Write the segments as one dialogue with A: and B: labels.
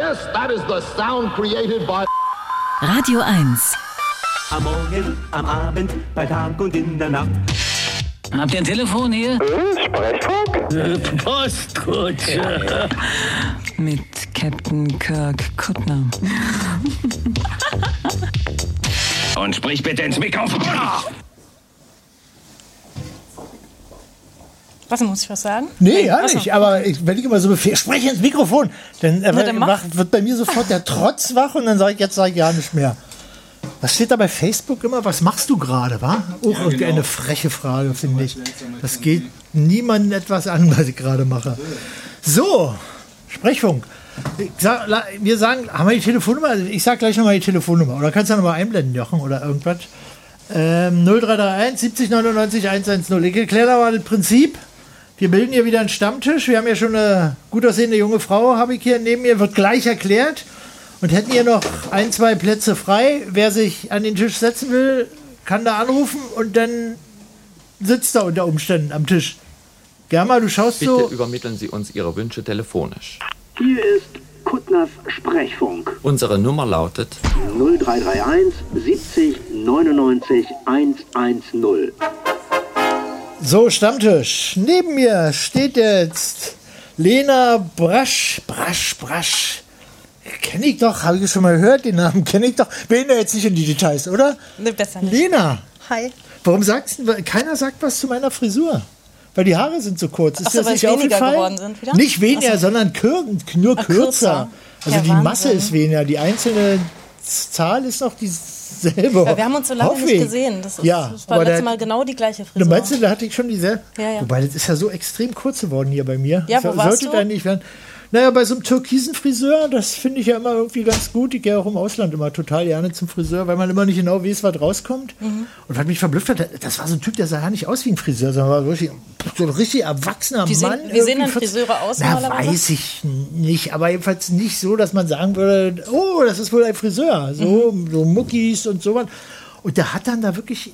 A: Yes, that is the sound created by.
B: Radio 1.
C: Am Morgen, am Abend, bei Tag und in der Nacht.
B: Habt ihr ein Telefon hier? Äh,
A: Sprechfunk?
B: Postkutsche. Mit Captain Kirk Kuttner.
D: Und sprich bitte ins Mikrofon.
E: Was, muss ich was sagen?
F: Nee, ja
E: Achso.
F: nicht. Aber ich, wenn ich immer so befehle, spreche ins Mikrofon, dann, äh,
E: Na, dann mach.
F: wach, wird bei mir sofort der Trotz wach und dann sage ich, jetzt sage ich ja nicht mehr. Was steht da bei Facebook immer? Was machst du gerade, wa? Oh, eine freche Frage, finde ich. Das geht niemandem etwas an, was ich gerade mache. So, Sprechfunk. Ich sag, la- wir sagen, haben wir die Telefonnummer? Also Ich sag gleich nochmal die Telefonnummer. Oder kannst du nochmal einblenden, Jochen, oder irgendwas? Ähm, 0331 70 99 110. Ich erkläre da mal das Prinzip. Wir bilden hier wieder einen Stammtisch. Wir haben ja schon eine gut aussehende junge Frau, habe ich hier neben mir, wird gleich erklärt. Und hätten hier noch ein, zwei Plätze frei. Wer sich an den Tisch setzen will, kann da anrufen und dann sitzt da unter Umständen am Tisch. Germa, du schaust
G: Bitte
F: so.
G: übermitteln Sie uns Ihre Wünsche telefonisch.
H: Hier ist Kuttners Sprechfunk
G: Unsere Nummer lautet
H: 0331 70 99 110.
F: So, Stammtisch. Neben mir steht jetzt Lena Brasch, Brasch, Brasch. Kenne ich doch, habe ich schon mal gehört, den Namen kenne ich doch. Wir gehen da jetzt nicht in die Details, oder?
E: Ne, besser nicht.
F: Lena,
E: Hi.
F: warum sagst du, keiner sagt was zu meiner Frisur? Weil die Haare sind so kurz. Ist
E: Ach so,
F: das
E: weil
F: nicht
E: es weniger
F: aufgefallen?
E: geworden sind wieder?
F: Nicht weniger,
E: Ach so.
F: sondern kür nur kürzer.
E: Ah, kürzer.
F: Also
E: Ja,
F: die Masse
E: Wahnsinn.
F: ist weniger, die einzelne Zahl ist noch dieselbe.
E: Ja, Äh, wir haben uns so lange nicht
F: Aufregend.
E: gesehen. Das, ist,
F: ja,
E: das war
F: aber
E: letztes
F: da-
E: Mal genau die gleiche
F: Du
E: Frisur.
F: meinst, du, da hatte ich schon diese.
E: Ja, ja.
F: Wobei, das ist ja so extrem kurz geworden hier bei mir.
E: Ja, wo
F: so,
E: warst
F: sollte
E: du?
F: da nicht werden. Naja, bei so einem türkisen Friseur, das finde ich ja immer irgendwie ganz gut. Ich gehe auch im Ausland immer total gerne zum Friseur, weil man immer nicht genau weiß, was rauskommt.
E: Mhm.
F: Und was mich verblüfft hat, das war so ein Typ, der sah ja nicht aus wie ein Friseur, sondern war so richtig, so ein richtig erwachsener
E: Wie sehen-
F: Mann.
E: wie sehen
F: irgendwie
E: denn
F: 40
E: Friseure aus
F: Na,
E: normalerweise?
F: weiß ich nicht, aber jedenfalls nicht so, dass man sagen würde, oh, das ist wohl ein Friseur. So, so Muckis und sowas. Und der hat dann da wirklich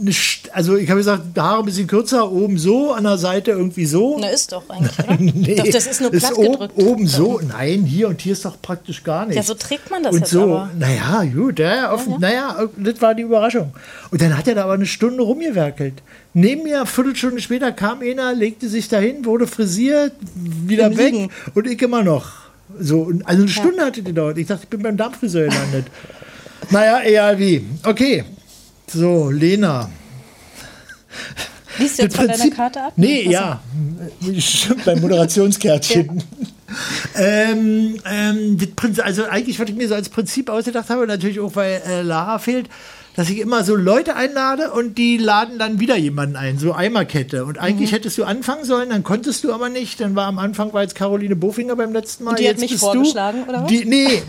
F: eine, St- also ich habe gesagt, Haare ein bisschen kürzer, oben so, an der Seite irgendwie so.
E: Na, ist doch eigentlich, oder? doch, das ist nur platt
F: oben,
E: gedrückt. Äh.
F: oben so, nein, hier und hier ist doch praktisch gar nicht.
E: Ja, so trägt man das
F: Und
E: jetzt
F: so,
E: aber.
F: naja, gut, ja, ja, offen, naja, das war die Überraschung. Und dann hat er da aber eine Stunde rumgewerkelt. Neben mir, eine Viertelstunde später, kam einer, legte sich dahin, wurde frisiert, wieder
E: Im
F: weg
E: Liegen.
F: und ich immer noch. So, und- also eine Stunde hatte die gedauert. Ich dachte, ich bin beim Darmfriseur gelandet. naja, egal wie. Okay, so, Lena.
E: Liest du jetzt von deiner Karte ab?
F: Nee, ja. Stimmt, beim Moderationskärtchen. ähm, ähm, das Prinzip, also eigentlich, was ich mir so als Prinzip ausgedacht habe, natürlich auch, weil äh, Lara fehlt, dass ich immer so Leute einlade und die laden dann wieder jemanden ein, so Eimerkette. Und
E: Mhm.
F: eigentlich hättest du anfangen sollen, dann konntest du aber nicht. Dann war am Anfang war jetzt Caroline Bofinger beim letzten Mal.
E: die hat
F: jetzt
E: mich
F: bist
E: vorgeschlagen,
F: du,
E: oder was?
F: Die, nee,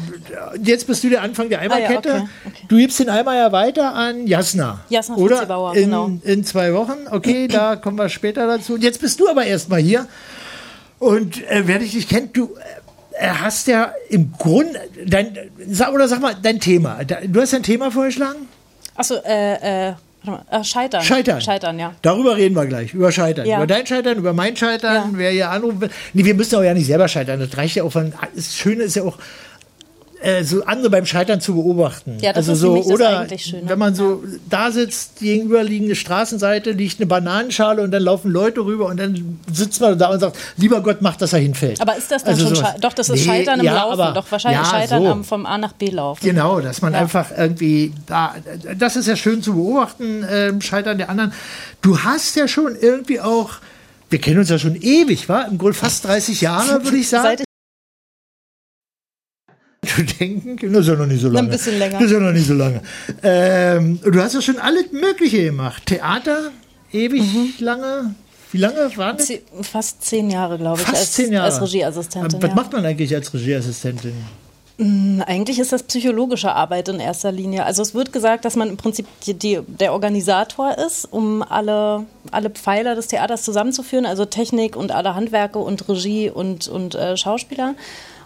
F: jetzt bist du der Anfang der Eimerkette.
E: Ah ja, okay, okay.
F: Du gibst den Eimer ja weiter an Jasna.
E: Jasna
F: oder
E: Fritzibauer,
F: in,
E: genau.
F: in zwei Wochen. Okay, da kommen wir später dazu. Jetzt bist du aber erstmal hier. Und äh, wer dich nicht kennt, du äh, hast ja im Grunde dein, sag, oder sag mal, dein Thema. Da- Du hast ein Thema vorgeschlagen?
E: Achso, äh, äh, warte mal. Äh, Scheitern.
F: Scheitern.
E: Scheitern, ja.
F: Darüber reden wir gleich. Über Scheitern.
E: Ja.
F: Über dein Scheitern, über mein Scheitern,
E: Ja.
F: wer hier anrufen will. Nee, wir müssen auch ja nicht selber scheitern. Das reicht ja auch von. Das Schöne ist ja auch, äh, so andere beim Scheitern zu beobachten.
E: Ja, das
F: also
E: ist für
F: so,
E: mich das
F: oder
E: eigentlich Schöne.
F: Wenn man so da sitzt, die gegenüberliegende Straßenseite, liegt eine Bananenschale und dann laufen Leute rüber und dann sitzt man da und sagt, lieber Gott, mach, dass er hinfällt.
E: Aber ist das dann schon
F: Also sowas.
E: Scheitern? Doch, das ist
F: Nee,
E: Scheitern im
F: ja,
E: Laufen.
F: aber-
E: doch, wahrscheinlich
F: ja,
E: Scheitern
F: so.
E: am, vom A nach B laufen.
F: Genau, dass man
E: Ja.
F: einfach irgendwie da, das ist ja schön zu beobachten, ähm, Scheitern der anderen. Du hast ja schon irgendwie auch, wir kennen uns ja schon ewig, war im Grunde fast 30 Jahre, Genau, würde ich sagen.
E: Seit ich-
F: zu denken, das ist ja noch nicht so lange.
E: Ein bisschen länger.
F: Das ist ja noch nicht so lange. Ähm, und du hast ja schon alles Mögliche gemacht. Theater, ewig
E: Mhm.
F: lange. Wie lange war das?
E: Ze- Fast zehn Jahre, glaube ich,
F: Fast
E: als,
F: zehn Jahre. Äh,
E: als Regieassistentin.
F: Was
E: ja.
F: macht man eigentlich als Regieassistentin?
E: Eigentlich ist das psychologische Arbeit in erster Linie. Also es wird gesagt, dass man im Prinzip die, die, der Organisator ist, um alle, alle Pfeiler des Theaters zusammenzuführen, also Technik und alle Handwerke und Regie und, und äh, Schauspieler.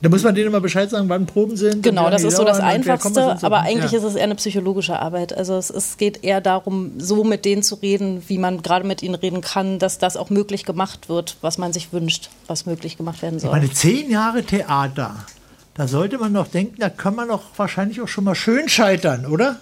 F: Da muss man denen immer Bescheid sagen, wann Proben sind. und wie
E: Genau,
F: lange
E: das
F: die
E: ist so das
F: dauern und wer kommt und
E: Einfachste,
F: so.
E: aber eigentlich
F: Ja.
E: ist es eher eine psychologische Arbeit. Also es, es geht eher darum, so mit denen zu reden, wie man gerade mit ihnen reden kann, dass das auch möglich gemacht wird, was man sich wünscht, was möglich gemacht werden soll.
F: meine, zehn Jahre Theater. Da sollte man doch denken, da kann man doch wahrscheinlich auch schon mal schön scheitern, oder?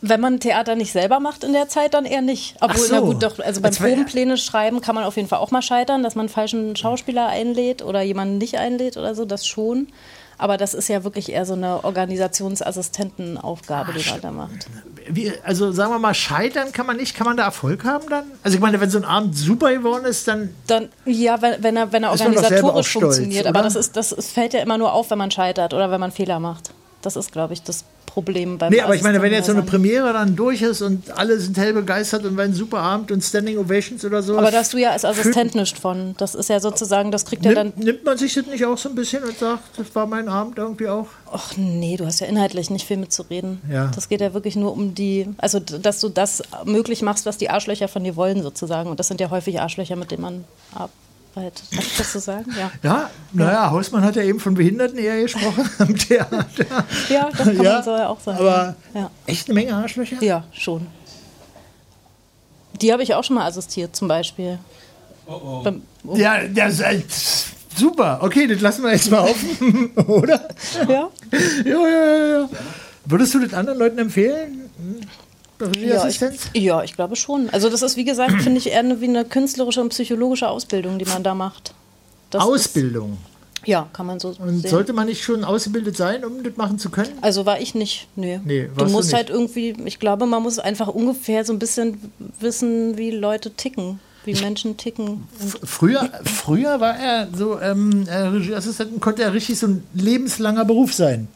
E: Wenn man Theater nicht selber macht in der Zeit, dann eher nicht.
F: Ach
E: Obwohl,
F: so.
E: na gut, doch, also beim
F: Als wär- Mhm.
E: Probenpläne schreiben kann man auf jeden Fall auch mal scheitern, dass man einen falschen Schauspieler einlädt oder jemanden nicht einlädt oder so, das schon. Aber das ist ja wirklich eher so eine Organisationsassistentenaufgabe, die man da macht.
F: Wie, also sagen wir mal, scheitern kann man nicht. Kann man da Erfolg haben dann? Also ich meine, wenn so ein Abend super geworden ist, dann
E: Dann, ja, wenn, wenn er, wenn er
F: Ist man doch selber
E: organisatorisch
F: auch stolz,
E: funktioniert. Aber
F: oder?
E: das, ist, das ist, fällt ja immer nur auf, wenn man scheitert oder wenn man Fehler macht. Das ist, glaube ich, das Problem beim
F: Nee, aber ich meine, wenn
E: Assistenten
F: jetzt so eine
E: sein.
F: Premiere dann durch ist und alle sind hell begeistert und werden super Abend und Standing Ovations oder so.
E: Aber da hast du ja als Assistent nichts von. Das ist ja sozusagen, das kriegt ja dann
F: Nimmt, nimmt man sich das nicht auch so ein bisschen und sagt, das war mein Abend irgendwie auch?
E: Ach nee, du hast ja inhaltlich nicht viel mitzureden.
F: Ja.
E: Das geht ja wirklich nur um die, also d- dass du das möglich machst, was die Arschlöcher von dir wollen sozusagen. Und das sind ja häufig Arschlöcher, mit denen man arbeitet. Darf ich das so sagen? Ja.
F: Ja, naja, Hausmann hat ja eben von Behinderten eher gesprochen am Theater.
E: Ja, das kann man so ja auch sagen.
F: Aber
E: Ja.
F: echt eine Menge Arschlöcher?
E: Ja, schon. Die habe ich auch schon mal assistiert zum Beispiel. Beim, oh,
F: Ja, das ist halt super. Okay, das lassen wir jetzt mal offen, oder?
E: ja.
F: Ja, ja, ja, ja. Würdest du das anderen Leuten empfehlen? Hm?
E: Ja, ich,
F: Regieassistenz?
E: ja, ich glaube schon. Also das ist, wie gesagt, finde ich eher eine, wie eine künstlerische und psychologische Ausbildung, die man da macht. Das ist-
F: Ausbildung.
E: Ja, kann man so
F: Und
E: sehen.
F: sollte man nicht schon ausgebildet sein, um das machen zu können?
E: Also war ich nicht, nee.
F: Nee,
E: du
F: warst du
E: musst
F: nicht.
E: halt irgendwie, ich glaube, man muss einfach ungefähr so ein bisschen wissen, wie Leute ticken, wie Menschen ticken.
F: F- Früher, früher war er so, ähm, äh, Regieassistenten konnte er richtig so ein lebenslanger Beruf sein.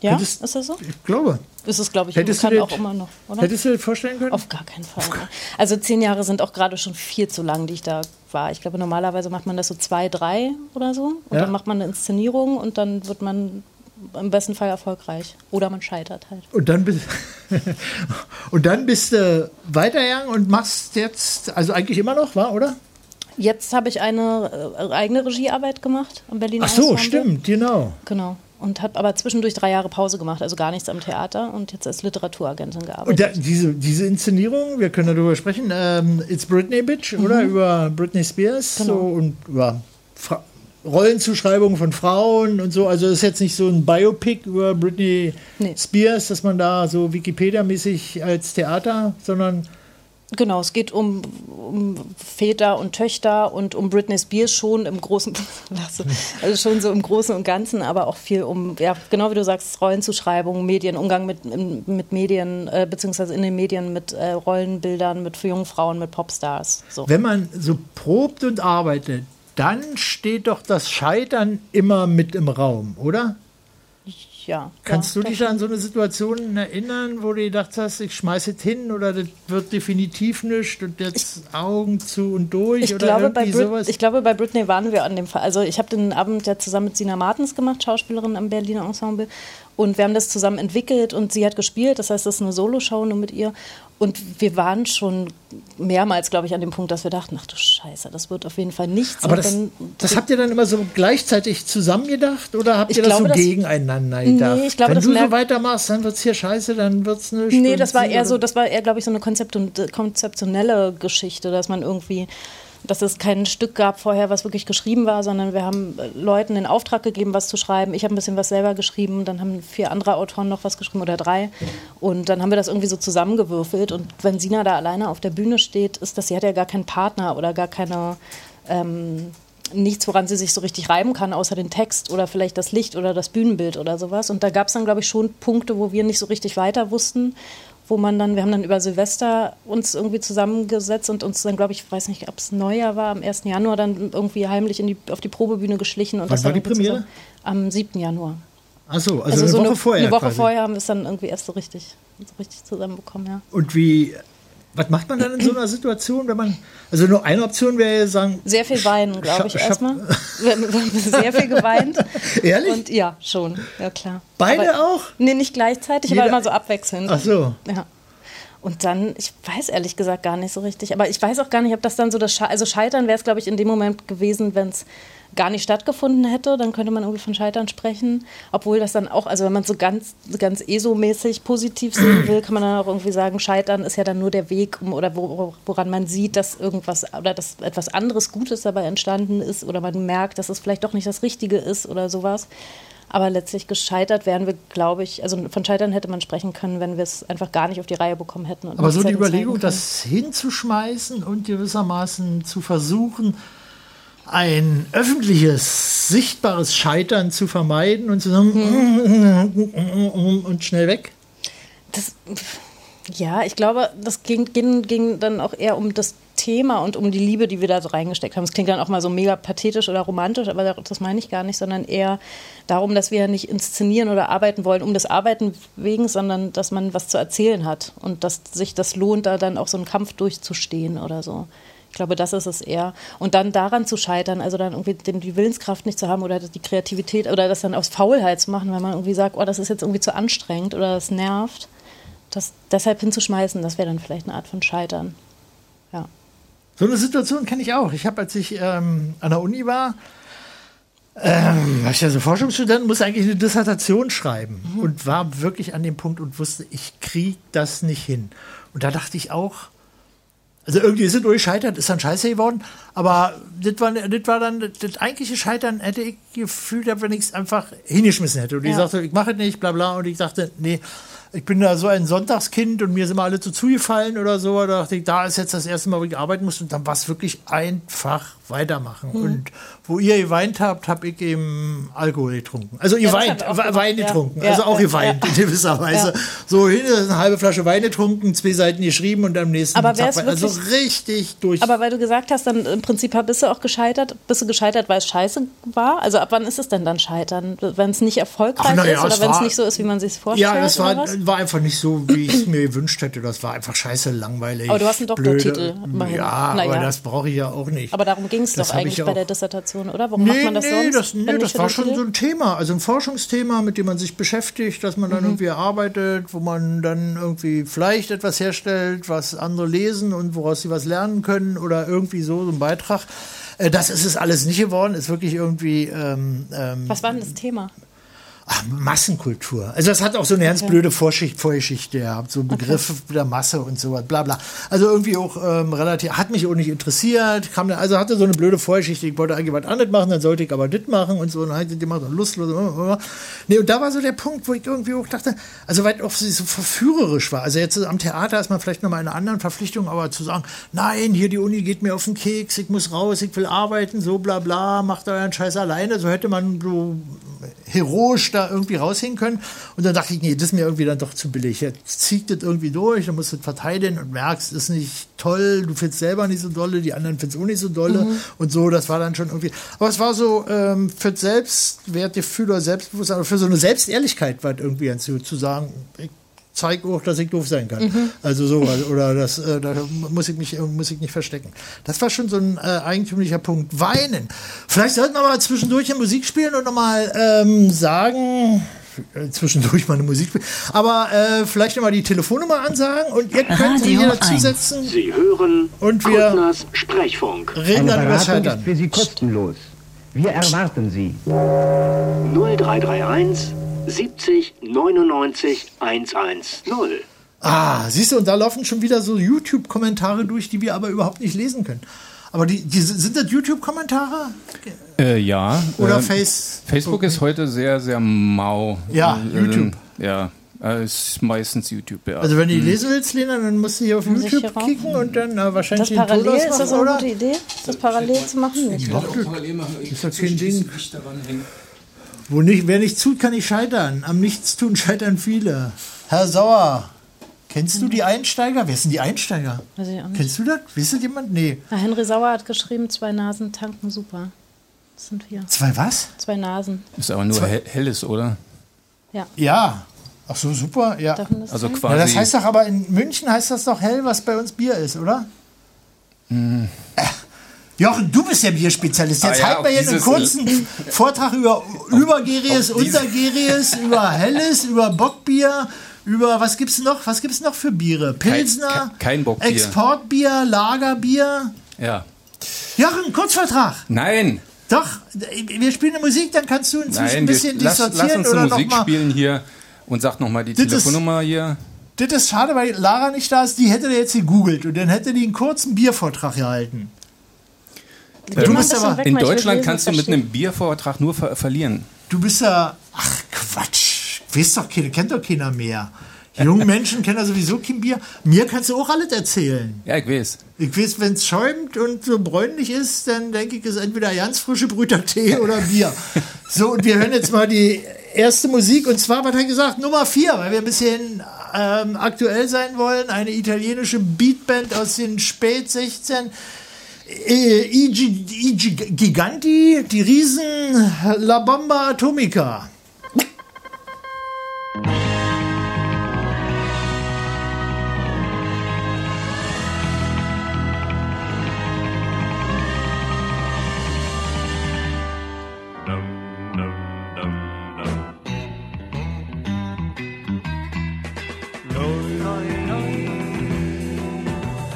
E: Ja,
F: Könntest-
E: ist das so?
F: Ich glaube.
E: Ist es, glaube ich,
F: Hättest du
E: kann
F: dir-
E: auch immer noch, oder?
F: Hättest du dir das vorstellen können?
E: Auf gar keinen Fall. ne? Also zehn Jahre sind auch gerade schon viel zu lang, die ich da war. Ich glaube, normalerweise macht man das so zwei, drei oder so. Und
F: Ja.
E: dann macht man eine Inszenierung und dann wird man im besten Fall erfolgreich. Oder man scheitert halt.
F: Und dann bist und dann bist du weitergegangen und machst jetzt, also eigentlich immer noch, war, oder?
E: Jetzt habe ich eine äh, eigene Regiearbeit gemacht am Berliner
F: Ach so,
E: Ensemble.
F: stimmt, genau.
E: Genau. Und habe aber zwischendurch drei Jahre Pause gemacht, also gar nichts am Theater und jetzt als Literaturagentin
F: Und da,
E: gearbeitet.
F: diese, diese Inszenierung, wir können darüber sprechen, ähm, It's Britney Bitch, oder? Über Britney Spears so, und über Fra Rollenzuschreibungen von Frauen und so. Also ist jetzt nicht so ein Biopic über Britney
E: Nee.
F: Spears, dass man da so Wikipedia-mäßig als Theater, sondern
E: Genau, es geht um, um Väter und Töchter und um Britney Spears schon im großen, Lasse. also schon so im Großen und Ganzen, aber auch viel um, ja, genau wie du sagst, Rollenzuschreibung, Medien, Umgang mit, im- mit Medien, äh, beziehungsweise in den Medien mit äh, Rollenbildern, mit jungen Frauen, mit Popstars. So.
F: wenn man so probt und arbeitet, dann steht doch das Scheitern immer mit im Raum, oder?
E: Ja,
F: Kannst
E: ja,
F: du
E: doch.
F: dich an so eine Situation erinnern, wo du gedacht hast, ich schmeiß es hin oder das wird definitiv nicht und jetzt Augen zu und durch
E: Ich
F: oder
E: glaube, bei
F: irgendwie
E: Brit-
F: sowas?
E: ich glaube, bei Britney waren wir an dem Fall. Also ich habe den Abend ja zusammen mit Sina Martens gemacht, Schauspielerin am Berliner Ensemble. Und wir haben das zusammen entwickelt und sie hat gespielt. Das heißt, das ist eine Soloshow nur mit ihr. Und wir waren schon mehrmals, glaube ich, an dem Punkt, dass wir dachten, ach du Scheiße, das wird auf jeden Fall nichts.
F: aber
E: Und
F: das,
E: dann-
F: das habt ihr dann immer so gleichzeitig zusammengedacht oder habt
E: Ich
F: ihr das
E: glaube,
F: so
E: das-
F: gegeneinander gedacht?
E: ich glaube,
F: Wenn
E: das
F: du so
E: merkt-
F: weitermachst, dann wird's hier scheiße, dann wird's nicht.
E: Nee,
F: und
E: das war
F: sie
E: eher
F: oder-
E: so, das war eher, glaube ich, so eine konzeptu- konzeptionelle Geschichte, dass man irgendwie, dass es kein Stück gab vorher, was wirklich geschrieben war, sondern wir haben äh, Leuten den Auftrag gegeben, was zu schreiben. Ich habe ein bisschen was selber geschrieben, dann haben vier andere Autoren noch was geschrieben oder drei. Und dann haben wir das irgendwie so zusammengewürfelt. Und wenn Sina da alleine auf der Bühne steht, ist das, sie hat ja gar keinen Partner oder gar keine. Ähm, nichts, woran sie sich so richtig reiben kann, außer den Text oder vielleicht das Licht oder das Bühnenbild oder sowas. Und da gab es dann, glaube ich, schon Punkte, wo wir nicht so richtig weiter wussten, wo man dann, wir haben dann über Silvester uns irgendwie zusammengesetzt und uns dann, glaube ich, weiß nicht, ob es Neujahr war, am 1. Januar dann irgendwie heimlich in die, auf die Probebühne geschlichen. Und
F: Wann war
E: dann
F: die Premiere?
E: zusammen- Am 7. Januar.
F: Ach so, also, eine
E: so
F: Woche vorher.
E: Eine Woche
F: quasi.
E: vorher haben wir es dann irgendwie erst so richtig, so richtig zusammenbekommen, ja.
F: Und wie. Was macht man dann in so einer Situation, wenn man. Also nur eine Option wäre ja sagen.
E: Sehr viel weinen, glaube ich,
F: Scha- scha-
E: erstmal. Wir haben wir haben sehr viel geweint.
F: Ehrlich?
E: Und ja, schon, ja klar.
F: Beide
E: aber,
F: auch?
E: Nee, nicht gleichzeitig,
F: Jeder-
E: aber immer so abwechselnd.
F: Ach so.
E: Ja. Und dann, ich weiß ehrlich gesagt gar nicht so richtig, aber ich weiß auch gar nicht, ob das dann so das Sche also Scheitern wäre es, glaube ich, in dem Moment gewesen, wenn es gar nicht stattgefunden hätte, dann könnte man irgendwie von Scheitern sprechen, obwohl das dann auch, also wenn man so ganz, ganz ESO-mäßig positiv sehen will, kann man dann auch irgendwie sagen, Scheitern ist ja dann nur der Weg, um, oder wo, woran man sieht, dass irgendwas oder dass etwas anderes Gutes dabei entstanden ist oder man merkt, dass es vielleicht doch nicht das Richtige ist oder sowas. Aber letztlich gescheitert wären wir, glaube ich, also von Scheitern hätte man sprechen können, wenn wir es einfach gar nicht auf die Reihe bekommen hätten. und
F: Aber so
E: nichts
F: die
E: hätten zeigen
F: Überlegung,
E: können.
F: das hinzuschmeißen und gewissermaßen zu versuchen, ein öffentliches, sichtbares Scheitern zu vermeiden und zu sagen,
E: Hm.
F: und schnell weg.
E: Das, ja, ich glaube, das ging, ging, ging dann auch eher um das Thema und um die Liebe, die wir da so reingesteckt haben. Das klingt dann auch mal so mega pathetisch oder romantisch, aber das meine ich gar nicht, sondern eher darum, dass wir ja nicht inszenieren oder arbeiten wollen um des Arbeiten wegen, sondern dass man was zu erzählen hat und dass sich das lohnt, da dann auch so einen Kampf durchzustehen oder so. Ich glaube, das ist es eher. Und dann daran zu scheitern, also dann irgendwie den, die Willenskraft nicht zu haben oder die Kreativität oder das dann aus Faulheit zu machen, weil man irgendwie sagt, oh, das ist jetzt irgendwie zu anstrengend oder das nervt das deshalb hinzuschmeißen, das wäre dann vielleicht eine Art von Scheitern. Ja.
F: So eine Situation kenne ich auch. Ich habe, als ich ähm, an der Uni war, ähm, war ich ja so Forschungsstudent, musste eigentlich eine Dissertation schreiben und war wirklich an dem Punkt und wusste, ich kriege das nicht hin. Und da dachte ich auch, also irgendwie ist es durchscheitert, ist dann scheiße geworden, aber das war, das war dann, das eigentliche Scheitern hätte ich gefühlt, wenn ich es einfach hingeschmissen hätte. Und ich
E: Ja.
F: sagte, ich mache es nicht, bla bla. Und ich dachte, nee, ich bin da so ein Sonntagskind und mir sind mal alle so zugefallen oder so. Da dachte ich, da ist jetzt das erste Mal, wo ich arbeiten muss. Und dann war es wirklich einfach weitermachen.
E: Mhm.
F: Und wo ihr geweint habt, habe ich eben Alkohol getrunken. Also ihr
E: das
F: weint,
E: hab ich auch
F: Wein
E: gemacht, ja.
F: getrunken.
E: Ja,
F: Also auch
E: ja,
F: geweint
E: ja.
F: in gewisser Weise.
E: Ja.
F: So hin, eine halbe Flasche Wein getrunken, zwei Seiten geschrieben und am nächsten
E: Aber wär's
F: Tag weiter. also
E: wirklich-
F: richtig durch.
E: Aber weil du gesagt hast, dann im Prinzip bist du auch gescheitert, bist du gescheitert, weil es scheiße war? Also ab wann ist es denn dann Scheitern? Wenn es nicht erfolgreich
F: Ach, na ja,
E: ist oder
F: es
E: wenn es
F: war-
E: nicht so ist, wie man sich es vorstellt?
F: ja, das war,
E: oder was?
F: war einfach nicht so, wie ich es mir gewünscht hätte. Das war einfach scheiße langweilig.
E: Aber du hast einen
F: blöde.
E: Doktortitel, immerhin.
F: Ja,
E: Na
F: aber
E: ja.
F: das brauche ich ja auch nicht.
E: Aber darum ging es
F: Das
E: doch
F: hab
E: eigentlich
F: ich
E: bei
F: auch.
E: der Dissertation, oder? Warum
F: Nee,
E: macht man das
F: nee,
E: sonst?
F: das,
E: wenn
F: nee,
E: nicht
F: das
E: für
F: war
E: den
F: schon
E: Titel?
F: so ein Thema, also ein Forschungsthema, mit dem man sich beschäftigt, dass man dann
E: Mhm.
F: irgendwie arbeitet, wo man dann irgendwie vielleicht etwas herstellt, was andere lesen und woraus sie was lernen können oder irgendwie so, so ein Beitrag. Äh, Das ist es alles nicht geworden, ist wirklich irgendwie ähm, ähm,
E: Was war denn das Thema?
F: Massenkultur. Also das hat auch so eine ganz blöde Vorschicht, Vorgeschichte gehabt, so Begriffe der Masse und sowas, bla bla. Also irgendwie auch ähm, relativ, hat mich auch nicht interessiert, kam dann, also hatte so eine blöde Vorgeschichte, ich wollte eigentlich was anderes machen, dann sollte ich aber das machen und so, und dann hatte ich immer so lustlos. äh, äh. Nee, und da war so der Punkt, wo ich irgendwie auch dachte, also weil auch sie so verführerisch war. Also jetzt am Theater ist man vielleicht nochmal in einer anderen Verpflichtung, aber zu sagen, nein, hier die Uni geht mir auf den Keks, ich muss raus, ich will arbeiten, so bla bla, macht euren Scheiß alleine, so hätte man so heroisch da irgendwie raushängen können. Und dann dachte ich, nee, das ist mir irgendwie dann doch zu billig. Jetzt zieht das irgendwie durch, dann musst du das verteidigen und merkst, ist nicht toll, du findest selber nicht so dolle, die anderen finden es auch nicht so dolle und so, das war dann schon irgendwie. Aber es war so ähm, für das Selbstwertgefühl oder Selbstbewusstsein, aber für so eine Selbstehrlichkeit war es irgendwie ganz gut, zu sagen, ich zeig auch, dass ich doof sein kann. Also so, also- oder das, äh, da muss ich mich äh, muss ich nicht verstecken. Das war schon so ein äh, eigentümlicher Punkt. Weinen. Vielleicht sollten wir mal zwischendurch eine Musik spielen und nochmal ähm, sagen, äh, zwischendurch mal eine Musik spielen, aber äh, vielleicht nochmal die Telefonnummer ansagen und ihr könnt sie hier
B: Radio 1.
F: dazusetzen.
H: Sie hören
F: Und wir-
H: Kuttners Sprechfunk.
F: Reden dann über Scheitern.
I: für Sie kostenlos. Wir erwarten Sie.
H: 0331 70 99 110.
F: Ah, siehst du, und da laufen schon wieder so YouTube-Kommentare durch, die wir aber überhaupt nicht lesen können. Aber die, die sind das YouTube-Kommentare?
J: Äh, ja.
F: Oder
J: äh,
F: Face-
J: Facebook ist heute sehr, sehr mau.
F: Ja,
J: Äh,
F: YouTube.
J: Ja, äh, ist meistens YouTube, ja. Mhm.
F: Also wenn du die lesen willst, Lena, dann musst du hier auf
E: ich
F: YouTube
E: hier rauf?
F: klicken und dann äh, wahrscheinlich
E: Das
F: den Ton
E: parallel, ist das
F: ausmachen,
E: eine
F: oder?
E: gute Idee? Das parallel zu machen? Nicht.
F: Ist ja kein Ding. Wo nicht, wer nicht tut, kann nicht scheitern. Am Nichtstun scheitern viele. Herr Sauer, kennst du die Einsteiger? Wer sind die Einsteiger?
E: Weiß ich auch nicht.
F: Kennst du das? Wisst das jemand? Nee.
E: Ah, Henry Sauer hat geschrieben, zwei Nasen tanken super. Das sind wir.
F: Zwei was?
E: Zwei Nasen,
J: Ist aber nur hell, helles, oder?
E: ja.
F: Ja. Ach so, super. Ja.
E: Darf man das
J: Also
E: sagen?
J: quasi.
F: Na, das heißt doch aber in München heißt das doch hell, was bei uns Bier ist, oder? Äh, Jochen, du bist der Bierspezialist. Jetzt
J: Hm. Ah ja,
F: halten wir
J: auf
F: hier einen
J: dieses-
F: kurzen Vortrag über übergäriges,
J: auf diese-
F: untergäriges, über helles, über Bockbier, über was gibt's noch? Was gibt's noch für Biere? Pilsner,
J: Kein- kein- kein Bockbier.
F: Exportbier, Lagerbier.
J: Ja.
F: Jochen, Kurzvertrag.
J: Nein!
F: Doch, wir spielen eine Musik, dann kannst du inzwischen
J: Nein,
F: ein bisschen
J: wir, lass,
F: dissozieren
J: lass uns
F: oder
J: eine Musik
F: noch mal.
J: spielen hier und sag nochmal die
F: Das ist-
J: Telefonnummer hier.
F: Das ist schade, weil Lara nicht da ist. Die hätte der jetzt gegoogelt und dann hätte die einen kurzen Biervortrag gehalten.
E: Mach
F: Du
E: ein
F: bist
E: bisschen
F: aber-
E: weg,
J: In
E: weil ich will
J: Deutschland
E: lesen,
J: kannst du
E: was da
J: mit
E: steht.
J: einem Biervortrag nur ver verlieren.
F: Du bist ja. Ach, Quatsch. Wisst doch, keine- kennt doch keiner mehr. Die Jungen Menschen kennen ja sowieso kein Bier. Mir kannst du auch alles erzählen.
J: Ja, ich weiß.
F: Ich weiß, wenn es schäumt und so bräunlich ist, dann denke ich, ist entweder ganz frische Brüter Tee oder Bier. So, und wir hören jetzt mal die erste Musik. Und zwar, was hat er gesagt? Nummer vier, weil wir ein bisschen ähm, aktuell sein wollen. Eine italienische Beatband aus den Spät 16. Äh, I, Gi- I, Gi- Giganti, die Riesen La Bomba Atomica.
K: Noi, noi, noi,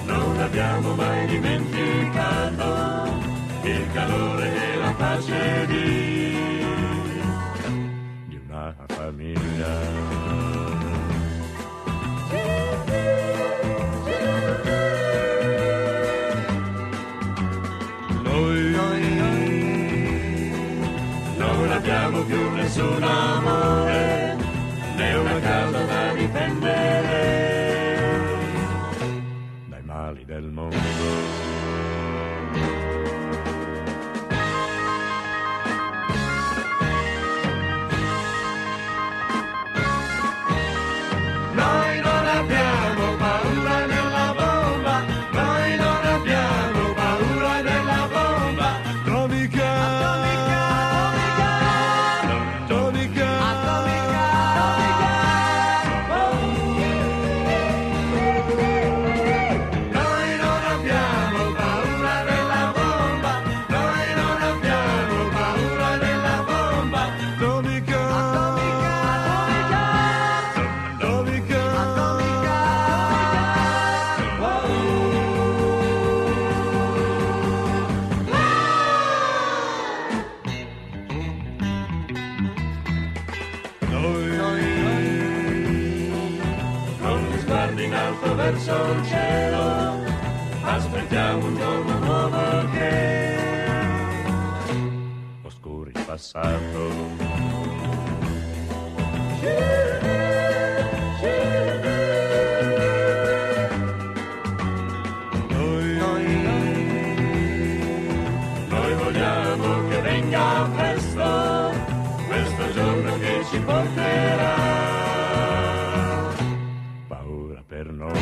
K: non abbiamo mai dimenticato il calore e la pace di, di una famiglia. Noi, noi, noi, non abbiamo più nessun amore né una casa da difendere dai mali del mondo. Noi non abbiamo paura della bomba, noi non abbiamo paura della bomba. Atomica, atomica, atomica, Noi non abbiamo paura della bomba, noi non abbiamo paura della bomba. Atomica, atomica, Noi, con gli sguardi in alto verso il cielo, aspettiamo un giorno nuovo che oscuri il passato. Noi, noi vogliamo che venga presto questo giorno che ci porterà paura per noi.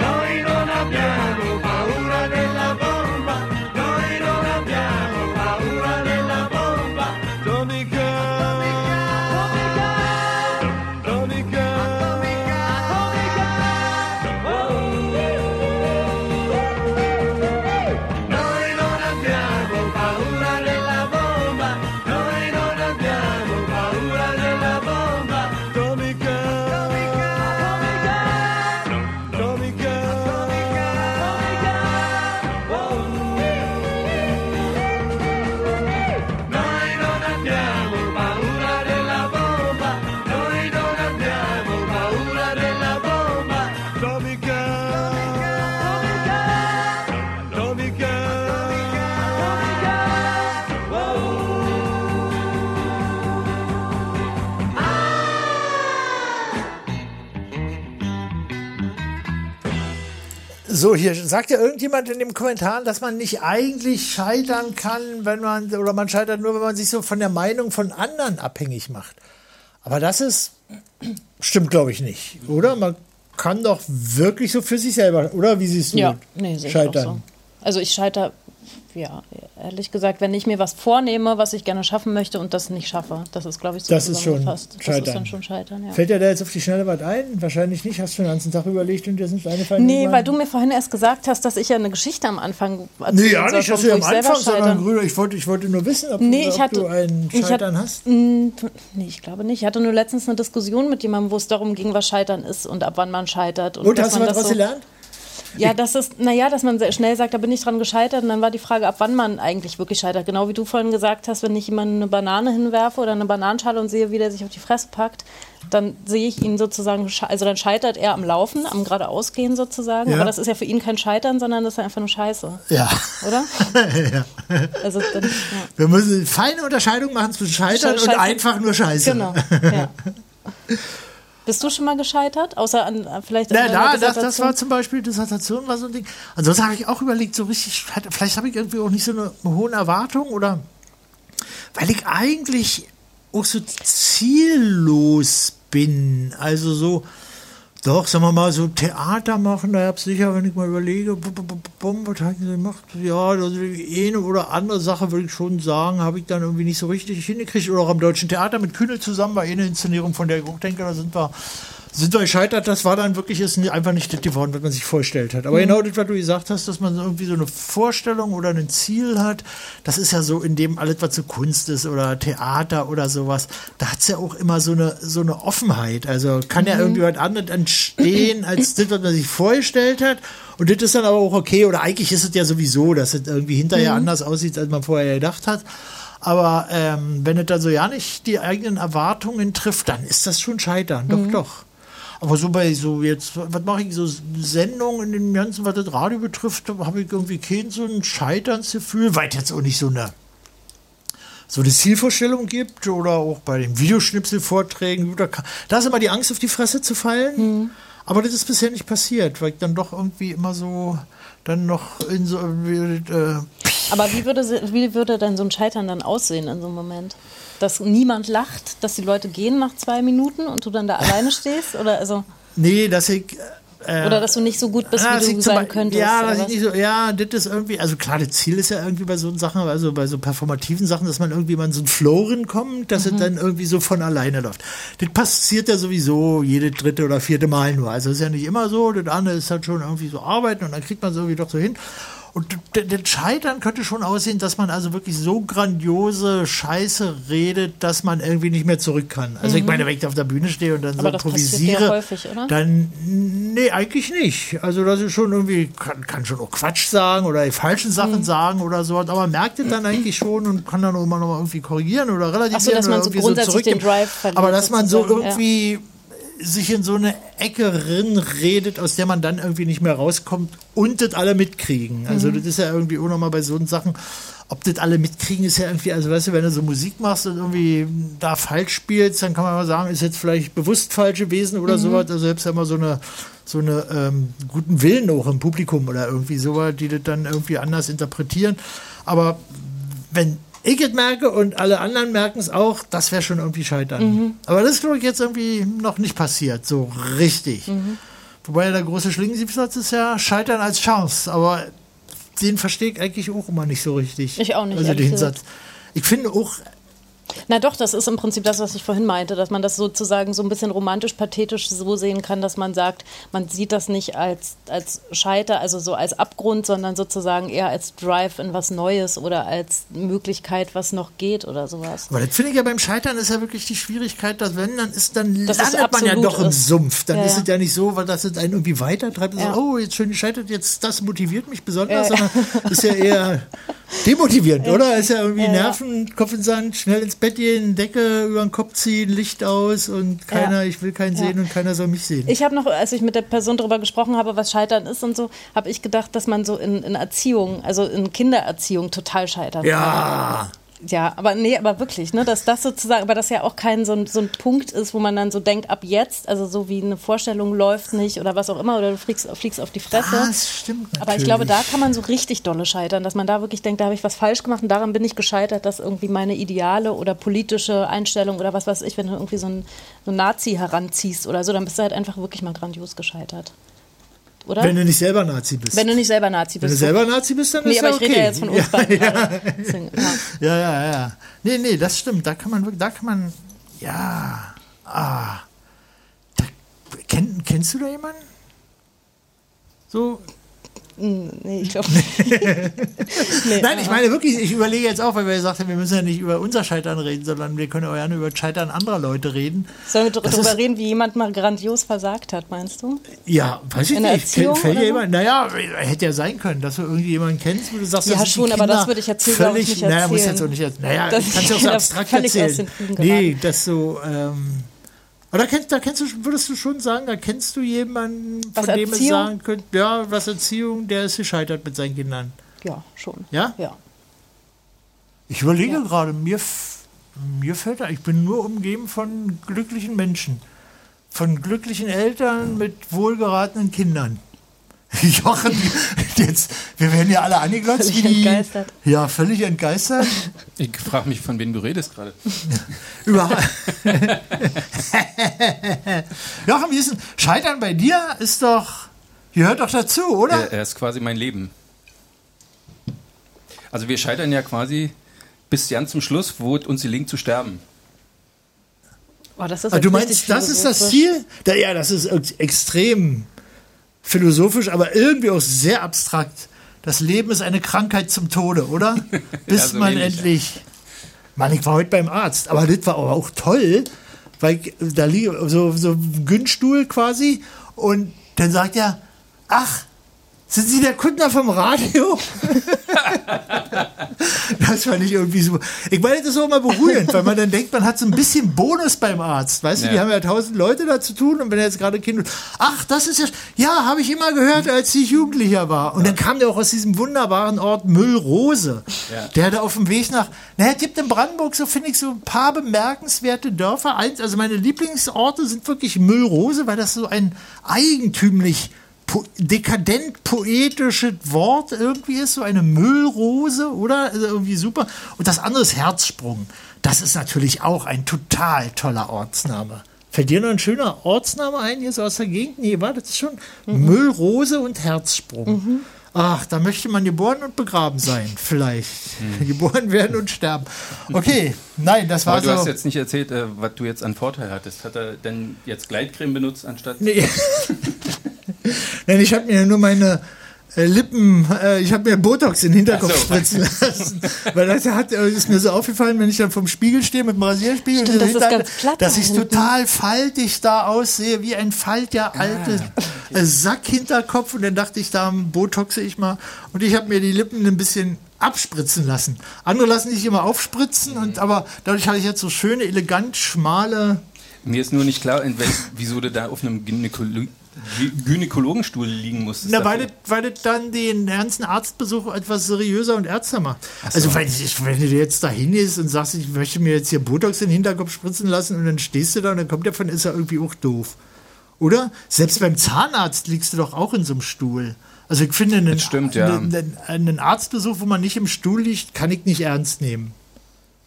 K: Noi non abbiamo paura della bomba, noi non abbiamo paura della bomba. Domica, domica, domica, Noi non abbiamo paura della bomba, noi non abbiamo paura della bomba. Domica, domica, domica, Noi non abbiamo paura della bomba, noi non abbiamo paura della bomba. Domica, domica,
F: So, hier sagt ja irgendjemand in dem Kommentar, dass man nicht eigentlich scheitern kann, wenn man, oder man scheitert nur, wenn man sich so von der Meinung von anderen abhängig macht. Aber das ist, stimmt glaube ich nicht, oder? Man kann doch wirklich so für sich selber, oder? Wie siehst du
E: Ja, nee, sehe ich auch so.
F: scheitern?
E: Also ich scheitere, ja, ehrlich gesagt, wenn ich mir was vornehme, was ich gerne schaffen möchte und das nicht schaffe. Das ist, glaube ich, so
F: Das ist schon
E: zusammengefasst. Das ist
F: Scheitern.
E: dann schon Scheitern, ja.
F: Fällt dir da jetzt auf die Schnelle was ein? Wahrscheinlich nicht. Hast du den ganzen Tag überlegt und dir ist nicht eingefallen?
E: Nee,
F: Ingmar?
E: weil du mir vorhin erst gesagt hast, dass ich ja eine Geschichte am Anfang erzählen
F: Nee, ja, nicht,
E: soll,
F: dass
E: vom-
F: du
E: wo
F: am
E: ich selber
F: Anfang, sondern
E: scheitere.
F: Brüder, ich wollte, ich wollte nur wissen, ob,
E: Nee,
F: du,
E: ich
F: ob
E: hatte,
F: du einen
E: ich
F: Scheitern
E: hatte-
F: hast.
E: Mm, du- Nee, ich glaube nicht. Ich hatte nur letztens eine Diskussion mit jemandem, wo es darum ging, was Scheitern ist und ab wann man scheitert. Und,
F: Und
E: dass
F: hast du
E: man
F: was
E: das
F: daraus
E: so,
F: gelernt?
E: Ja, das ist, naja, dass man sehr schnell sagt, da bin ich dran gescheitert. Und dann war die Frage, ab wann man eigentlich wirklich scheitert. Genau wie du vorhin gesagt hast, wenn ich jemandem eine Banane hinwerfe oder eine Bananenschale und sehe, wie der sich auf die Fresse packt, dann sehe ich ihn sozusagen, sche- also dann scheitert er am Laufen, am geradeausgehen sozusagen.
F: Ja.
E: Aber das ist ja für ihn kein Scheitern, sondern das ist einfach nur Scheiße.
F: Ja.
E: Oder?
F: ja.
E: Also dann, ja.
F: Wir müssen eine feine Unterscheidung machen zwischen Scheitern
E: Sche-
F: und
E: Scheiße.
F: einfach nur Scheiße.
E: Genau. Ja. Bist du schon mal gescheitert? Außer an an- vielleicht an
F: Na,
E: deiner
F: da, das, das
E: Genau, Dissertation?
F: war zum Beispiel, Dissertation war so ein Ding. Ansonsten habe ich auch überlegt, so richtig, vielleicht habe ich irgendwie auch nicht so eine hohen Erwartung oder weil ich eigentlich auch so ziellos bin. Also so, doch, sagen wir mal, so Theater machen, da habe ich sicher, wenn ich mal überlege, bum, bum, bum, bum, was habe ich denn gemacht? Ja, also die eine oder andere Sache würde ich schon sagen, habe ich dann irgendwie nicht so richtig hingekriegt. Oder auch am Deutschen Theater mit Kühnel zusammen war eh eine Inszenierung, von der ich auch denke, da sind wir, sind wir gescheitert. Das war dann wirklich ist einfach nicht das geworden, was man sich vorgestellt hat. Aber
L: Mhm.
F: genau das, was du gesagt hast, dass man so irgendwie so eine Vorstellung oder ein Ziel hat, das ist ja so in dem alles, was so Kunst ist oder Theater oder sowas, da hat es ja auch immer so eine, so eine Offenheit. Also kann ja
L: Mhm.
F: irgendwie was anderes entstehen, als das, was man sich vorgestellt hat. Und das ist dann aber auch okay. Oder eigentlich ist es ja sowieso, dass es irgendwie hinterher
L: Mhm.
F: anders aussieht, als man vorher gedacht hat. Aber ähm, wenn es dann so ja nicht die eigenen Erwartungen trifft, dann ist das schon Scheitern. Doch,
L: Mhm.
F: doch. Aber so bei so jetzt, was mache ich, so Sendungen in dem Ganzen, was das Radio betrifft, da habe ich irgendwie kein so ein Scheiternsgefühl, weil es jetzt auch nicht so eine so eine Zielvorstellung gibt oder auch bei den Videoschnipselvorträgen. gut, Da kann- da ist immer die Angst, auf die Fresse zu fallen. Aber das ist bisher nicht passiert, weil ich dann doch irgendwie immer so dann noch in so äh,
E: Aber wie würde, sie- wie würde denn so ein Scheitern dann aussehen in so einem Moment? Dass niemand lacht, dass die Leute gehen nach zwei Minuten und du dann da alleine stehst? Oder, also,
F: nee, dass ich äh,
E: oder dass du nicht so gut bist,
F: Ah, das
E: wie du
F: liegt zum
E: sein
F: Be-
E: könntest?
F: Ja,
E: oder
F: das
E: was?
F: ist nicht so, ja, das ist irgendwie, also klar, das Ziel ist ja irgendwie bei so Sachen, also bei so performativen Sachen, dass man irgendwie mal in so einen Flow kommt, dass es dann irgendwie so von alleine läuft. Das passiert ja sowieso jede dritte oder vierte Mal nur. Also ist ja nicht immer so, das andere ist halt schon irgendwie so arbeiten und dann kriegt man es irgendwie doch so hin. Und d- d- das Scheitern könnte schon aussehen, dass man also wirklich so grandiose Scheiße redet, dass man irgendwie nicht mehr zurück kann. Also ich
L: Mhm.
F: meine, wenn ich da auf der Bühne stehe und dann
L: Aber
F: so
L: das
F: improvisiere,
L: passiert ja häufig,
E: ne?
L: oder?
F: dann nee, eigentlich nicht. Also das ist schon irgendwie, kann, kann schon auch Quatsch sagen oder die falschen Sachen
E: Hm.
F: sagen oder so, aber man merkt es dann eigentlich schon und kann dann auch immer noch mal irgendwie korrigieren oder relativieren
E: Ach so, dass
F: oder
E: man so
F: irgendwie
E: grundsätzlich
F: zurückgeben.
E: den Drive verliert.
F: Aber dass man so
E: sozusagen, ja.
F: irgendwie sich in so eine Ecke reinredet, aus der man dann irgendwie nicht mehr rauskommt und das alle mitkriegen. Also
L: Mhm.
F: das ist ja irgendwie auch nochmal bei so Sachen, ob das alle mitkriegen, ist ja irgendwie, also weißt du, wenn du so Musik machst und irgendwie da falsch spielst, dann kann man mal sagen, ist jetzt vielleicht bewusst falsch gewesen oder
L: Mhm.
F: sowas. Also selbst ja immer so eine so eine ähm, guten Willen auch im Publikum oder irgendwie sowas, die das dann irgendwie anders interpretieren. Aber wenn ich es merke und alle anderen merken es auch, das wäre schon irgendwie scheitern.
L: Mhm.
F: Aber das ist, glaube ich, jetzt irgendwie noch nicht passiert, so richtig.
E: Mhm.
F: Wobei der große Schlingensiebsatz ist ja Scheitern als Chance, aber den verstehe ich eigentlich auch immer nicht so richtig.
E: Ich auch nicht,
F: Also
E: ehrlich
F: den
E: gesagt.
F: Satz. Ich finde auch,
E: Na doch, das ist im Prinzip das, was ich vorhin meinte, dass man das sozusagen so ein bisschen romantisch-pathetisch so sehen kann, dass man sagt, man sieht das nicht als, als Scheiter, also so als Abgrund, sondern sozusagen eher als Drive in was Neues oder als Möglichkeit, was noch geht oder sowas.
F: weil das finde ich ja beim Scheitern ist ja wirklich die Schwierigkeit, dass wenn, dann ist, dann
E: Dass es
F: landet man ja
E: absolut
F: doch im
E: ist.
F: Sumpf. Dann
E: Ja,
F: ist
E: ja.
F: es ja nicht so, weil das es einen irgendwie weitertreibt.
E: Ja.
F: So, oh, jetzt schön gescheitert, jetzt das motiviert mich besonders,
L: Ja, ja.
F: sondern ist ja eher demotivierend,
L: Ja.
F: oder? Ist ja irgendwie
L: Ja, ja.
F: Nerven, Kopf in den Sand, schnell ins Bett gehen, Decke über den Kopf ziehen, Licht aus und keiner, ich will keinen
E: Ja.
F: sehen und keiner soll mich sehen.
E: Ich habe noch, als ich mit der Person darüber gesprochen habe, was Scheitern ist und so, habe ich gedacht, dass man so in, in Erziehung, also in Kindererziehung total scheitert.
F: ja.
E: Ja, aber nee, aber wirklich, ne, dass das sozusagen, aber das ja auch kein so ein, so ein Punkt ist, wo man dann so denkt, ab jetzt, also so wie eine Vorstellung läuft nicht oder was auch immer, oder du fliegst, fliegst auf die Fresse.
F: Das stimmt.
E: Aber ich
F: natürlich.
E: glaube, da kann man so richtig dolle scheitern, dass man da wirklich denkt, da habe ich was falsch gemacht und daran bin ich gescheitert, dass irgendwie meine Ideale oder politische Einstellung oder was weiß ich, wenn du irgendwie so einen, so einen Nazi heranziehst oder so, dann bist du halt einfach wirklich mal grandios gescheitert. Oder?
F: Wenn du nicht selber Nazi bist.
E: Wenn du nicht selber Nazi
F: Wenn
E: bist.
F: du selber Nazi bist, dann
E: Nee,
F: ist
E: aber
F: ja
E: ich rede ja
F: okay.
E: jetzt von uns
F: Ja,
E: beiden.
F: ja.
E: gerade. Deswegen, ja.
F: Ja, ja, ja. Nee, nee, das stimmt. Da kann man wirklich, da kann man, ja. Ah. Da, kenn, kennst du da jemanden? So,
E: Nee, ich glaube nicht. Nee,
F: Nein, ich
E: aber-
F: meine wirklich, ich überlege jetzt auch, weil wir gesagt haben, wir müssen ja nicht über unser Scheitern reden, sondern wir können auch gerne über das Scheitern anderer Leute reden.
E: Sollen wir dr-
F: Das
E: drüber
F: ist-
E: reden, wie jemand mal grandios versagt hat, meinst du?
F: Ja, weiß ich
E: In der
F: nicht. Fällt,
E: Erziehung
F: fällt
E: oder
F: dir
E: so?
F: jemand, naja, hätte ja sein können, dass du irgendjemanden kennst, wo du sagst,
E: Ja,
F: das sind die
E: schon, aber
F: Kinder
E: das würde ich jetzt hier, glaub ich,
F: völlig,
E: nicht
F: Naja, muss
E: erzählen.
F: jetzt auch nicht erzählen. Naja,
E: Dass
F: kannst du auch
E: ich
F: so
E: da
F: abstrakt
E: völlig aus
F: erzählen.
E: den Fugen
F: Nee,
E: geraten.
F: das so, ähm, aber da, kennst, da kennst du, würdest du schon sagen, da kennst du jemanden,
E: Was,
F: von dem es
E: Erziehung?
F: sagen könnte, ja, was Erziehung, der ist gescheitert mit seinen Kindern.
E: Ja, schon.
F: Ja?
E: Ja.
F: Ich überlege gerade, mir, f- mir fällt da, ich bin nur umgeben von glücklichen Menschen. Von glücklichen Eltern mit wohlgeratenen Kindern. Jochen, jetzt, wir werden ja alle angeglotzt.
E: Völlig
F: wie die-
E: entgeistert.
F: Ja, völlig entgeistert.
J: Ich frage mich, von wem du redest gerade.
F: Über Jochen, wie ist denn, Scheitern bei dir ist doch, gehört doch dazu, oder?
J: Er, er ist quasi mein Leben. Also wir scheitern ja quasi bis ganz zum Schluss, wo es uns gelingt zu sterben.
E: Oh, das ist
F: Ah,
E: jetzt
F: du
E: richtig
F: meinst, das ist das
E: philosophisch.
F: Ziel? Da, ja, das ist ex- extrem philosophisch, aber irgendwie auch sehr abstrakt. Das Leben ist eine Krankheit zum Tode, oder? Bis
J: Ja, so
F: man
J: ähnlich,
F: endlich. Mann, ich war heute beim Arzt, aber das war aber auch toll, weil ich, da liege so, so ein Günststuhl quasi und dann sagt er, ach, sind Sie der Kundner vom Radio? Das fand ich irgendwie super. Ich meine, das ist auch immer beruhigend, weil man dann denkt, man hat so ein bisschen Bonus beim Arzt. Weißt du, die
J: Ja.
F: haben ja tausend Leute da zu tun und wenn jetzt gerade Kind. Ach, das ist ja. Ja, habe ich immer gehört, als ich Jugendlicher war. Und dann kam der auch aus diesem wunderbaren Ort Müllrose.
J: Ja.
F: Der hatte auf dem Weg nach. Na, es gibt in Brandenburg so, finde ich, so ein paar bemerkenswerte Dörfer. Eins- Also meine Lieblingsorte sind wirklich Müllrose, weil das so ein eigentümlich po dekadent poetisches Wort irgendwie ist, so eine Müllrose, oder? Also irgendwie super. Und das andere ist Herzsprung. Das ist natürlich auch ein total toller Ortsname. Fällt dir noch ein schöner Ortsname ein, hier so aus der Gegend? Nee, war das schon? Müllrose und Herzsprung.
J: Mhm.
F: Ach, da möchte man geboren und begraben sein, vielleicht. Geboren werden und sterben. Okay, nein, das war
J: Mhm. Aber du hast
F: so.
J: jetzt nicht erzählt, äh, was du jetzt an Vorteil hattest. Hat er denn jetzt Gleitcreme benutzt anstatt...
F: Nee. Nein, ich habe mir nur meine äh, Lippen, äh, ich habe mir Botox in den Hinterkopf
J: Ach so.
F: spritzen lassen. Weil das hat, äh, ist mir so aufgefallen, wenn ich dann vom Spiegel stehe mit dem Rasierspiegel,
E: Stimmt,
F: so
E: das ist
F: hinter-
E: ganz platt
F: dass
E: da
F: ich
E: hinten. Ah.
F: total faltig da aussehe, wie ein faltiger alter äh, Sackhinterkopf. Und dann dachte ich, da Botoxe ich mal. Und ich habe mir die Lippen ein bisschen abspritzen lassen. Andere lassen sich immer aufspritzen, und, aber dadurch habe ich jetzt so schöne, elegant, schmale
J: Mir ist nur nicht klar, in wel, wieso du da auf einem Gynäkolo Gü- Gynäkologenstuhl liegen musstest.
F: Na, weil
J: dafür.
F: das, weil das dann den ganzen Arztbesuch etwas seriöser und ernster macht. Also, weil ich, wenn du jetzt da hingehst und sagst, ich möchte mir jetzt hier Botox in den Hinterkopf spritzen lassen und dann stehst du da und dann kommt der von, ist ja irgendwie auch doof. Oder? Selbst beim Zahnarzt liegst du doch auch in so einem Stuhl. Also, ich finde, einen,
J: stimmt, ja.
F: einen, einen, einen Arztbesuch, wo man nicht im Stuhl liegt, kann ich nicht ernst nehmen.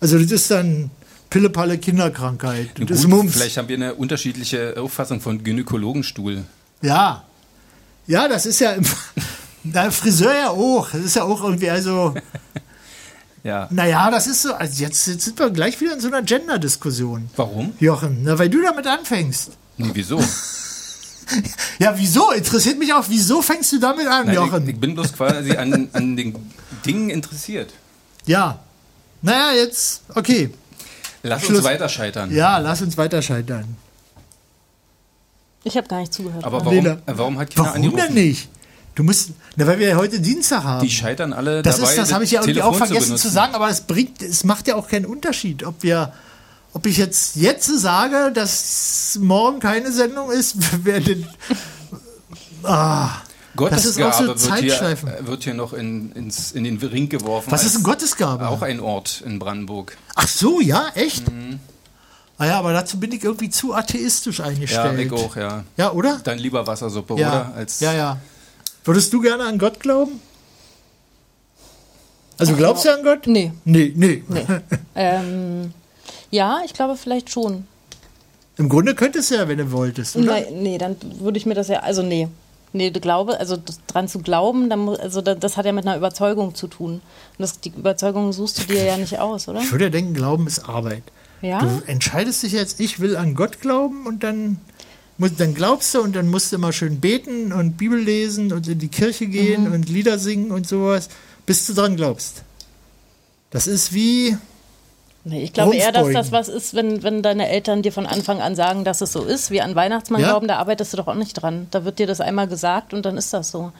F: Also, das ist dann Pille-Palle Kinderkrankheit.
J: Nun
F: Das ist
J: gut,
F: Mumps.
J: Vielleicht haben wir eine unterschiedliche Auffassung von Gynäkologenstuhl.
F: Ja. Ja, das ist ja im Na, Friseur ja auch. Das ist ja auch irgendwie, also,
J: Ja.
F: naja, das ist so. Also jetzt, jetzt sind wir gleich wieder in so einer Gender-Diskussion.
J: Warum?
F: Jochen, na, weil du damit anfängst.
J: Nee, wieso?
F: Ja, wieso? Interessiert mich auch, wieso fängst du damit an,
J: Nein,
F: Jochen?
J: ich, ich bin bloß quasi an, an den Dingen interessiert.
F: ja. Naja, jetzt, okay.
J: Lass
F: Schluss.
J: uns weiter scheitern.
F: Ja, lass uns weiter scheitern.
E: Ich habe gar nicht zugehört.
J: Aber warum,
F: Lena.
J: äh, warum hat keiner
F: Warum
J: angerufen?
F: denn nicht? Du musst, na, weil wir ja heute Dienstag haben.
J: Die scheitern alle
F: Das
J: dabei,
F: ist, das habe ich ja irgendwie
J: Telefon
F: auch vergessen zu,
J: benutzen.
F: sagen, aber es bringt, es macht ja auch keinen Unterschied, ob wir, ob ich jetzt jetzt sage, dass morgen keine Sendung ist, wer denn, ah,
J: Gottesgabe
F: Das ist auch so
J: wird,
F: Zeitschleifen.
J: hier, äh, wird hier noch in, ins, in den Ring geworfen.
F: was ist
J: als
F: denn Gottesgabe?
J: Auch ein Ort in Brandenburg.
F: Ach so, ja, echt? Ah ja, aber dazu bin ich irgendwie zu atheistisch
J: Ja,
F: eingestellt.
J: ich auch, ja.
F: Ja, oder?
J: Dann lieber Wassersuppe,
F: ja,
J: oder? Als
F: ja, ja. Würdest du gerne an Gott glauben? Also glaubst du an Gott?
E: Nee.
F: Nee, nee.
E: Ähm, ja, ich glaube vielleicht schon.
F: Im Grunde könntest du ja, wenn du wolltest, oder?
E: Nein, nee, dann würde ich mir das ja, also nee. Nee, du glaube, also das, dran zu glauben, dann, mu- also da- das hat ja mit einer Überzeugung zu tun. Und das, die Überzeugung suchst du dir ja nicht aus, oder?
F: Ich würde ja denken, Glauben ist Arbeit.
E: Ja?
F: Du entscheidest dich jetzt, ich will an Gott glauben und dann Muss- Dann glaubst du und dann musst du immer schön beten und Bibel lesen und in die Kirche gehen
L: Mhm.
F: und Lieder singen und sowas, bis du dran glaubst. Das ist wie.
E: Nee, Ich glaube eher, dass das was ist, wenn, wenn deine Eltern dir von Anfang an sagen, dass es so ist, wie an Weihnachtsmann
F: Ja.
E: glauben, da arbeitest du doch auch nicht dran. Da wird dir das einmal gesagt und dann ist das so.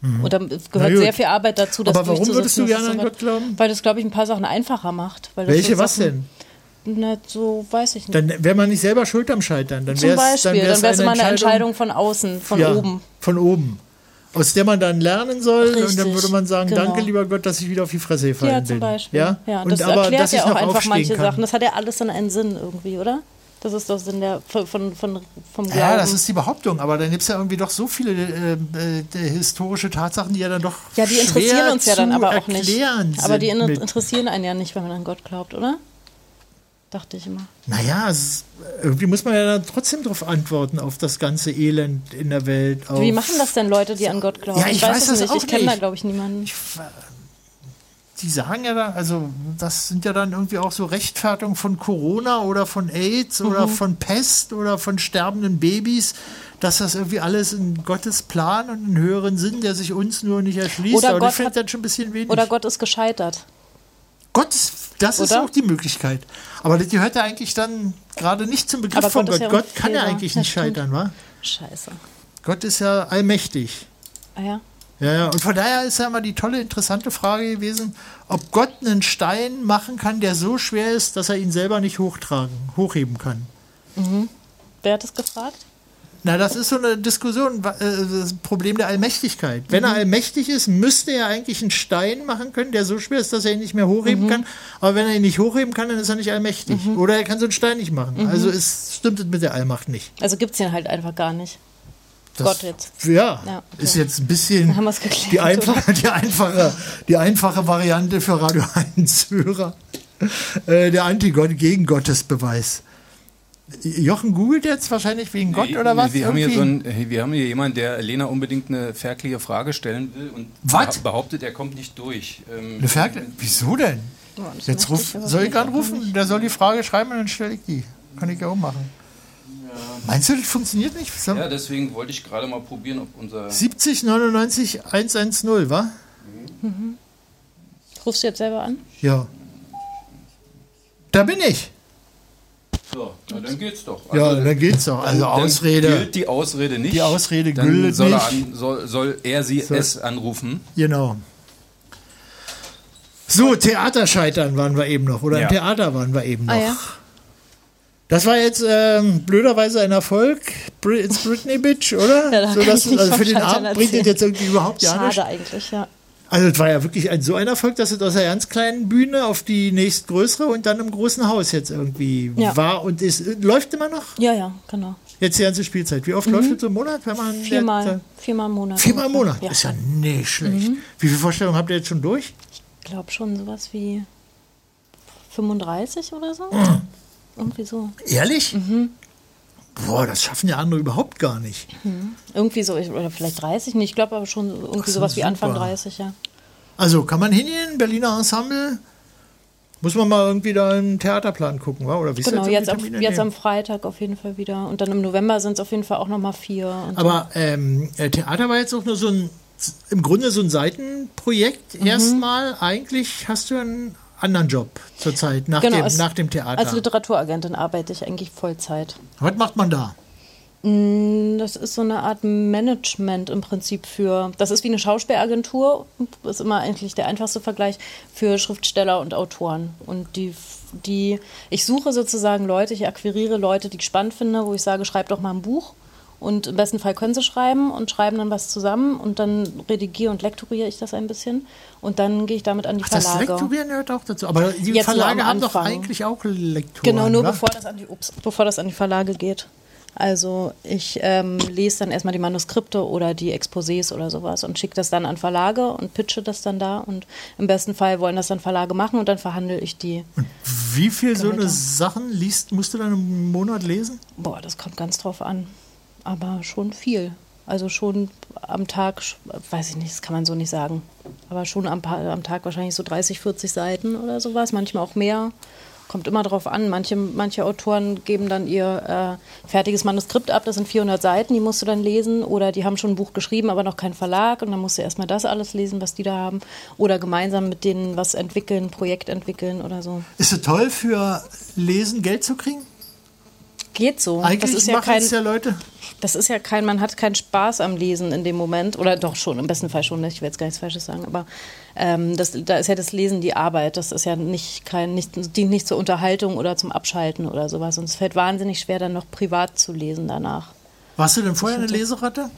F: Mhm.
E: Und da
F: Na
E: gehört
F: gut.
E: sehr viel Arbeit dazu, das
F: Aber warum würdest du
E: durchzusetzen, dass
F: gerne an
E: das so
F: Gott glauben?
E: Weil das, glaube ich, ein paar Sachen einfacher macht. Weil das
F: Welche
E: so
F: was
E: Sachen- Na, so weiß ich nicht.
F: Dann wäre man nicht selber schuld am Scheitern. Dann
E: Zum
F: wär's-
E: Beispiel, dann wäre es
F: wär's
E: immer eine Entscheidung von außen, von
F: Ja,
E: oben.
F: Von oben. Aus der man dann lernen soll und dann
E: Richtig,
F: würde man sagen,
E: genau.
F: danke lieber Gott, dass ich wieder auf die Fresse gefallen
E: Ja,
F: bin.
E: zum Beispiel.
F: Ja,
E: Ja,
F: und
E: das
F: aber,
E: erklärt
F: dass ich
E: ja auch
F: noch
E: einfach
F: aufstehen
E: manche
F: kann.
E: Sachen. Das hat ja alles dann einen Sinn irgendwie, oder? Das ist doch Sinn der, von, von, von, vom Glauben.
F: Ja, das ist die Behauptung, aber dann gibt es ja irgendwie doch so viele äh, äh, d- historische Tatsachen, die ja dann doch
E: Ja, die interessieren
F: schwer
E: uns ja dann
F: zu
E: aber auch nicht.
F: erklären
E: Aber die
F: sind
E: in-
F: mit-
E: interessieren einen ja nicht, wenn man an Gott glaubt, oder? Dachte ich immer.
F: Naja, es, ist- irgendwie muss man ja dann trotzdem darauf antworten, auf das ganze Elend in der Welt. Auf
E: Wie machen das denn Leute, die an Gott glauben?
F: Ja, ich weiß
E: es
F: das
E: nicht.
F: auch
E: ich kenne da,
F: nicht.
E: glaube ich, niemanden.
F: die sagen ja dann, also das sind ja dann irgendwie auch so Rechtfertigungen von Corona oder von AIDS oder
L: Mhm.
F: von Pest oder von sterbenden Babys, dass das irgendwie alles in Gottes Plan und einen höheren Sinn, der sich uns nur nicht erschließt.
E: Oder
F: Aber
E: Gott
F: das finde ich
E: hat-
F: dann schon ein bisschen wenig.
E: Oder Gott ist gescheitert.
F: Gott, ist- das ist
E: Oder?
F: auch die Möglichkeit. Aber das gehört ja eigentlich dann gerade nicht zum Begriff
E: Aber
F: von
E: Gott
F: Gott.
E: ist ja
F: Gott kann ja
E: unfehlbar.
F: eigentlich
E: Ja,
F: nicht
E: stimmt.
F: scheitern, wa?
E: Scheiße.
F: Gott ist ja allmächtig.
E: Ah ja.
F: Ja, ja, und von daher ist ja immer die tolle, interessante Frage gewesen, ob Gott einen Stein machen kann, der so schwer ist, dass er ihn selber nicht hochtragen, hochheben kann.
E: Mhm. Wer hat das gefragt?
F: Na, das ist so eine Diskussion, wa- äh, das Problem der Allmächtigkeit. Wenn
E: Mhm.
F: er allmächtig ist, müsste er eigentlich einen Stein machen können, der so schwer ist, dass er ihn nicht mehr hochheben
E: Mhm.
F: kann. Aber wenn er ihn nicht hochheben kann, dann ist er nicht allmächtig. Oder er kann so einen Stein nicht machen.
E: Mhm.
F: Also es stimmt es mit der Allmacht nicht.
E: Also gibt es ihn halt einfach gar nicht.
F: Das-
E: Gott jetzt.
F: Ja,
E: Ja, okay.
F: ist jetzt ein bisschen
E: Dann haben wir's geklärt,
F: die, einfache, die, einfache, die einfache Variante für Radio 1 Hörer. Äh, der Antigott gegen Gottesbeweis. Jochen googelt jetzt wahrscheinlich wegen Gott oder was?
J: Äh, Wir haben, hier
F: Irgendwie-
J: so einen, wir haben hier jemanden, der Lena unbedingt eine ferkliche Frage stellen will und
F: Was?
J: behauptet, er kommt nicht durch. Ähm,
F: Eine Ferkel? Wieso denn?
J: Ja, das
F: Jetzt
J: möchte
F: ruf,
J: ich aber
F: soll ich
J: nicht,
F: anrufen? Der soll die Frage schreiben und dann stelle ich die. Kann ich ja auch machen. Meinst du, das funktioniert nicht? Was haben-
J: Ja, deswegen wollte ich gerade mal probieren, ob unser.
F: 70 99 110, wa?
E: Mhm. Rufst du jetzt selber an?
F: Ja. Da bin ich.
J: So, na, dann geht's doch.
F: Ja, dann geht's doch. Also
J: dann
F: Ausrede.
J: Gilt die Ausrede nicht.
F: Die Ausrede
J: dann
F: gilt
J: soll Er
F: nicht.
J: an, soll, soll er sie
F: Soll-
J: es anrufen?
F: Genau. So, Theaterscheitern waren wir eben noch. Oder
J: Ja.
F: im Theater waren wir eben noch.
E: Ah ja.
F: Das war jetzt ähm, blöderweise ein Erfolg. Br- It's Britney Bitch, oder?
E: Ja, da kann
F: dass-
E: ich nicht
F: also
E: vom
F: für den
E: Scheitern
F: Abend bringt das
E: erzählen.
F: jetzt irgendwie überhaupt gar nicht.
E: Schade eigentlich, ja.
F: Also es war ja wirklich ein, so ein Erfolg, dass es aus der ganz kleinen Bühne auf die nächstgrößere und dann im großen Haus jetzt irgendwie
E: Ja.
F: war und ist. Läuft immer noch?
E: Ja, ja, genau.
F: Jetzt die ganze Spielzeit. Wie oft
E: Mhm.
F: läuft es so im Monat? Wenn man äh,
E: Viermal, viermal im Monat.
F: Viermal im Monat.
E: Ja, Mhm.
F: Ist ja nicht schlecht. Wie viele Vorstellungen habt ihr jetzt schon durch?
E: ich glaube schon sowas wie 35 oder so.
F: Mhm.
E: Irgendwie so.
F: Ehrlich?
E: Mhm.
F: Boah, das schaffen ja andere überhaupt gar nicht.
E: Hm. Irgendwie so, ich- oder vielleicht 30, nee, ich glaube aber schon irgendwie
F: Ach so,
E: sowas wie Anfang
F: super.
E: 30, ja.
F: Also kann man hingehen, Berliner Ensemble. Muss man mal irgendwie da einen Theaterplan gucken, wa? oder wie
E: genau,
F: ist
E: jetzt,
F: das?
E: am, jetzt am Freitag auf jeden Fall wieder. Und dann im November sind es auf jeden Fall auch nochmal vier. Und
F: Aber ähm, äh, Theater war jetzt auch nur so ein, im Grunde so ein
E: Mhm.
F: Seitenprojekt. Erstmal, eigentlich hast du einen anderen Job zurzeit, nach,
E: Genau,
F: dem,
E: als-
F: nach dem Theater.
E: Als Literaturagentin arbeite ich eigentlich Vollzeit.
F: Was macht man da?
E: Mm, Das ist so eine Art Management im Prinzip für, das ist wie eine Schauspielagentur, ist immer eigentlich der einfachste Vergleich für Schriftsteller und Autoren. Und die, die, ich suche sozusagen Leute, ich akquiriere Leute, die ich spannend finde, wo ich sage, schreib doch mal ein Buch. Und im besten Fall können sie schreiben und schreiben dann was zusammen und dann redigiere und lektoriere ich das ein bisschen. Und dann gehe ich damit an die
F: Ach, das
E: Verlage.
F: Lektorieren gehört auch dazu. Aber die
E: Jetzt nur
F: Verlage
E: am
F: haben doch
E: Anfang.
F: eigentlich auch Lektoren.
E: Genau, nur
F: oder?
E: bevor das, an die, ups, bevor das an die Verlage geht. Also ich ähm, lese dann erstmal die Manuskripte oder die Exposés oder sowas und schicke das dann an Verlage und pitche das dann da und im besten Fall wollen das dann Verlage machen und dann verhandle ich die.
F: Wie viel
E: Genau,
F: so eine Sachen liest, musst du dann im Monat lesen?
E: Boah, das kommt ganz drauf an. Aber schon viel. Also schon am Tag, sch- weiß ich nicht, das kann man so nicht sagen. Aber schon am, Pa- am Tag wahrscheinlich so 30, 40 Seiten oder sowas, manchmal auch mehr. Kommt immer drauf an. Manche, manche Autoren geben dann ihr äh, fertiges Manuskript ab, das sind 400 Seiten, die musst du dann lesen. Oder die haben schon ein Buch geschrieben, aber noch keinen Verlag und dann musst du erstmal das alles lesen, was die da haben. Oder gemeinsam mit denen was entwickeln, ein Projekt entwickeln oder so.
F: Ist es toll für Lesen Geld zu kriegen?
E: Geht so.
F: Eigentlich
E: das ist ja
F: machen
E: kein,
F: es ja Leute.
E: das ist ja kein, man hat keinen Spaß am Lesen in dem Moment. Oder doch schon, im besten Fall schon, ne? ich will jetzt gar nichts Falsches sagen, aber ähm, das, da ist ja das Lesen die Arbeit. Das ist ja nicht kein, nicht, dient nicht zur Unterhaltung oder zum Abschalten oder sowas. Und es fällt wahnsinnig schwer, dann noch privat zu lesen danach.
F: Warst du denn vorher eine Leseratte?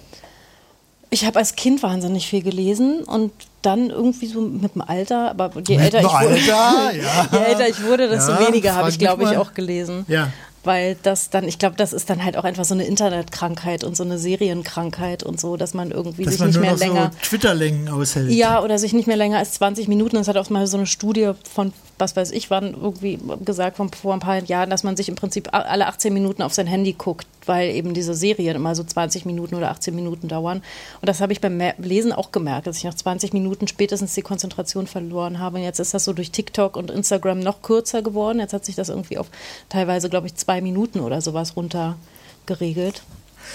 E: Ich habe als Kind wahnsinnig viel gelesen und dann irgendwie so mit dem Alter, aber je
F: Mit
E: älter ich
F: dem
E: wurde,
F: Alter, ja.
E: je älter ich wurde, desto
F: Ja,
E: weniger habe
F: frag
E: ich, glaube
F: mich
E: ich,
F: mal.
E: auch gelesen.
F: Ja.
E: Weil das dann, ich glaube, das ist dann halt auch einfach so eine Internetkrankheit und so eine Serienkrankheit und so, dass man irgendwie
F: Dass
E: sich
F: man
E: nicht
F: nur
E: mehr
F: noch
E: länger.
F: so Twitter-Längen aushält.
E: Ja, oder sich nicht mehr länger als 20 Minuten. Das hat auch mal so eine Studie von, was weiß ich, wann irgendwie gesagt, von vor ein paar Jahren, dass man sich im Prinzip a- alle 18 Minuten auf sein Handy guckt, weil eben diese Serien immer so 20 Minuten oder 18 Minuten dauern. Und das habe ich beim Mer- Lesen auch gemerkt, dass ich nach 20 Minuten spätestens die Konzentration verloren habe. Und jetzt ist das so durch TikTok und Instagram noch kürzer geworden. Jetzt hat sich das irgendwie auf teilweise, glaube ich, zwei Minuten oder sowas runter geregelt.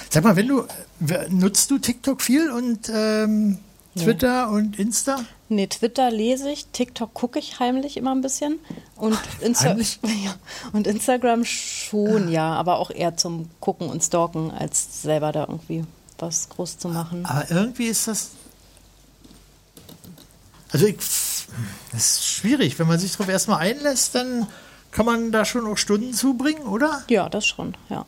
F: Sag mal, wenn du w- nutzt du TikTok viel und ähm,
E: Nee.
F: Twitter und Insta?
E: Nee, Twitter lese ich, TikTok gucke ich heimlich immer ein bisschen. Und, Insta
F: Heimlich?
E: ja, und Instagram schon, ja, aber auch eher zum Gucken und Stalken, als selber da irgendwie was groß zu machen.
F: Aber irgendwie ist das. Also ich, das ist schwierig. Wenn man sich darauf erstmal einlässt, dann kann man da schon auch Stunden zubringen, oder?
E: Ja, das schon, ja.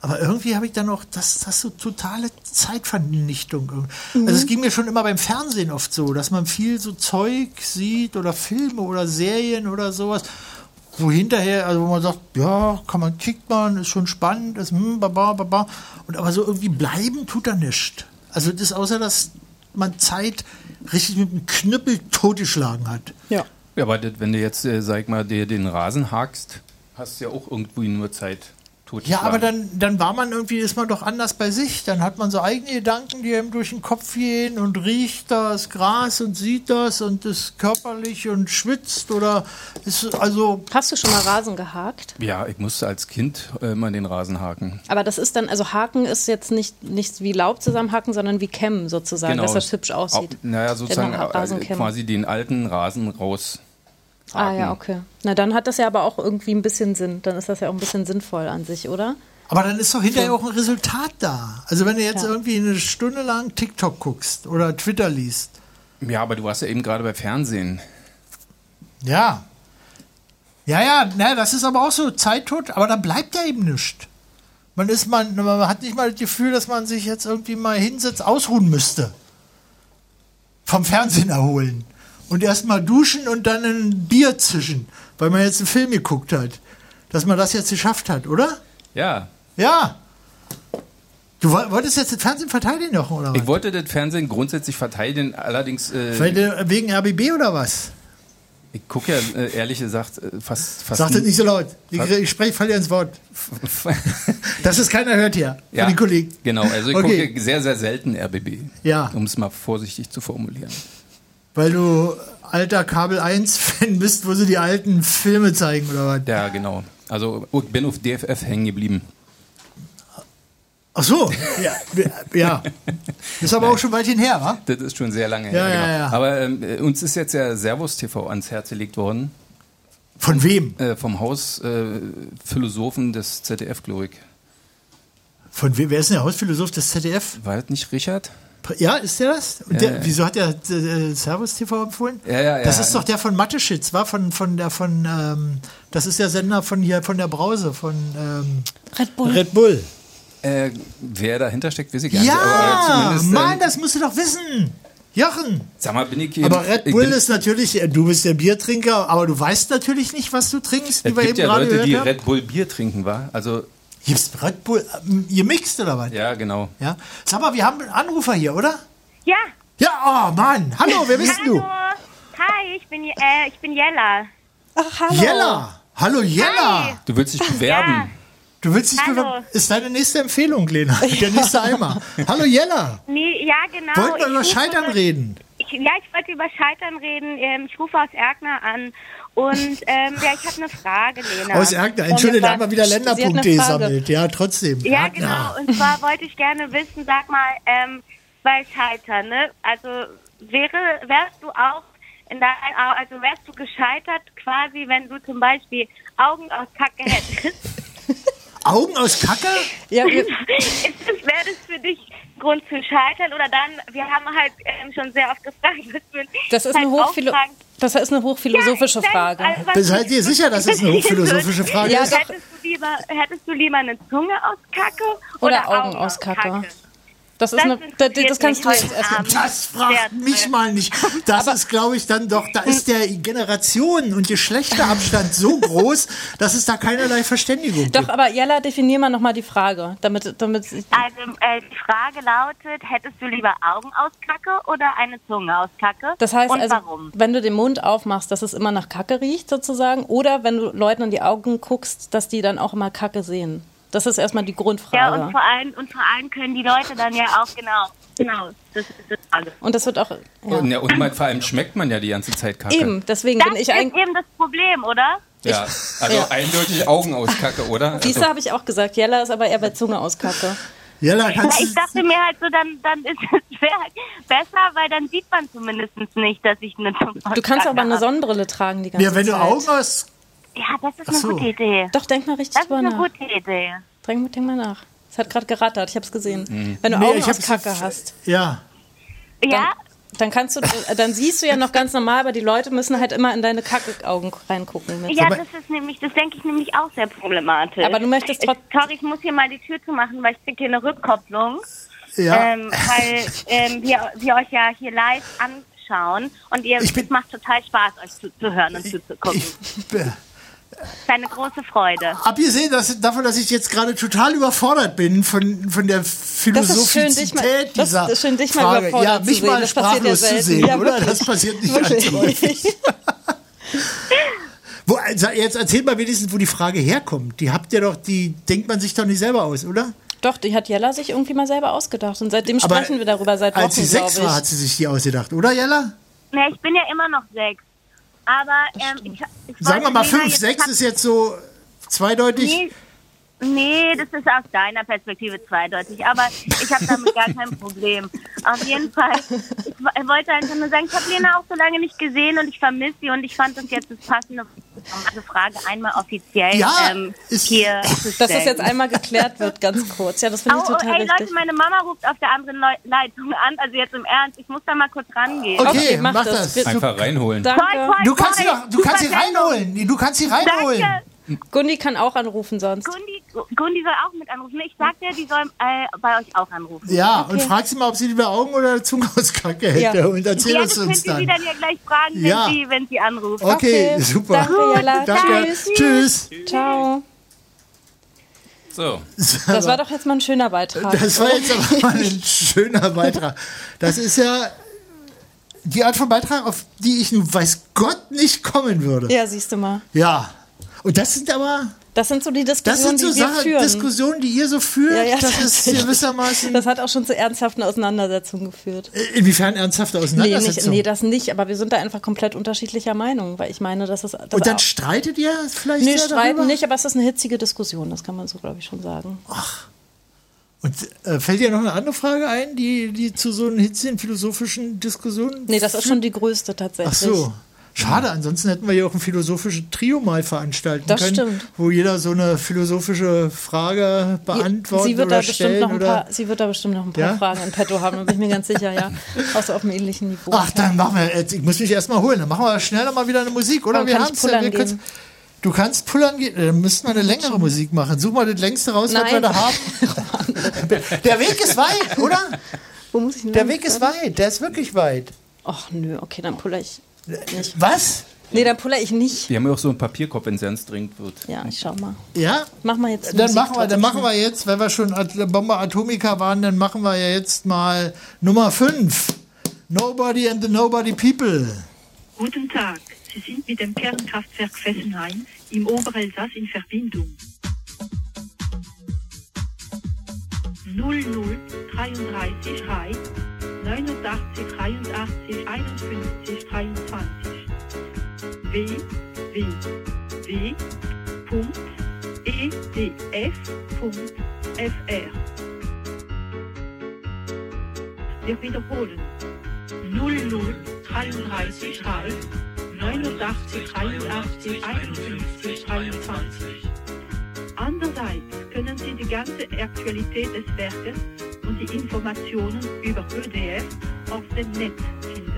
F: Aber irgendwie habe ich dann auch das, das so totale Zeitvernichtung. irgendwie. Also es ging mir schon immer beim Fernsehen oft so, dass man viel so Zeug sieht oder Filme oder Serien oder sowas, wo hinterher, also wo man sagt, ja, kann man, kickt man, ist schon spannend, ist hm, baba, baba. Und aber so irgendwie bleiben tut da nichts. Also das ist außer, dass man Zeit richtig mit einem Knüppel totgeschlagen hat.
E: Ja.
J: Ja, aber das, wenn du jetzt, äh, sag mal, dir den Rasen hakst, hast du ja auch irgendwie nur Zeit tot.
F: Ja, aber dann, dann war man irgendwie, ist man doch anders bei sich. Dann hat man so eigene Gedanken, die einem durch den Kopf gehen und riecht das Gras und sieht das und ist körperlich und schwitzt oder ist also.
E: Hast du schon mal Rasen gehakt?
J: Ja, ich musste als Kind äh, immer den Rasen haken.
E: Aber das ist dann, also Haken ist jetzt nicht, nicht wie Laub zusammenhacken, sondern wie Kämmen sozusagen, dass das hübsch aussieht.
J: Genau, Au- naja, sozusagen
E: Genau,
J: äh,
E: Rasenkämmen.
J: quasi den alten Rasen raus.
E: Ah ja, okay. Na, dann hat das ja aber auch irgendwie ein bisschen Sinn. Dann ist das ja auch ein bisschen sinnvoll an sich, oder?
F: Aber dann ist doch hinterher auch ein Resultat da. Also wenn du jetzt irgendwie eine Stunde lang TikTok guckst oder Twitter liest,
J: Ja, aber du warst ja eben gerade bei Fernsehen.
F: ja. Ja, ja, na, das ist aber auch so Zeittod, aber dann bleibt ja eben nichts. Man ist man, man hat nicht mal das Gefühl, dass man sich jetzt irgendwie mal hinsetzt, ausruhen müsste. Vom Fernsehen erholen. Und erst mal duschen und dann ein Bier zischen, weil man jetzt einen Film geguckt hat. Dass man das jetzt geschafft hat, oder?
J: Ja.
F: Ja. Du woll- wolltest jetzt das Fernsehen verteidigen, Jochen, oder was?
J: Ich wollte das Fernsehen grundsätzlich verteidigen, allerdings. Äh,
F: Weil du- Wegen RBB oder was?
J: Ich gucke ja äh, ehrlich gesagt äh, fast. fast
F: Sag das
J: nie-
F: nicht so laut. Ich,
J: Fast-
F: ich spreche, falle ins Wort. Dass es keiner hört hier. Von
J: Ja,
F: den Kollegen.
J: Genau, also ich
F: Okay.
J: gucke sehr, sehr selten RBB.
F: Ja.
J: Um es mal vorsichtig zu formulieren.
F: Weil du alter Kabel 1-Fan bist, wo sie die alten Filme zeigen oder was.
J: Ja, genau. Also oh, ich bin auf DFF hängen geblieben.
F: Ach so. Ja. ja. Ist aber auch schon weit hinher, wa?
J: Das ist schon sehr lange
F: Ja,
J: her.
F: ja,
J: genau.
F: ja.
J: Aber ähm, äh, uns ist jetzt ja Servus TV ans Herz gelegt worden.
F: Von wem?
J: Äh, vom Hausphilosophen äh, Philosophen des ZDF, glaube ich.
F: Von wem? Wer ist denn der Hausphilosoph des ZDF?
J: War das nicht Richard?
F: Ja, ist der das? Und der,
J: Ja, ja.
F: Wieso hat der äh, Servus TV empfohlen?
J: Ja, ja,
F: Das
J: ja.
F: ist doch der von Matteschitz, war von, von der von ähm, das ist der Sender von hier von der Brause von ähm,
E: Red Bull.
F: Red Bull.
J: Äh, wer dahinter steckt, weiß ich gar nicht.
F: Ja,
J: zumindest, ähm,
F: Mann, das musst du doch wissen. Jochen.
J: Sag mal, bin ich hier.
F: Aber Red
J: ich
F: Bull
J: bin-
F: ist natürlich, äh, du bist der Biertrinker, aber du weißt natürlich nicht, was du trinkst, wie
J: Es
F: wir eben
J: gibt ja
F: gerade
J: Leute, die
F: gehört haben.
J: Red Bull Bier trinken, war. Also,
F: Gibt's Red Bull, ähm, ihr mixt oder was? Ja.
J: ja, genau.
F: Sag mal, wir haben einen Anrufer hier, oder?
L: Ja.
F: Ja, oh Mann, hallo, wer bist
L: Hallo.
F: du?
L: Hi, ich bin, Je- äh, ich bin Jella. Ach,
F: Jella. Hallo Jella.
L: Hi.
J: Du willst dich bewerben.
F: Du willst dich
L: Hallo.
F: bewerben? Ist deine nächste Empfehlung, Lena. Der nächste Eimer. Hallo Jella.
L: Nee, ja, genau.
F: Wollten wir
L: Ich
F: über
L: rufe-
F: Scheitern reden?
L: Ich, ja, ich wollte über Scheitern reden. Ähm, Ich rufe aus Erkner an Und ähm, ja, ich habe eine Frage, Lena. Ähm,
F: Aus Erkner. Entschuldigung, da haben wir wieder Länder.de sammelt. Ja, trotzdem.
L: Ja,
F: Erkner.
L: genau. Und zwar wollte ich gerne wissen, sag mal, ähm, bei Scheitern, ne? Also wäre, wärst du auch in deinem, Au- also wärst du gescheitert quasi, wenn du zum Beispiel Augen aus Kacke hättest?
F: Augen aus Kacke?
E: Ja,
L: Ist das- Wäre das für dich Grund zu scheitern oder dann, wir haben halt ähm, schon sehr oft gefragt, was für
E: Das ist eine,
L: halt auch
E: Hochphilo
L: Fragen-
E: das ist eine hochphilosophische
L: Ja, ich weiß,
E: Frage.
L: also was-
E: ja,
L: hättest,
E: Doch,
L: du lieber, hättest du lieber eine Zunge aus Kacke
E: oder Augen aus Kacke. Das ist
L: Das
E: eine, das, das kannst du
L: mich
E: jetzt
L: heute
E: erstmal.
L: Abend.
F: Das fragt mich mal nicht. Das ist, glaube ich, dann doch, da ist der Generationen- und Geschlechterabstand so groß, dass es da keinerlei Verständigung
E: Doch, aber Jella, definier mal nochmal die Frage, damit, damit ich
L: Also äh, die Frage lautet, hättest du lieber Augen aus Kacke oder eine Zunge aus Kacke?
E: Das heißt
L: Und
E: also,
L: warum?
E: wenn du den Mund aufmachst, dass es immer nach Kacke riecht sozusagen, oder wenn du Leuten in die Augen guckst, dass die dann auch immer Kacke sehen. Das ist erstmal die
L: Ja,
E: Grundfrage.
L: und vor, allem, und vor allem können die Leute dann ja auch, genau, genau, das ist das alles.
E: Und das wird auch. Ja.
J: Und, ja, und man, vor allem schmeckt man ja die ganze Zeit Kacke.
E: Eben, deswegen
L: das
E: bin ich
L: ist
E: eigentlich.
L: eben das Problem, oder?
J: Ja, also
E: ja.
J: eindeutig Augen aus Kacke, oder? Also,
E: Diese habe ich auch gesagt. Jella ist aber eher bei Zunge aus Kacke.
F: Jella,
L: Na, ich dachte mir halt so, dann, dann ist es wär halt besser, weil dann sieht man zumindest nicht, dass ich eine Zunge aus
E: Du kannst
L: Kacke
E: aber eine
L: habe.
E: Sonnenbrille tragen die ganze Zeit.
F: Ja, wenn du Augen aus.
L: Ja, das ist
E: Ach
L: eine
E: so.
L: gute Idee.
E: Doch, denk mal richtig
L: Das ist
E: drüber
L: eine
E: nach.
L: gute Idee.
E: Denk, denk mal nach. Es hat gerade gerattert, ich habe es gesehen.
F: Mhm.
E: Wenn du
F: Nee,
E: Augen
F: ich
E: aus
F: hab's-
E: Kacke hast.
F: Ja.
L: Ja?
E: Dann kannst du, äh, dann siehst du ja noch ganz normal, aber die Leute müssen halt immer in deine Kacke-Augen reingucken. Mit.
L: Ja, das ist nämlich, das denke ich nämlich auch sehr problematisch.
E: Aber du möchtest trotzdem.
L: Sorry, ich muss hier mal die Tür zu machen, weil ich kriege hier eine Rückkopplung.
F: Ja.
L: Ähm, weil ähm, wir, wir euch ja hier live anschauen und ihr, es macht total Spaß, euch zuzuhören und zuzugucken. Das ist eine große Freude.
F: Abgesehen dass, davon, dass ich jetzt gerade total überfordert bin von, von der Philosophizität
E: das
F: dieser
E: ist schön, dich mal
F: Frage.
E: überfordert
F: Ja,
E: zu
F: mich
E: sehen.
F: mal
E: Das passiert ja
F: sprachlos zu
E: selten.
F: sehen,
E: Ja,
F: oder?
E: wirklich.
F: Das passiert nicht
E: Wirklich.
F: allzu häufig. Wo, also jetzt erzähl mal wenigstens, wo die Frage herkommt. Die habt ihr doch, die denkt man sich doch nicht selber aus, oder?
E: Doch, die hat Jella sich irgendwie mal selber ausgedacht und seitdem
F: Aber
E: sprechen wir darüber seit Wochen,
F: Als sie
E: glaube
F: sechs war,
E: ich.
F: hat sie sich die ausgedacht, oder Jella?
L: Ne, ich bin ja immer noch sechs. Aber ähm, ich, ich
F: Sagen wir
L: wollte
F: mal
L: Lena
F: fünf,
L: jetzt-
F: sechs ist jetzt so zweideutig.
L: Nee, nee, das ist aus deiner Perspektive zweideutig, aber ich habe damit gar kein Problem. Auf jeden Fall, ich w- wollte einfach nur sagen, ich habe Lena auch so lange nicht gesehen und ich vermisse sie und ich fand das jetzt das passende diese Frage einmal offiziell
E: Ja,
L: ähm, hier zu
E: Dass das
L: stellen.
E: jetzt einmal geklärt wird, ganz kurz. Ja, das finde ich
L: Oh, oh,
E: total
L: hey Leute,
E: richtig.
L: meine Mama ruft auf der anderen Leu- Leitung an, also jetzt im Ernst, ich muss da mal kurz rangehen.
F: Okay, Okay, mach mach das. das.
E: Wir-
J: einfach reinholen.
E: Danke.
F: Du kannst, sie, doch- du kannst sie reinholen. Du kannst sie reinholen.
E: Gundi kann auch anrufen sonst.
L: Gundi, Gundi soll auch mit anrufen. Ich sagte, die soll äh, bei euch auch anrufen.
F: Ja,
L: Okay.
F: und frag sie mal, ob sie lieber Augen oder Zunge aus Kacke hätte. Und erzähl
L: ja,
F: es
L: das
F: uns
L: könnt ihr
F: dann.
L: sie dann ja gleich fragen, wenn,
F: Ja.
L: sie, wenn sie anruft.
F: Okay, super.
E: Danke, Jella.
F: Danke.
E: Tschüss.
F: Tschüss.
E: Ciao.
J: So.
E: Das war doch jetzt mal ein schöner Beitrag.
F: Also- Das war jetzt aber mal ein schöner Beitrag. Das ist ja die Art von Beitrag, auf die ich nun weiß Gott nicht kommen würde.
E: Ja, siehst du mal.
F: Ja. Und das sind aber,
E: Das sind so die
F: das
E: Diskussionen,
F: sind so
E: die wir
F: Sachen,
E: führen.
F: Diskussionen, die ihr so führt.
E: Ja, ja,
F: das ist
E: tatsächlich.
F: gewissermaßen.
E: Das hat auch schon zu ernsthaften Auseinandersetzungen geführt.
F: Äh, Inwiefern ernsthafte
E: Nee, nicht,
F: Auseinandersetzungen?
E: nee, das nicht, aber wir sind da einfach komplett unterschiedlicher Meinung, weil ich meine, dass es.
F: Und dann streitet ihr vielleicht
E: Nee,
F: sehr
E: streiten
F: darüber?
E: nicht, aber es ist eine hitzige Diskussion, das kann man so, glaube ich, schon sagen.
F: Und äh, fällt dir noch eine andere Frage ein, die, die zu so hitzigen philosophischen Diskussionen?
E: Nee, das ist schon die größte tatsächlich.
F: Ach so. Schade, ansonsten hätten wir ja auch ein philosophisches Trio mal veranstalten
E: Das
F: können,
E: stimmt.
F: wo jeder so eine philosophische Frage beantwortet
E: Sie wird,
F: oder
E: da bestimmt
F: stellen
E: noch ein
F: oder
E: paar, sie wird da bestimmt noch ein paar
F: Ja?
E: Fragen in petto haben, da bin ich mir ganz sicher, ja. Außer auf einem ähnlichen Niveau.
F: Ach, dann machen wir jetzt, ich muss mich erstmal holen, dann machen wir schneller mal wieder eine Musik, oder?
E: Dann
F: wir
E: kann ich
F: haben's
E: pullern
F: wir
E: gehen.
F: können's- Du kannst pullern gehen, dann müssten wir eine längere Musik machen. Such mal das längste raus, was wir
E: Nein.
F: da haben. Der Weg ist weit, oder?
E: Wo muss ich denn
F: Der
E: lang
F: Weg ist
E: fahren?
F: weit, der ist wirklich weit.
E: Ach nö, okay, dann puller ich nicht.
F: Was?
E: Nee, dann puller ich nicht.
J: Wir haben ja auch so einen Papierkorb, wenn Sernst dringend wird.
E: Ja, ich schau mal.
F: Ja?
E: Mach mal jetzt.
F: Dann
E: Musik
F: machen, wir, dann
E: trotzdem
F: machen wir
E: schnell.
F: jetzt, wenn wir schon At Bomber Atomica waren, dann machen wir ja jetzt mal Nummer 5. Nobody and the Nobody People.
M: Guten Tag. Sie sind mit dem Kernkraftwerk Fessenheim im Oberelsass in Verbindung. 0033 3 89 83 51 23 W
N: www.edf.fr. Wir wiederholen 00 33 3 89 83 51 23. Andererseits können Sie die ganze Aktualität des Werkes und die Informationen über ÖDF auf dem Netz finden.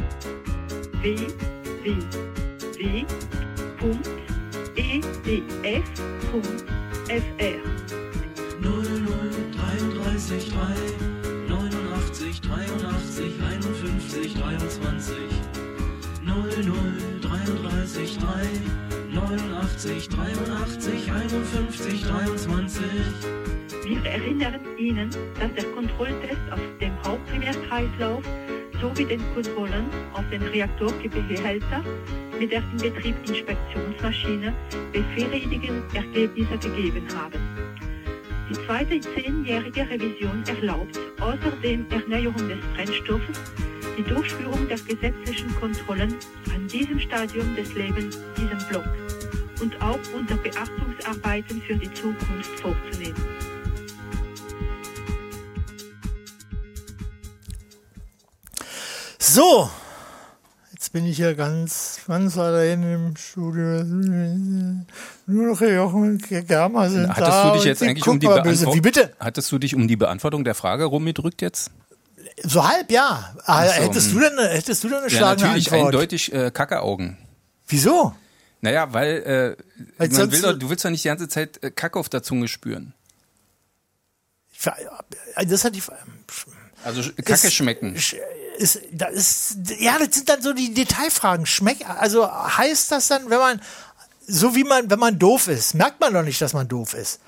N: e www.edf.fr
K: 33, 3, 89, 83, 51, 23. 00, 33, 3, 89, 83, 51, 23.
N: Wir erinnern Ihnen, dass der Kontrolltest auf dem Hauptprimärkreislauf sowie den Kontrollen auf den Reaktorbehälter mit der Inbetriebinspektionsmaschine befriedigende Ergebnisse gegeben haben. Die zweite zehnjährige Revision erlaubt außerdem Erneuerung des Brennstoffes, die Durchführung der gesetzlichen Kontrollen an diesem Stadium des Lebens, diesem Block und auch unter Beachtungsarbeiten für die Zukunft vorzunehmen.
F: So, jetzt bin ich hier ganz, ganz allein im Studio. Nur noch der Jochen und der Germa sind
J: Hattest
F: da.
J: du dich
F: und
J: jetzt
F: die
J: eigentlich um die
F: gucken mal böse.
J: Beantwortung?
F: Wie bitte?
J: Hattest du dich um die Beantwortung der Frage rumgedrückt jetzt?
F: So halb, ja. Ah,
J: Ach so,
F: hättest, du
J: hm.
F: denn, hättest du denn eine
J: Ja,
F: schlagende
J: natürlich,
F: Antwort?
J: eindeutig äh, Kackeaugen.
F: Wieso?
J: Naja, weil, äh,
F: Weil
J: man
F: sonst-
J: will doch, du willst doch nicht die ganze Zeit äh, Kacke auf der Zunge spüren.
F: Das hat die,
J: Also sch- Kacke schmecken.
F: ist, da ist, ja, das sind dann so die Detailfragen. Schmeckt, also heißt das dann, wenn man, so wie man, wenn man doof ist, merkt man doch nicht, dass man doof ist.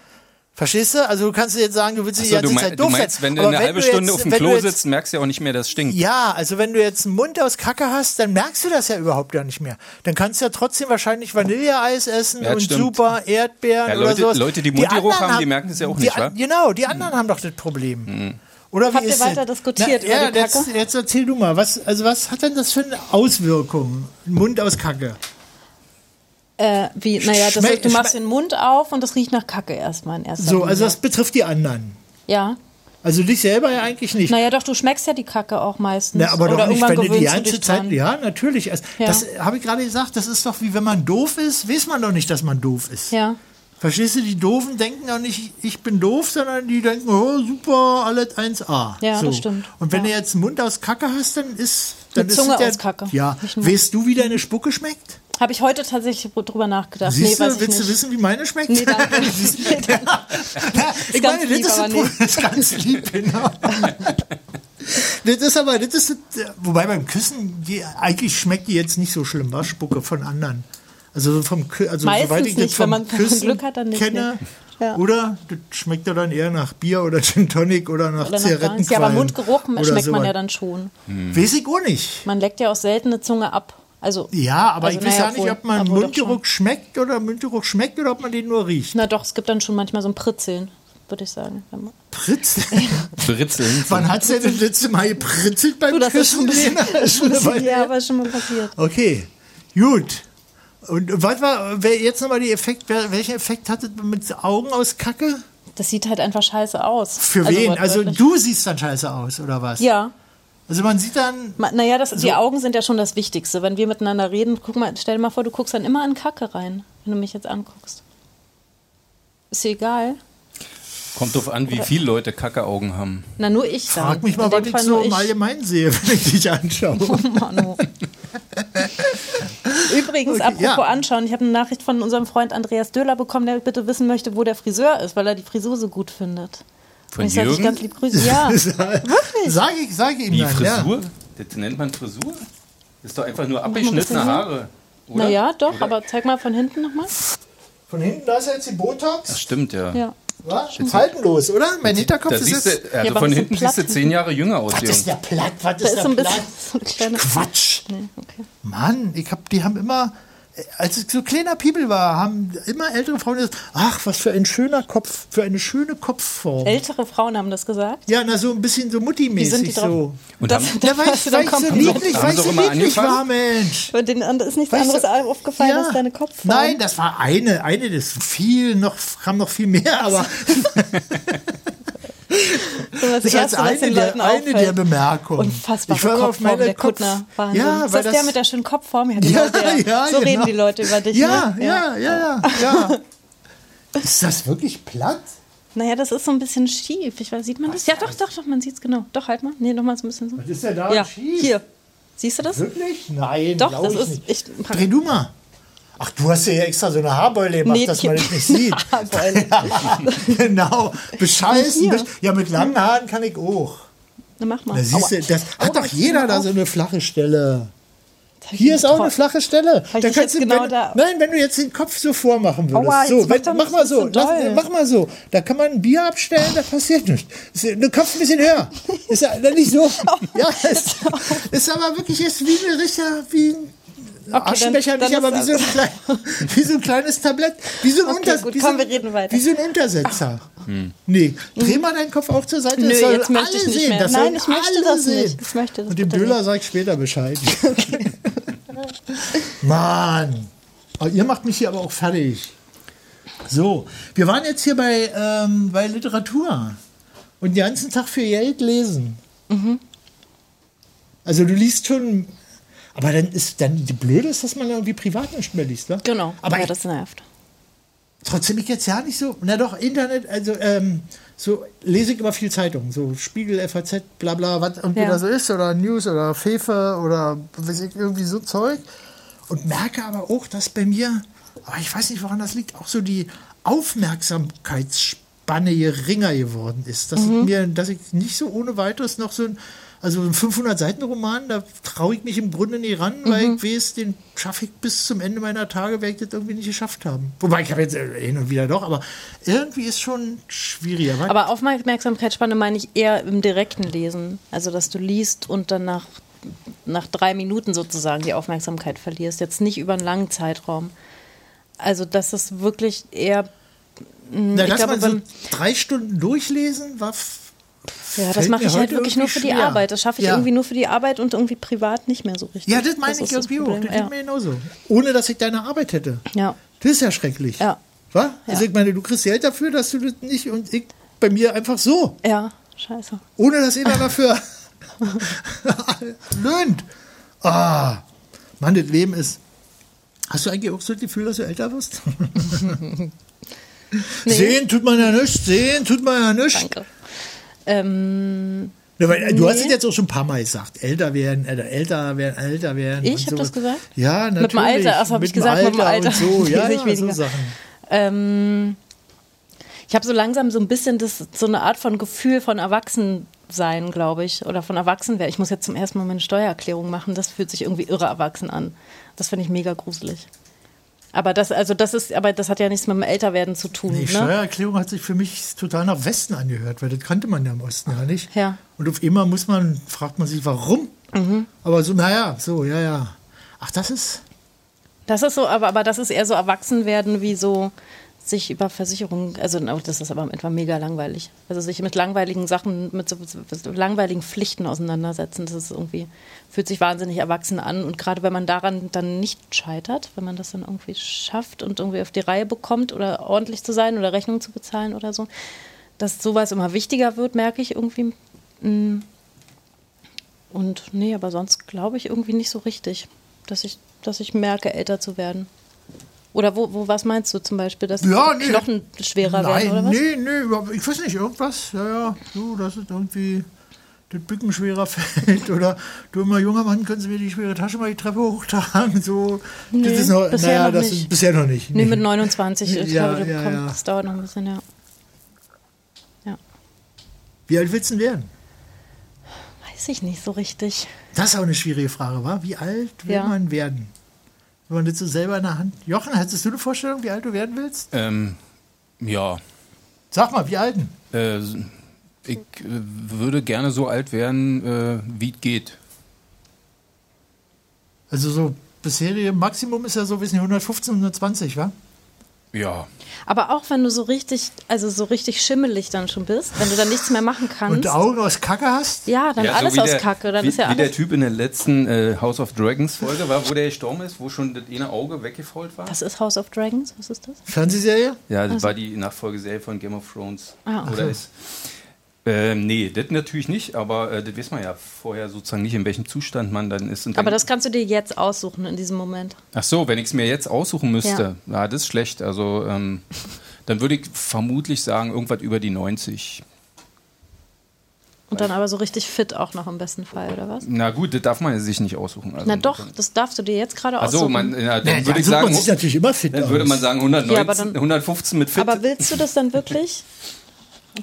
F: Verstehst du? Also du kannst dir jetzt sagen, du willst
J: Ach
F: nicht
J: so,
F: die
J: du,
F: ganze
J: mein,
F: Zeit
J: du
F: doof
J: meinst,
F: sein.
J: wenn du
F: Aber
J: eine halbe
F: du
J: Stunde
F: jetzt-
J: auf dem
F: wenn du
J: Klo
F: jetzt-
J: sitzt, merkst du ja auch nicht mehr, dass es stinkt.
F: Ja, also wenn du jetzt einen Mund aus Kacke hast, dann merkst du das ja überhaupt gar nicht mehr. Dann kannst du ja trotzdem wahrscheinlich Vanilleeis essen
J: Ja, das
F: und
J: stimmt.
F: super Erdbeeren
J: Ja,
F: oder
J: Leute-
F: sowas.
J: Leute, die Mundgeruch
F: anderen
J: haben, die merken es ja auch
F: die
J: nicht,
F: an-
J: wa? Mhm.
F: Genau, die anderen haben doch das Problem. Oder wie
E: Habt ihr
F: ist
E: weiter
F: das?
E: diskutiert
F: Na, ja,
E: über die
F: jetzt,
E: Kacke?
F: jetzt erzähl du mal, was, also was hat denn das für eine Auswirkung? Ein Mund aus Kacke.
E: Äh, wie, naja, das,
F: Schmeck-
E: du machst
F: schmeck-
E: den Mund auf und das riecht nach Kacke erstmal in erster
F: So, also
E: Linie.
F: das betrifft die anderen.
E: ja.
F: Also dich selber ja eigentlich nicht.
E: Naja, doch, du schmeckst ja die Kacke auch meistens.
F: Na, aber
E: Oder
F: doch nicht,
E: irgendwann
F: wenn du die
E: gewöhnst
F: ganze
E: dich
F: Zeit,
E: dran.
F: ja, natürlich. Also,
E: Ja.
F: Das habe ich gerade gesagt, das ist doch wie wenn man doof ist, weiß man doch nicht, dass man doof ist.
E: Ja.
F: Verstehst du, die Doofen denken doch nicht, ich bin doof, sondern die denken, oh, super, alles 1A.
E: Ja,
F: so.
E: das stimmt.
F: Und wenn du jetzt einen Mund aus Kacke hast, dann ist. Dann
E: Mit
F: ist
E: Zunge
F: es der,
E: aus Kacke.
F: Ja.
E: Nicht nur-
F: Weißt du, wie deine Spucke schmeckt?
E: Habe ich heute tatsächlich drüber nachgedacht.
F: Siehst
E: nee,
F: du,
E: weiß
F: willst
E: ich
F: du
E: nicht.
F: wissen, wie meine schmeckt?
E: Nee, danke.
F: ich
E: ganz
F: meine,
E: lieb,
F: das ist,
E: aber
F: das, Problem,
E: nicht.
F: das ist ganz lieb, genau. das ist aber, das ist, das- wobei beim Küssen, die, eigentlich schmeckt die jetzt nicht so schlimm, was Spucke von anderen. Also so vom, Kü- also
E: Meistens
F: soweit ich das
E: nicht,
F: vom
E: wenn man- wenn man
F: Küssen
E: Glück hat, dann nicht,
F: kenne,
E: nee. Ja.
F: oder das schmeckt ja dann eher nach Bier oder Gin Tonic oder nach
E: Oder noch gar
F: Zigarettenqualm.
E: nichts. ja, aber Mundgeruch
F: oder
E: schmeckt man
F: sowas.
E: ja dann schon.
F: Weiß ich auch nicht.
E: Man leckt ja auch selten eine Zunge ab. Also,
F: Ja, aber
E: also,
F: ich weiß
E: naja,
F: ja nicht,
E: obwohl-
F: ob man
E: obwohl doch schon.
F: Mundgeruch schmeckt oder Mundgeruch schmeckt oder ob man den nur riecht.
E: Na doch, es gibt dann schon manchmal so ein Pritzeln, würde ich sagen. Wenn man-
F: Pritzeln?
J: Britzeln.
F: Wann hat's denn das letzte Mal gepritzelt beim
E: Du, das ist schon ein
F: Küssen?
E: bisschen,
F: Lena?
E: schon ein
F: Schon
E: bisschen
F: mal-
E: ja, aber schon mal passiert.
F: Okay, gut. Und was war, wer jetzt nochmal die Effekt, wer, welchen Effekt hatte mit Augen aus Kacke?
E: Das sieht halt einfach scheiße aus.
F: Für wen? Also
E: wortwörtlich.
F: du siehst dann scheiße aus, oder was?
E: Ja.
F: Also man sieht dann.
E: Ma- Naja, das, die Augen sind ja schon das Wichtigste. Wenn wir miteinander reden, guck mal, stell dir mal vor, du guckst dann immer in Kacke rein, wenn du mich jetzt anguckst. Ist dir egal.
J: Kommt drauf an, wie viele Leute Kackeaugen haben.
E: Na, nur ich dann.
F: Frag mich mal,
E: In
F: was
E: dem
F: ich
E: Fall
F: so
E: nur
F: im Allgemeinen sehe, wenn ich dich anschaue.
E: Übrigens,
F: Okay,
E: apropos
F: ja.
E: anschauen, ich habe eine Nachricht von unserem Freund Andreas Döhler bekommen, der bitte wissen möchte, wo der Friseur ist, weil er die Frisur so gut findet.
J: Von
E: Und ich sage dich
J: Jürgen?
E: ganz lieb grüßen. Ja, wirklich.
F: Sag ich, sag ich ihm
J: Die
F: dann, ja.
J: Frisur? Das nennt man Frisur? Das ist doch einfach nur
E: mal ein bisschen
J: abgeschnittene
E: hin.
J: Haare. Oder?
E: Naja, doch, aber zeig mal von hinten nochmal.
F: Von hinten, da ist jetzt die Botox.
J: Stimmt, ja.
E: Ja.
F: War schon haltenlos, oder? Mein Hinterkopf
J: Da
F: ist
J: siehst
F: jetzt.
J: du, also von hinten siehst du zehn Jahre jünger aus,
F: Das ist
J: Jürgen.
F: ja platt, was
E: Da
F: ist
E: ist
F: da
E: so ein
F: platt?
E: bisschen so ein kleiner.
F: Quatsch.
E: Nee, okay.
F: Mann, ich hab, die haben immer, als ich so kleiner People war, haben immer ältere Frauen gesagt, ach, was für ein schöner Kopf, für eine schöne Kopfform.
E: Ältere Frauen haben das gesagt?
F: Ja, na so ein bisschen so
E: Wie sind die
F: Mutti-mäßig
E: drauf?
F: so.
J: Und
F: da
J: haben-
F: da war ich, war ich so niedlich,
J: Haben
F: war ich
J: sie
F: so
J: auch immer
F: niedlich
J: angefangen?
F: war, Mensch.
E: Und denen and- ist nichts anderes aufgefallen als deine Kopfform?
F: Nein, das war eine, eine des viel noch, kam noch viel mehr, aber
E: So das
F: Das
E: Erste,
F: ist
E: was
F: eine
E: den
F: der,
E: Leuten
F: eine
E: auffällt.
F: der Bemerkungen.
E: Unfassbare
F: Ich war immer
E: Kopfform,
F: auf meine
E: der
F: Kopf-
E: Kuttner. Wahnsinn.
F: Ja,
E: ist
F: weil
E: das, der
F: das-
E: mit der schönen Kopfform? Ja, genau der. so reden
F: genau.
E: die Leute über dich.
F: Ja,
E: ne?
F: ja, ja, ja. Ist das wirklich platt?
E: Naja, das ist so ein bisschen schief. Ich weiß, sieht man das? Ja, doch, doch, doch, man sieht es genau. Doch, halt mal. Nee, nochmal so ein bisschen so. Was
F: ist denn da
E: ja,
F: schief?
E: Hier. Siehst du das?
F: Wirklich? Nein,
E: Doch,
F: glaub
E: das
F: ich
E: ist
F: nicht.
E: echt.
F: Dreh du mal. Ach, du hast ja hier extra so eine Haarbeule gemacht,
E: Nee,
F: dass
E: hier-
F: man das nicht sieht.
E: Haarbeule.
F: genau, bescheißen.
E: Hier.
F: bist- Ja, mit langen Haaren kann ich auch.
E: Na, mach mal.
F: Da siehst du,
E: Aua.
F: das hat doch jeder da so eine flache Stelle. Hier ist auch eine flache Stelle.
E: ich
F: Da
E: dich
F: kannst du,
E: jetzt genau
F: wenn,
E: da-
F: nein, wenn du jetzt den Kopf so vormachen würdest.
E: Aua, jetzt
F: so,
E: wird
F: wenn,
E: er
F: mach
E: ein
F: mal so,
E: bisschen doll.
F: lass, mach mal so. Da kann man ein Bier abstellen, da passiert nichts. Ist- Du Kopf ein bisschen höher. Ist ja dann nicht so. Ja, ist, ist aber wirklich jetzt wie ein Richter, wie ein
E: dann-
F: Aschenbecher
E: dann
F: nicht, aber wie
E: ist
F: so, ein klein, wie so ein kleines Tablett. Wie so ein,
E: Okay,
F: Unter
E: gut,
F: wie so
E: komm,
F: ein,
E: wir reden weiter.
F: Wie so ein Untersetzer. Nee, dreh mal deinen Kopf auch zur Seite.
E: Nö,
F: das sollen
E: jetzt möchte ich
F: alle
E: nicht
F: sehen.
E: mehr.
F: Das
E: Nein,
F: sollen
E: ich möchte
F: alle
E: das
F: sehen.
E: nicht. Ich möchte das
F: Und dem
E: bitte
F: Döler sage ich später Bescheid. Mann. Aber ihr macht mich hier aber auch fertig. So, wir waren jetzt hier bei, ähm, bei Literatur. Und den ganzen Tag für Geld lesen.
E: Mhm.
F: Also du liest schon. Aber dann ist dann die Blöde ist, dass man irgendwie privat nicht mehr liest, ne?
E: Genau.
F: Aber
E: ja,
F: ich,
E: das nervt.
F: trotzdem ich jetzt ja nicht so. Na doch, Internet, also ähm, so lese ich immer viel Zeitungen, so Spiegel, FAZ, bla bla, was irgendwie
E: Ja.
F: da so ist, oder News oder Fefe oder weiß ich, irgendwie so Zeug. Und merke aber auch, dass bei mir, aber ich weiß nicht, woran das liegt, auch so die Aufmerksamkeitsspanne geringer geworden ist. Dass, ich mir, dass ich nicht so ohne weiteres noch so ein, also ein 500-Seiten-Roman, da traue ich mich im Grunde nie ran, weil ich weiß, den schaffe ich bis zum Ende meiner Tage, werde ich das irgendwie nicht geschafft haben. Wobei, ich habe jetzt äh, hin und wieder doch, aber irgendwie ist schon schwieriger. weil-
E: Aber Aufmerksamkeitsspanne meine ich eher im direkten Lesen. Also, dass du liest und dann nach, nach drei Minuten sozusagen die Aufmerksamkeit verlierst. Jetzt nicht über einen langen Zeitraum. Also, das ist wirklich eher. mh,
F: Na,
E: ich
F: dass
E: glaube,
F: man so
E: beim-
F: drei Stunden durchlesen, war... f-
E: ja, das
F: fällt
E: mache
F: mir
E: ich halt
F: heute
E: wirklich nur für
F: irgendwie
E: die
F: schwer.
E: Arbeit. Das schaffe ich
F: Ja.
E: irgendwie nur für die Arbeit und irgendwie privat nicht mehr so richtig.
F: Ja, das meine
E: ist
F: ich irgendwie auch.
E: Problem.
F: Das
E: Ja.
F: geht mir genauso. Ohne, dass ich deine Arbeit hätte.
E: Ja.
F: Das ist ja schrecklich.
E: Ja.
F: Was? Also
E: Ja.
F: ich meine, du kriegst Geld dafür, dass du das nicht und ich bei mir einfach so.
E: ja, scheiße.
F: Ohne, dass jeder dafür löhnt. Ah, Mann, das Leben ist... Hast du eigentlich auch so das Gefühl, dass du älter wirst? Sehen tut man ja nichts, sehen tut man ja nichts.
E: Danke. Ähm,
F: Na, weil, äh, Du hast es
E: Nee.
F: jetzt auch schon ein paar Mal gesagt. Älter werden, äh, älter werden, älter werden.
E: Ich
F: und
E: hab
F: sowas.
E: das gesagt?
F: Ja, natürlich.
E: Mit dem Alter, das habe ich gesagt, mit dem Alter.
F: Und so, ja,
E: lese
F: ja,
E: ich
F: so
E: weniger.
F: Sachen.
E: Ähm, ich habe so langsam so ein bisschen das, so eine Art von Gefühl von Erwachsensein, glaube ich, oder von Erwachsenwerden. Ich muss jetzt zum ersten Mal meine Steuererklärung machen. Das fühlt sich irgendwie irre erwachsen an. Das finde ich mega gruselig. Aber das, also das ist, aber das hat ja nichts mit dem Älterwerden zu tun.
F: Die
E: ne?
F: Steuererklärung hat sich für mich total nach Westen angehört, weil das kannte man ja im Osten ja Mhm. nicht.
E: Ja.
F: Und auf immer muss man, fragt man sich, warum? Aber so, naja, so, ja, ja. Ach, das ist.
E: Das ist so, aber, aber das ist eher so Erwachsenwerden wie so sich über Versicherungen, also na, das ist aber etwa mega langweilig. Also sich mit langweiligen Sachen, mit so, so, so langweiligen Pflichten auseinandersetzen, das ist irgendwie, fühlt sich wahnsinnig erwachsen an. Und gerade wenn man daran dann nicht scheitert, wenn man das dann irgendwie schafft und irgendwie auf die Reihe bekommt oder ordentlich zu sein oder Rechnung zu bezahlen oder so, dass sowas immer wichtiger wird, merke ich irgendwie. Mm. Und nee, aber sonst glaube ich irgendwie nicht so richtig, dass ich, dass ich merke, älter zu werden. Oder wo, wo was meinst du zum Beispiel, dass
F: Ja,
E: die
F: nee.
E: Knochen schwerer werden oder
F: Nein,
E: was?
F: nee, nee, überhaupt- ich weiß nicht, irgendwas. Ja, ja, so, das ist irgendwie das Bücken schwerer fällt oder du immer junger Mann, können Sie mir die schwere Tasche mal die Treppe hochtragen? So,
E: Nee,
F: das ist noch,
E: bisher
F: naja,
E: noch
F: das
E: nicht.
F: Ist bisher noch nicht.
E: Nee, mit 29, ich
F: Ja,
E: glaube,
F: ja,
E: kommt,
F: ja.
E: das dauert noch ein bisschen, ja.
F: Wie alt willst du denn werden?
E: Weiß ich nicht so richtig.
F: Das ist auch eine schwierige Frage, war? Wie alt will
E: Ja.
F: man werden? Wenn man das so selber in der Hand. Jochen, hättest du eine Vorstellung, wie alt du werden willst?
J: Ähm, ja.
F: Sag mal, wie alt denn?
J: Äh, ich äh, würde gerne so alt werden, äh, wie es geht.
F: Also so bis bisherige Maximum ist ja so, wissen 115, 120, wa?
J: Ja.
E: Aber auch wenn du so richtig, also so richtig schimmelig dann schon bist, wenn du dann nichts mehr machen kannst.
F: Und Augen aus Kacke hast?
E: Ja, dann
J: Ja, so
E: alles
J: wie
E: aus
J: der-
E: Kacke. Dann
J: wie,
E: ist ja
J: wie der
E: alles.
J: Typ in der letzten äh, House of Dragons Folge war, wo der gestorben ist, wo schon das eine Auge weggefault war.
E: Das ist House of Dragons, was ist das?
F: Fernsehserie?
J: Ja, das
E: Also-
J: war die Nachfolgeserie von Game of Thrones.
E: Ah, ach
J: Oder
E: so.
J: ist. Ähm, nee, das natürlich nicht, aber äh, das weiß man ja vorher sozusagen nicht, in welchem Zustand man dann ist. Und dann,
E: Aber das kannst du dir jetzt aussuchen in diesem Moment.
J: ach so, wenn ich es mir jetzt aussuchen müsste, ja. das ist schlecht. Also ähm, dann würde ich vermutlich sagen, irgendwas über die 90.
E: Und dann aber so richtig fit auch noch im besten Fall, oder was?
J: Na gut, das darf man sich nicht aussuchen. Also,
E: Na doch, das darfst du dir jetzt gerade aussuchen.
J: Also man, ja, dann
F: Nee,
J: würde
F: dann
J: ich
F: sucht man
J: sagen,
F: sich natürlich immer fit
J: Dann würde
F: aus.
J: man sagen 119,
E: Ja, aber dann-
J: 115 mit fit.
E: Aber willst du das dann wirklich?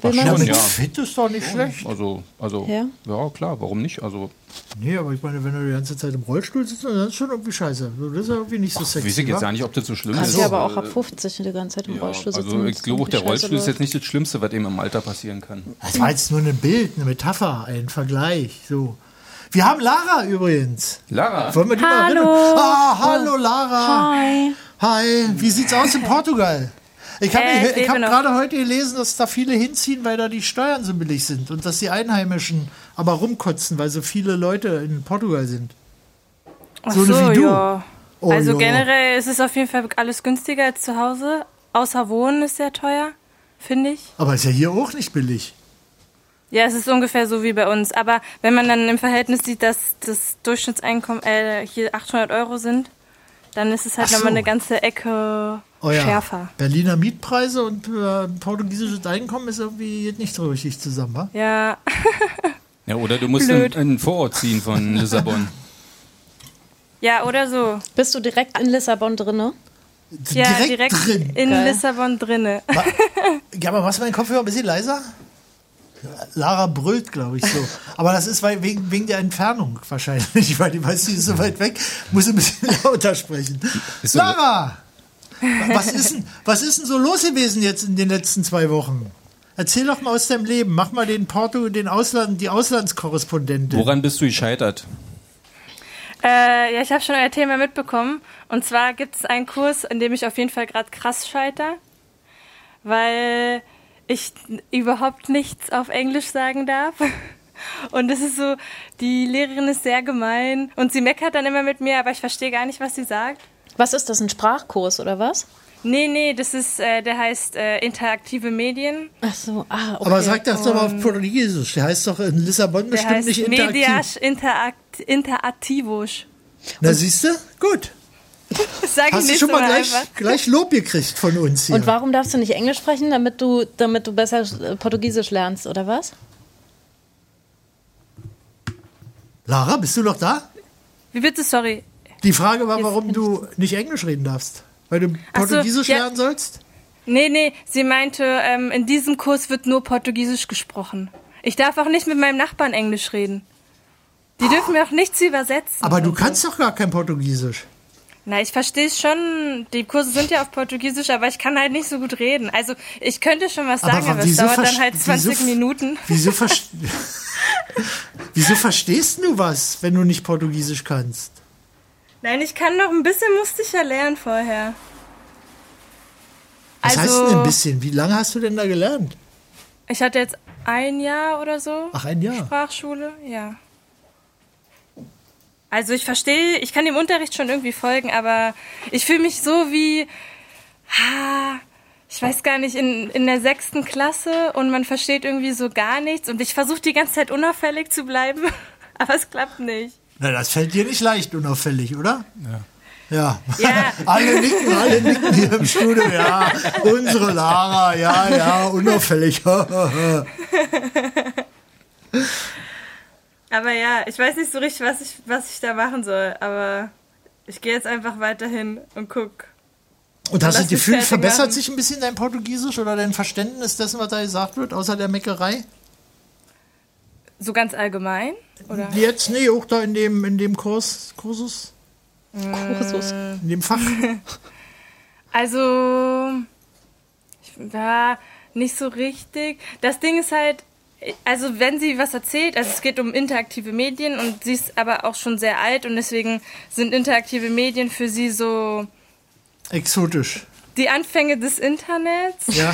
E: Will
J: Ach,
E: man
J: schon,
E: das?
J: ja.
F: Fit ist doch nicht schlecht.
J: Also, also
E: Ja?
J: ja? klar, warum nicht? Also,
F: Nee, aber ich meine, wenn du die ganze Zeit im Rollstuhl sitzt, dann ist das schon irgendwie scheiße. Das ist ja irgendwie nicht so sexy.
J: weiß ich jetzt
F: wa?
J: gar nicht, ob das so schlimm
E: Kannst
J: ist.
E: ja aber auch
J: Äh,
E: ab 50 die ganze Zeit im
J: ja,
E: Rollstuhl sitzen.
J: Also,
E: und
J: ich glaube auch,
E: irgendwie
J: der
E: scheiße
J: Rollstuhl ist
E: läuft.
J: jetzt nicht das Schlimmste, was eben im Alter passieren kann.
F: Das war jetzt Also, nur ein Bild, eine Metapher, ein Vergleich. So. Wir haben Lara übrigens.
J: Lara?
F: Wollen wir die
K: Hallo.
F: mal erinnern? Ah, hallo Lara.
K: Hi.
F: Hi. Wie sieht's aus in Portugal? Ich habe
K: Äh, ich
F: ich
K: lebe
F: hab
K: noch.
F: gerade heute gelesen, dass da viele hinziehen, weil da die Steuern so billig sind und dass die Einheimischen aber rumkotzen, weil so viele Leute in Portugal sind.
O: Ach
F: So
O: so,
F: wie du.
O: ja.
F: Oh,
O: also
F: ja.
O: generell ist es auf jeden Fall alles günstiger als zu Hause. Außer Wohnen ist sehr teuer, finde ich.
F: Aber ist ja hier auch nicht billig.
O: Ja, es ist ungefähr so wie bei uns. Aber wenn man dann im Verhältnis sieht, dass das Durchschnittseinkommen äh, hier 800 Euro sind, dann ist es halt
F: Ach
O: nochmal
F: so.
O: eine ganze Ecke
F: Oh ja,
O: schärfer.
F: Berliner Mietpreise und äh, portugiesisches Einkommen ist irgendwie geht nicht so richtig zusammen, wa?
O: Ja,
J: Ja, oder du musst in,
O: Blöd.
J: in einen Vorort ziehen von Lissabon.
O: ja oder so.
E: Bist du direkt in Lissabon ne? drinne?
O: Ja, direkt,
F: drin.
O: in
F: Geil.
O: Lissabon drinne.
F: Ja, aber machst du meinen Kopfhörer ein bisschen leiser? Lara brüllt, glaube ich, so. Aber das ist weil- wegen, wegen der Entfernung wahrscheinlich, weil die weiß, die ist so weit weg, muss ein bisschen lauter sprechen.
K: Ist so-
F: Lara! Was ist, denn, was ist denn so los gewesen jetzt in den letzten zwei Wochen? Erzähl doch mal aus deinem Leben. Mach mal den Porto, den Ausland, die Auslandskorrespondentin.
J: Woran bist du gescheitert?
O: Äh, ja, ich habe schon euer Thema mitbekommen. Und zwar gibt es einen Kurs, in dem ich auf jeden Fall gerade krass scheiter, weil ich n- überhaupt nichts auf Englisch sagen darf. Und es ist so, die Lehrerin ist sehr gemein und sie meckert dann immer mit mir, aber ich verstehe gar nicht, was sie sagt.
E: Was ist das, ein Sprachkurs oder was?
O: Nee, nee, das ist, äh, der heißt äh, interaktive Medien.
E: Ach so, ah, okay.
F: Aber sag das doch mal auf
O: Und-
F: Portugiesisch. Der heißt doch in Lissabon
O: ähm, Der
F: bestimmt
O: heißt
F: nicht interaktiv.
O: Medias Interact Interativos.
F: Na siehst du? Gut.
O: Das sage ich
F: Hast du
O: nicht
F: schon mal
O: immer
F: gleich,
O: einfach.
F: gleich Lob gekriegt von uns hier?
E: Und warum darfst du nicht Englisch sprechen, damit du, damit du besser äh, Portugiesisch lernst, oder was?
F: Lara, bist du noch da?
O: Wie bitte, sorry.
F: Die Frage war, warum du nicht Englisch reden darfst. Weil du
O: Ach so,
F: Portugiesisch
O: ja.
F: lernen sollst?
O: Nee, nee, sie meinte, ähm, in diesem Kurs wird nur Portugiesisch gesprochen. Ich darf auch nicht mit meinem Nachbarn Englisch reden. Die dürfen mir auch nichts übersetzen.
F: Aber du kannst doch gar kein Portugiesisch.
O: Na, ich verstehe es schon. Die Kurse sind ja auf Portugiesisch, aber ich kann halt nicht so gut reden. Also, ich könnte schon was
F: Aber
O: sagen, aber es
F: wieso
O: dauert dann
F: verst-
O: halt
F: wieso
O: 20
F: f-
O: Minuten.
F: Wieso, verst- Wieso verstehst du was, wenn du nicht Portugiesisch kannst?
O: Nein, ich kann noch ein bisschen, musste ich ja lernen vorher.
F: Was heißt
O: also,
F: denn ein bisschen? Wie lange hast du denn da gelernt?
O: ich hatte jetzt ein Jahr oder so.
F: Ach, ein Jahr.
O: Sprachschule, ja. Also ich verstehe, ich kann dem Unterricht schon irgendwie folgen, aber ich fühle mich so wie, ha, ich weiß gar nicht, in, in der sechsten Klasse und man versteht irgendwie so gar nichts und ich versuche die ganze Zeit unauffällig zu bleiben, aber es klappt nicht.
F: Na, das fällt dir nicht leicht unauffällig, oder? Ja. Ja.
O: Ja.
F: alle nicken, alle nicken hier im Studio. Ja, unsere Lara, ja, ja, unauffällig.
O: Aber ja, ich weiß nicht so richtig, was ich, was ich da machen soll, aber ich gehe jetzt einfach weiterhin und guck.
F: Und hast du das
O: Lass mich
F: Gefühl,
O: fertig
F: verbessert
O: machen.
F: sich ein bisschen dein Portugiesisch oder dein Verständnis dessen, was da gesagt wird, außer der Meckerei?
O: So ganz allgemein? Oder?
F: Jetzt, nee, auch da in dem, in dem Kurs, Kursus?
E: Äh,
O: Kursus.
F: In dem Fach?
O: Also, ich war nicht so richtig. Das Ding ist halt, also wenn sie was erzählt, also es geht um interaktive Medien und sie ist aber auch schon sehr alt und deswegen sind interaktive Medien für sie so
F: Exotisch.
O: die Anfänge des Internets.
F: Ja.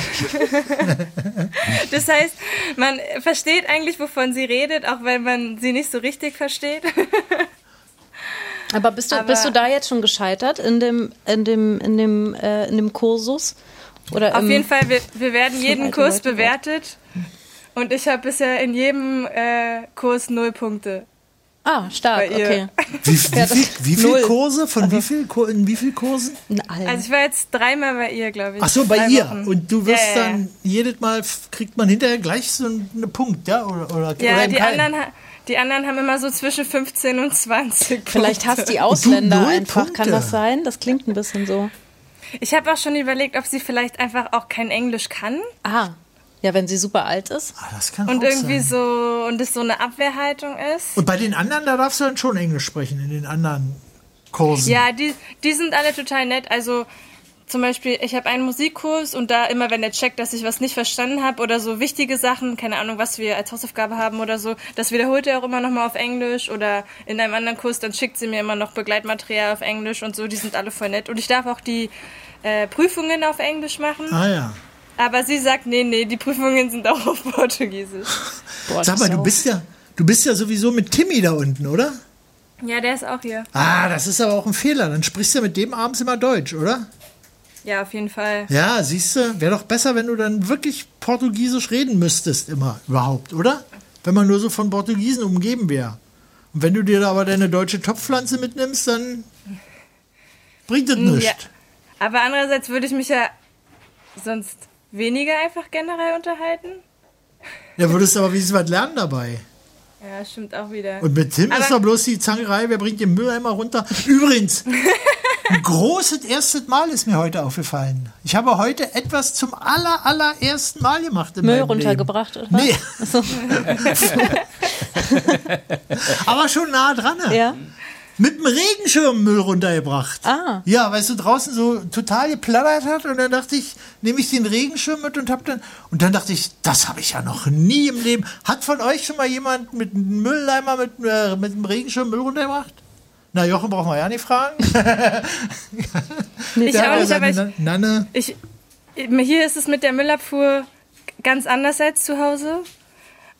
O: Das heißt, man versteht eigentlich, wovon sie redet, auch wenn man sie nicht so richtig versteht.
E: Aber bist du,
O: Aber-
E: bist du da jetzt schon gescheitert in dem, in dem, in dem, äh, in dem Kursus? Oder
O: Auf
E: im-
O: jeden Fall, wir, wir werden
E: Im
O: jeden
E: alten
O: Kurs
E: Leute-
O: bewertet und ich habe bisher in jedem äh, Kurs null Punkte.
E: Ah, stark,
O: Bei ihr.
E: okay.
F: Wie, wie, viel, wie
O: Null.
F: viele Kurse? Von wie viel, Kur- in wie vielen Kursen?
O: Also ich war jetzt dreimal bei ihr, glaube ich.
F: Ach so, bei
O: Drei
F: ihr.
O: Wochen.
F: Und du wirst
O: Ja, ja, ja.
F: dann jedes Mal f- kriegt man hinterher gleich so einen Punkt, ja? Oder, oder, oder
O: Ja,
F: im
O: die
F: Keim.
O: anderen, ha- die anderen haben immer so zwischen 15 und 20 Punkte.
E: Vielleicht hasst die Ausländer einfach, kann das sein? Das klingt ein bisschen so.
O: Ich habe auch schon überlegt, ob sie vielleicht einfach auch kein Englisch kann.
E: Ah, ja, wenn sie super alt ist.
F: Ah, das kann
O: Und
F: auch
O: irgendwie
F: sein.
O: so, und es so eine Abwehrhaltung ist.
F: Und bei den anderen, da darfst du dann schon Englisch sprechen, in den anderen Kursen.
O: Ja, die, die sind alle total nett. Also zum Beispiel, ich habe einen Musikkurs und da immer, wenn der checkt, dass ich was nicht verstanden habe oder so wichtige Sachen, keine Ahnung, was wir als Hausaufgabe haben oder so, das wiederholt er auch immer nochmal auf Englisch oder in einem anderen Kurs, dann schickt sie mir immer noch Begleitmaterial auf Englisch und so. Die sind alle voll nett. Und ich darf auch die äh, Prüfungen auf Englisch machen.
F: Ah ja.
O: Aber sie sagt, nee, nee, die Prüfungen sind auch auf Portugiesisch.
F: Sag mal, du bist ja, du bist ja sowieso mit Timmy da unten, oder?
O: Ja, der ist auch hier.
F: Ah, das ist aber auch ein Fehler. Dann sprichst du ja mit dem abends immer Deutsch, oder?
O: Ja, auf jeden Fall.
F: Ja, siehst du, wäre doch besser, wenn du dann wirklich Portugiesisch reden müsstest, immer überhaupt, oder? Wenn man nur so von Portugiesen umgeben wäre. Und wenn du dir da aber deine deutsche Topfpflanze mitnimmst, dann bringt das
O: Mm,
F: nichts.
O: Ja. Aber andererseits würde ich mich ja sonst weniger einfach generell unterhalten.
F: Ja, würdest aber wenigstens was lernen dabei.
O: Ja, stimmt auch wieder.
F: Und mit Tim
O: Aber
F: ist doch bloß die Zangerei, wer bringt den Mülleimer runter? Übrigens, ein großes erstes Mal ist mir heute aufgefallen. Ich habe heute etwas zum aller, allerersten Mal gemacht. In
E: Müll
F: meinem
E: runtergebracht,
F: Leben.
E: oder?
F: Nee.
E: Achso.
F: Aber schon nah dran. ne?
E: Ja.
F: Mit dem Regenschirm Müll runtergebracht. Ah. Ja, weil es so draußen so total geplattert hat und dann dachte ich, nehme ich den Regenschirm mit und hab dann und dann dachte ich, das habe ich ja noch nie im Leben. Hat von euch schon mal jemand mit einem Mülleimer mit, äh, mit dem Regenschirm Müll runtergebracht? Na, Jochen brauchen wir ja nicht fragen.
O: Ich auch nicht, aber ich-
F: Nanne.
O: Ich, hier ist es mit der Müllabfuhr ganz anders als zu Hause.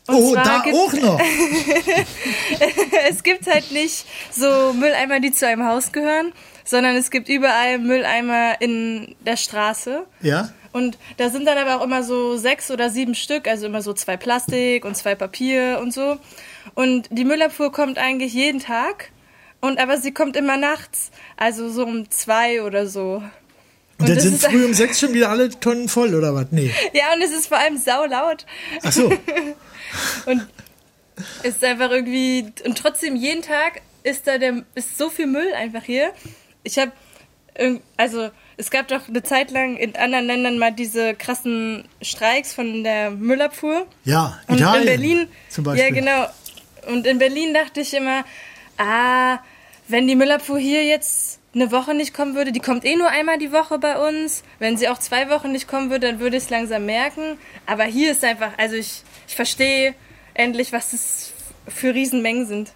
F: Oh, da auch noch.
O: es gibt halt nicht so Mülleimer, die zu einem Haus gehören, sondern es gibt überall Mülleimer in der Straße.
F: Ja?
O: Und da sind dann aber auch immer so sechs oder sieben Stück, also immer so zwei Plastik und zwei Papier und so. Und die Müllabfuhr kommt eigentlich jeden Tag. Und aber sie kommt immer nachts, also so um zwei oder so.
F: Und, dann
O: das
F: sind
O: ist-
F: früh um sechs schon wieder alle Tonnen voll, oder was? Nee.
O: Ja, und es ist vor allem saulaut.
F: Ach so.
O: und es ist einfach irgendwie. Und trotzdem, jeden Tag ist da der, ist so viel Müll einfach hier. Ich habe. Also, es gab doch eine Zeit lang in anderen Ländern mal diese krassen Streiks von der Müllabfuhr.
F: Ja,
O: Und
F: Italien
O: in Berlin.
F: zum Beispiel.
O: Ja, genau. Und in Berlin dachte ich immer, ah, wenn die Müllabfuhr hier jetzt eine Woche nicht kommen würde, die kommt eh nur einmal die Woche bei uns. Wenn sie auch zwei Wochen nicht kommen würde, dann würde ich es langsam merken. Aber hier ist einfach, also ich, ich verstehe endlich, was es für Riesenmengen sind.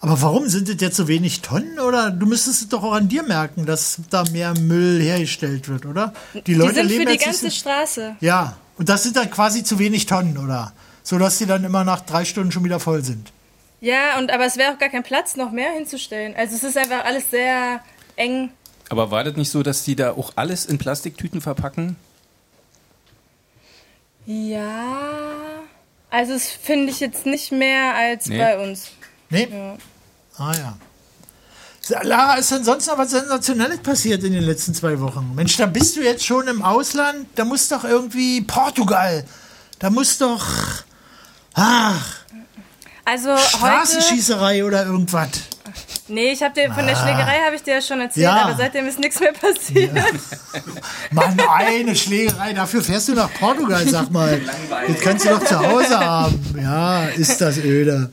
F: Aber warum sind das jetzt so wenig Tonnen? Oder du müsstest es doch auch an dir merken, dass da mehr Müll hergestellt wird, oder?
O: die sind für die
F: jetzt
O: ganze
F: nicht so-
O: Straße.
F: Ja, und das sind dann quasi zu wenig Tonnen, oder? So dass die dann immer nach drei Stunden schon wieder voll sind.
O: Ja, und aber es wäre auch gar kein Platz, noch mehr hinzustellen. Also es ist einfach alles sehr eng.
J: Aber war das nicht so, dass die da auch alles in Plastiktüten verpacken?
O: Ja. Also es finde ich jetzt nicht mehr als
F: Nee.
O: bei uns.
F: Nee?
O: Ja.
F: Ah ja. Sa- Lara, ist denn sonst noch was Sensationelles passiert in den letzten zwei Wochen? Mensch, da bist du jetzt schon im Ausland, da muss doch irgendwie Portugal, da muss doch ach,
O: Also heute.
F: Straßenschießerei oder irgendwas.
O: Nee, ich habe dir von der
F: Ah.
O: Schlägerei habe ich dir ja schon erzählt,
F: Ja.
O: aber seitdem ist nichts mehr passiert.
F: Mann, eine Schlägerei, dafür fährst du nach Portugal, sag mal. Das kannst du doch zu Hause haben. Ja, ist das öde.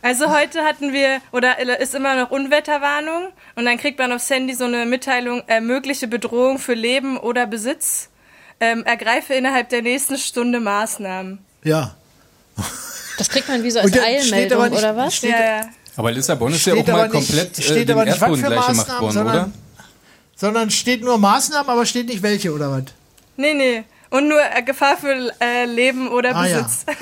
O: Also heute hatten wir oder ist immer noch Unwetterwarnung und dann kriegt man aufs Handy so eine Mitteilung äh, mögliche Bedrohung für Leben oder Besitz. Ähm, ergreife innerhalb der nächsten Stunde Maßnahmen.
F: Ja.
E: Das kriegt man wie so als
F: Und da steht
E: Eilmeldung,
F: aber nicht-
E: oder was?
F: steht- Ja, ja.
J: Aber Lissabon ist ja auch
F: Steht
J: mal
F: aber nicht-
J: komplett äh,
F: steht
J: dem
F: aber nicht, was
J: Erdboden
F: für
J: gleich gemacht
F: Maßnahmen,
J: worden,
F: sondern-
J: oder?
F: Sondern steht nur Maßnahmen, aber steht nicht welche oder was?
O: Nee, nee. Und nur äh, Gefahr für äh, Leben oder
F: Ah, ja.
O: Besitz.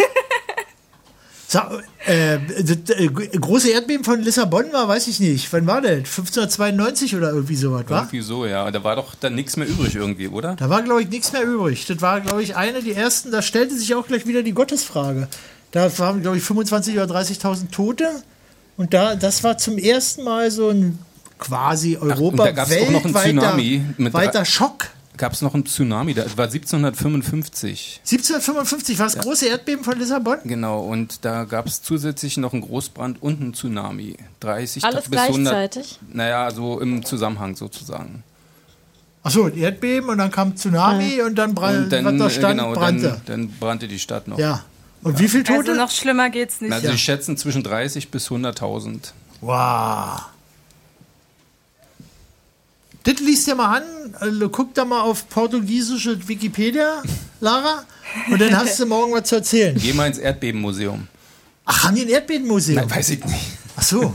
F: So, äh, das äh, große Erdbeben von Lissabon war, weiß ich nicht. Wann war das? 1592 oder irgendwie sowas, war?
J: Irgendwie so, ja. Da war doch dann nichts mehr übrig irgendwie, oder?
F: Da war, glaube ich, nichts mehr übrig. Das war, glaube ich, eine der ersten. Da stellte sich auch gleich wieder die Gottesfrage. Da waren, glaube ich, 25.000 oder 30.000 Tote. Und da, das war zum ersten Mal so ein quasi
J: Und da
F: Europa
J: gab es auch noch einen
F: weltweiter
J: Tsunami.
F: weiter Schock.
J: Gab es noch einen Tsunami, das war 1755.
F: 1755 war das große Erdbeben von Lissabon.
J: Genau, und da gab es zusätzlich noch einen Großbrand und einen Tsunami. 30
F: Alles
J: bis 100.
F: gleichzeitig?
J: Naja, so im Zusammenhang sozusagen.
F: Achso, ein Erdbeben und dann kam Tsunami und dann, bran-
J: und dann,
F: was da
J: äh,
F: stand,
J: genau,
F: brannte.
J: Dann, genau. dann brannte die Stadt noch.
F: ja. Und wie viel Tote?
O: Also noch schlimmer geht's nicht.
J: Also, sie schätzen zwischen 30 bis 100.000.
F: Wow. Das liest dir mal an, also guck da mal auf portugiesische Wikipedia, Lara, und dann hast du morgen was zu erzählen.
J: Geh mal ins Erdbebenmuseum.
F: Ach, haben die ein Erdbebenmuseum?
J: Na, weiß ich nicht.
F: Ach so.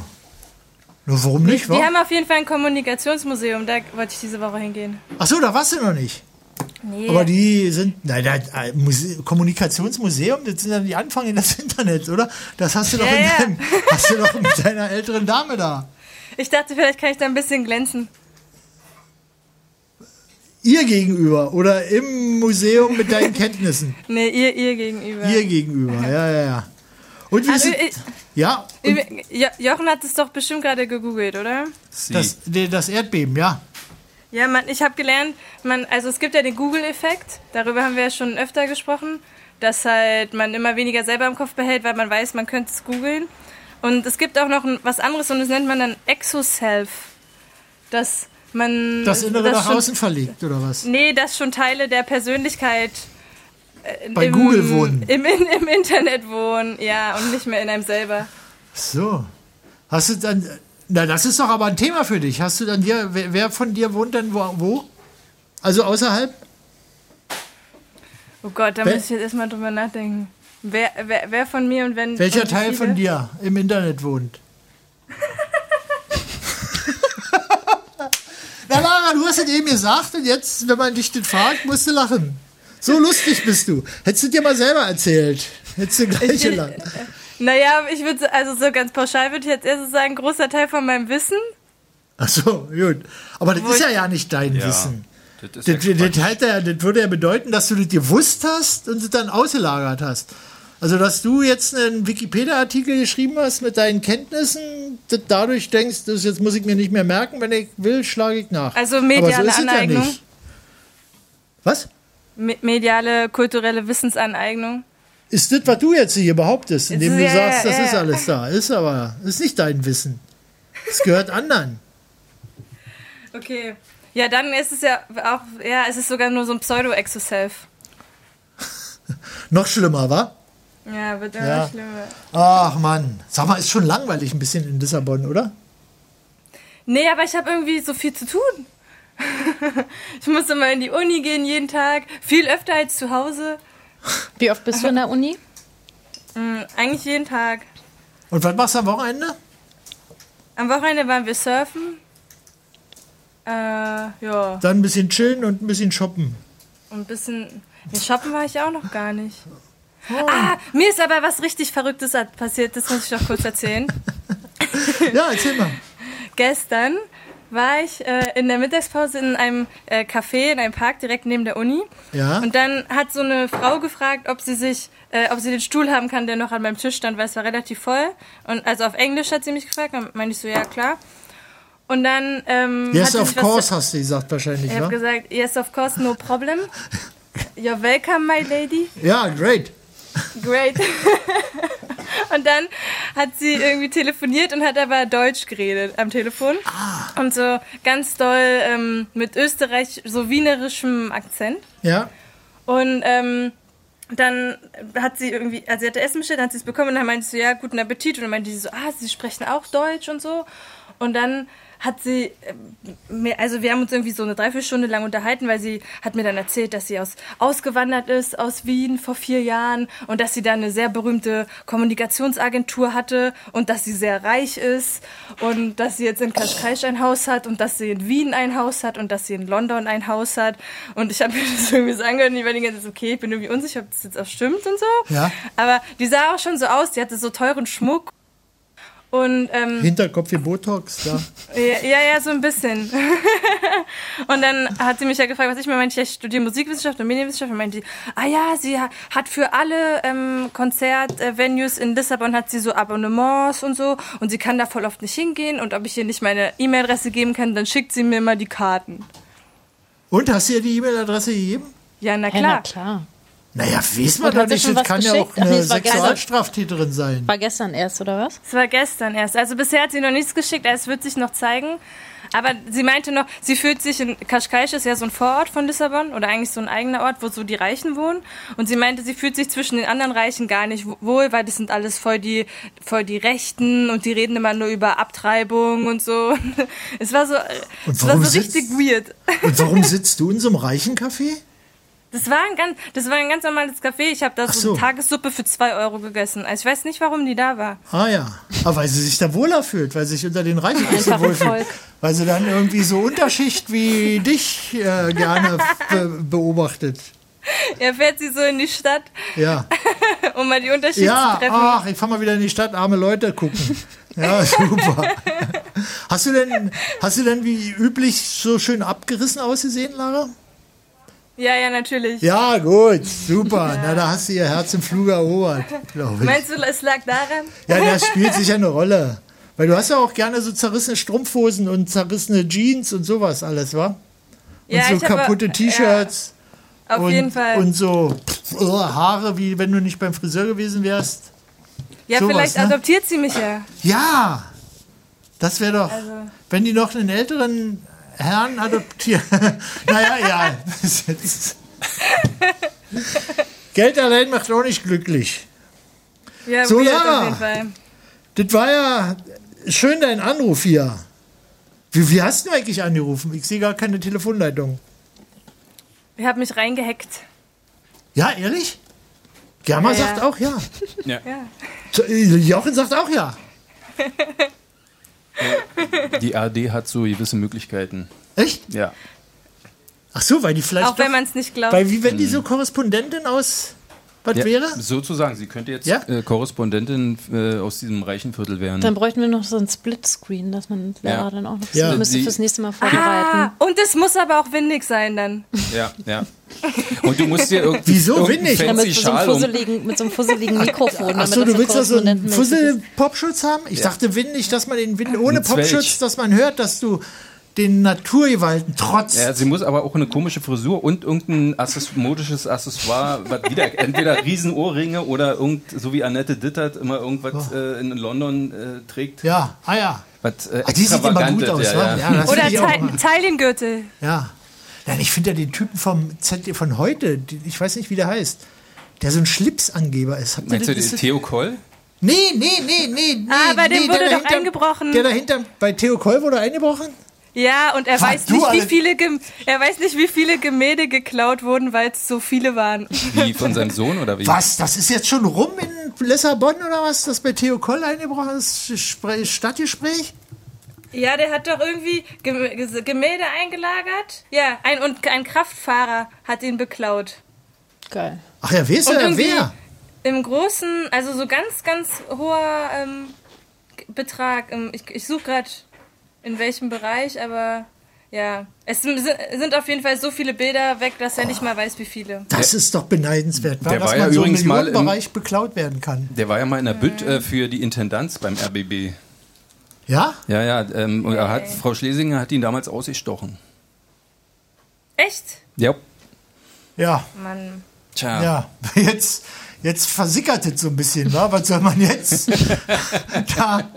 F: Nur warum nicht,
O: Wir
F: wa?
O: haben auf jeden Fall ein Kommunikationsmuseum, da wollte ich diese Woche hingehen.
F: Ach so, da warst du noch nicht.
O: Nee.
F: Aber die sind, nein, nein, äh, Muse Kommunikationsmuseum, das sind dann die Anfänge des Internets, oder? Das hast du doch,
O: Ja,
F: in
O: ja.
F: Deinem, hast du doch mit deiner älteren Dame da.
O: Ich dachte, vielleicht kann ich da ein bisschen glänzen.
F: Ihr gegenüber oder im Museum mit deinen Kenntnissen.
O: Nee, ihr, ihr gegenüber.
F: Ihr gegenüber, ja, ja, ja. Und wir
O: Also, äh,
F: sind,
O: ich,
F: ja, und
O: Übr- Jo Jochen hat es doch bestimmt gerade gegoogelt, oder?
F: das, de- das Erdbeben, ja.
O: Ja, man, ich habe gelernt, man, also es gibt ja den Google-Effekt, darüber haben wir ja schon öfter gesprochen, dass halt man immer weniger selber im Kopf behält, weil man weiß, man könnte es googeln. Und es gibt auch noch ein, was anderes und das nennt man dann Exoself. Dass man.
F: Das Innere
O: dass
F: nach
O: schon-
F: außen verlegt, oder was?
O: Nee, dass schon Teile der Persönlichkeit äh,
F: Bei Google wohnen.
O: Im, in, im Internet wohnen, ja, und nicht mehr in einem selber.
F: So. Hast du dann, na, das ist doch aber ein Thema für dich. Hast du dann dir, wer, wer von dir wohnt denn wo? wo? Also außerhalb?
O: Oh Gott, da
F: Wel-
O: muss ich jetzt erstmal drüber nachdenken. Wer, wer, wer von mir und wenn.
F: Welcher
O: und wie
F: Teil von
O: viele?
F: dir im Internet wohnt? Na Lara, du hast es eben gesagt und jetzt, wenn man dich das fragt, musst du lachen. So lustig bist du. Hättest du dir mal selber erzählt. Hättest du gleich gelacht.
O: Naja, ich würde, also so ganz pauschal würde ich jetzt erst sagen, großer Teil von meinem Wissen.
F: Ach so, gut. Aber das
O: Wo
F: ist
O: ich-
F: ja ja nicht dein
J: Ja,
F: Wissen.
J: das
F: Das,
J: ist ja
F: das, hat ja, das würde ja bedeuten, dass du das gewusst hast und es dann ausgelagert hast. Also, dass du jetzt einen Wikipedia-Artikel geschrieben hast mit deinen Kenntnissen, das dadurch denkst, das jetzt muss ich mir nicht mehr merken, wenn ich will, schlage ich nach.
O: Also
F: Aber so
O: mediale
F: ist es Ja
O: Aneignung.
F: nicht. Was?
O: Me mediale, kulturelle Wissensaneignung.
F: Ist das, was du jetzt hier behauptest, indem
O: Ist-
F: du
O: ja, ja,
F: sagst, das
O: ja,
F: ist
O: ja.
F: alles da? Ist aber, ist nicht dein Wissen. Es gehört anderen.
O: Okay. Ja, dann ist es ja auch, ja, es ist sogar nur so ein Pseudo-Exoself.
F: Noch schlimmer, wa?
O: Ja, wird immer
F: Ja.
O: schlimmer.
F: Ach Mann, sag mal, ist schon langweilig ein bisschen in Lissabon, oder?
O: Nee, aber ich habe irgendwie so viel zu tun. ich muss immer in die Uni gehen jeden Tag, viel öfter als zu Hause.
E: Wie oft bist du in der Uni?
O: Mm, eigentlich jeden Tag.
F: Und was machst du am Wochenende?
O: Am Wochenende waren wir surfen. Äh, ja.
F: Dann ein bisschen chillen und ein bisschen shoppen.
O: Und ein bisschen. Nee, shoppen war ich auch noch gar nicht.
F: Oh.
O: Ah, mir ist aber was richtig Verrücktes hat- passiert, das muss ich doch kurz erzählen.
F: ja, erzähl mal.
O: Gestern war ich äh, in der Mittagspause in einem äh, Café, in einem Park direkt neben der Uni.
F: Ja.
O: Und dann hat so eine Frau gefragt, ob sie sich, äh, ob sie den Stuhl haben kann, der noch an meinem Tisch stand, weil es war relativ voll. Und also auf Englisch hat sie mich gefragt, dann meinte ich so, ja klar. Und dann ähm, hat
F: Yes,
O: sie
F: of
O: sich was-
F: course, hast du gesagt wahrscheinlich,
O: Ich
F: wa?
O: habe gesagt, yes, of course, no problem. You're welcome, my lady.
F: ja, great.
O: Great. und dann hat sie irgendwie telefoniert und hat aber Deutsch geredet am Telefon. Und so ganz doll ähm, mit Österreich, so wienerischem Akzent.
F: Ja.
O: Und ähm, dann hat sie irgendwie, also sie hatte Essen bestellt, dann hat sie es bekommen und dann meinte sie, so, ja, guten Appetit. Und dann meinte sie so, ah, sie sprechen auch Deutsch und so. Und dann hat sie äh, mir, also wir haben uns irgendwie so eine Dreiviertelstunde lang unterhalten, weil sie hat mir dann erzählt, dass sie aus, ausgewandert ist aus Wien vor vier Jahren und dass sie da eine sehr berühmte Kommunikationsagentur hatte und dass sie sehr reich ist und dass sie jetzt in Kaschkaisch ein Haus hat und dass sie in Wien ein Haus hat und dass sie in London ein Haus hat und ich habe mir das irgendwie so angehört und ich war die ganze Zeit, okay, ich bin irgendwie unsicher, ob das jetzt auch stimmt und so.
F: Ja.
O: Aber die sah auch schon so aus, die hatte so teuren Schmuck und ähm,
F: Hinterkopf wie Botox, ja.
O: ja, ja, ja, so ein bisschen. und dann hat sie mich ja gefragt, was ich mir meinte. Ich studiere Musikwissenschaft und Medienwissenschaft. Und meinte, die, ah ja, sie ha- hat für alle ähm, Konzertvenues in Lissabon hat sie so Abonnements und so. Und sie kann da voll oft nicht hingehen. Und ob ich ihr nicht meine E-Mail-Adresse geben kann, dann schickt sie mir mal die Karten.
F: Und hast du ihr die E-Mail-Adresse gegeben?
O: Ja, na
E: Ja,
O: klar.
E: na klar.
F: Naja, weiß man
E: Und hat
F: doch
E: sie
F: nicht,
E: schon
F: das
E: was
F: kann ja auch
E: geschickt? Ach nee,
F: eine
E: es war gestern.
F: Sexualstraftäterin sein.
E: War gestern erst, oder was?
O: Es war gestern erst. Also bisher hat sie noch nichts geschickt, es wird sich noch zeigen. Aber sie meinte noch, sie fühlt sich in Kaschkaisch ist ja so ein Vorort von Lissabon oder eigentlich so ein eigener Ort, wo so die Reichen wohnen. Und sie meinte, sie fühlt sich zwischen den anderen Reichen gar nicht wohl, weil das sind alles voll die, voll die Rechten und die reden immer nur über Abtreibung und so. Es war so, es war
F: warum
O: so richtig weird.
F: Und warum sitzt du in so einem reichen Café?
O: Das war ein ganz, das war ein ganz normales Café. Ich habe da
F: Ach
O: so,
F: so.
O: eine Tagessuppe für zwei Euro gegessen. Also ich weiß nicht, warum die da war.
F: Ah ja, aber weil sie sich da wohler fühlt, weil sie sich unter den Reichen nicht so
O: Einfaches
F: wohlfühlt.
O: Volk.
F: Weil sie dann irgendwie so Unterschicht wie dich äh, gerne be beobachtet.
O: Er fährt sie so in die Stadt,
F: Ja.
O: um mal die Unterschiede zu
F: Ja,
O: treffen.
F: ach, ich fahr mal wieder in die Stadt, arme Leute gucken. Ja, super. Hast du denn, hast du denn wie üblich so schön abgerissen ausgesehen, Lara?
O: Ja, ja, natürlich.
F: Ja, gut, super. Na, da hast du ihr Herz im Flug erobert, glaube ich.
O: Meinst du, es lag daran?
F: Ja, das spielt sicher eine Rolle. Weil du hast ja auch gerne so zerrissene Strumpfhosen und zerrissene Jeans und sowas alles, wa? Und
O: Ja,
F: so
O: ich habe-
F: kaputte T-Shirts.
O: Auf
F: und,
O: jeden Fall.
F: Und so oh, Haare, wie wenn du nicht beim Friseur gewesen wärst.
O: ja,
F: sowas,
O: vielleicht
F: ne?
O: adoptiert sie mich ja.
F: Ja, das wäre doch,
O: Also-
F: wenn die noch einen älteren Herrn adoptieren. naja, ja. das ist jetzt- Geld allein macht auch nicht glücklich.
O: Ja,
F: So,
O: weird
F: Lara.
O: auf jeden Fall.
F: Das war ja schön dein Anruf hier. Wie, wie hast du eigentlich angerufen? Ich sehe gar keine Telefonleitung.
O: Ich habe mich reingehackt.
F: Ja, ehrlich? Germa
O: Ja, ja.
F: sagt auch ja.
J: Ja.
F: So, äh, Jochen sagt auch ja.
J: Die AD hat so gewisse Möglichkeiten.
F: Echt?
J: Ja.
F: Ach so, weil die vielleicht.
O: Auch wenn
F: doch-
O: man es nicht glaubt.
F: Weil wie wenn die so Korrespondentin aus. Was
J: Hm. ja,
F: wäre?
J: Sozusagen, sie könnte jetzt
F: Ja?
J: äh, Korrespondentin äh, aus diesem reichen Viertel werden.
E: Dann bräuchten wir noch so ein Splitscreen, dass man Lara
J: Ja.
E: dann auch noch
J: Ja.
E: ja. müsste
J: Sie-
E: fürs nächste Mal
O: Ah,
E: vorbereiten.
O: und es muss aber auch windig sein dann.
J: Ja, ja. Und du musst dir irgendwie.
F: Wieso
J: irgendeinen
F: windig?
J: fancy
E: Damit so einem
J: Schal um.
E: fusseligen, mit so einem fusseligen Mikrofon. damit
F: Achso,
E: das
F: du willst da so einen
E: korrespondentenmäßig ist.
F: Fussel-Popschutz haben? Ich
J: Ja.
F: dachte windig, dass man den Wind ohne
J: Ein Zwelch.
F: Popschutz, dass man hört, dass du den Naturgewalten trotz.
J: Ja, sie muss aber auch eine komische Frisur und irgendein Access modisches Accessoire, was wieder, entweder Riesenohrringe oder irgend, so wie Annette Dittert immer irgendwas äh, in London äh, trägt.
F: Ja, ah ja.
J: Was, äh,
F: Ah, die sieht immer gut
J: extravagantes,
F: aus, wa?
J: ja, ja.
F: Ja, das
O: Oder
F: find ich auch
O: Teil-
F: mal.
O: Taillengürtel.
F: Ja. Nein, ich finde ja den Typen vom ZD von heute, die- ich weiß nicht, wie der heißt, der so ein Schlipsangeber ist. Habt ihr
J: Meinst du
F: das-
J: den Theo Koll?
F: Nee, nee, nee, nee, nee.
O: Ah, bei dem
F: nee,
O: wurde
F: der
O: doch
F: dahinter-
O: eingebrochen.
F: Der dahinter, bei Theo Koll wurde eingebrochen?
O: Ja, und er
F: War
O: weiß,
F: du
O: nicht, wie
F: alle-
O: viele Gem er weiß nicht, wie viele Gemälde geklaut wurden, weil es so viele waren.
J: Wie von seinem Sohn oder wie?
F: Was, das ist jetzt schon rum in Lissabon oder was, dass bei Theo Koll eingebrochen ist? Spre- Stadtgespräch?
O: Ja, der hat doch irgendwie Gem Ges- Gemälde eingelagert. Ja, ein, und ein Kraftfahrer hat ihn beklaut.
E: Geil.
F: Ach ja, wer ist
O: Und
F: er?
O: irgendwie-
F: Äh, Wer?
O: Im großen, also so ganz, ganz hoher ähm, G- Betrag. Ähm, ich ich suche gerade in welchem Bereich, aber ja. Es sind sind auf jeden Fall so viele Bilder weg, dass er nicht
F: Oh.
O: mal weiß, wie viele.
F: Das ist doch beneidenswert, wa?
J: Der
F: dass
J: war
F: man
J: ja
F: so im
J: übrigens mal im-
F: Millionenbereich beklaut werden kann.
J: Der war ja mal in der Bütt äh, für die Intendanz beim RBB.
F: Ja?
J: Ja, ja, ähm, und er hat, Frau Schlesinger hat ihn damals ausgestochen.
O: Echt?
J: Ja.
F: Ja.
O: Mann.
J: Tja.
F: Ja, jetzt, jetzt versickert es so ein bisschen, wa? Was soll man jetzt da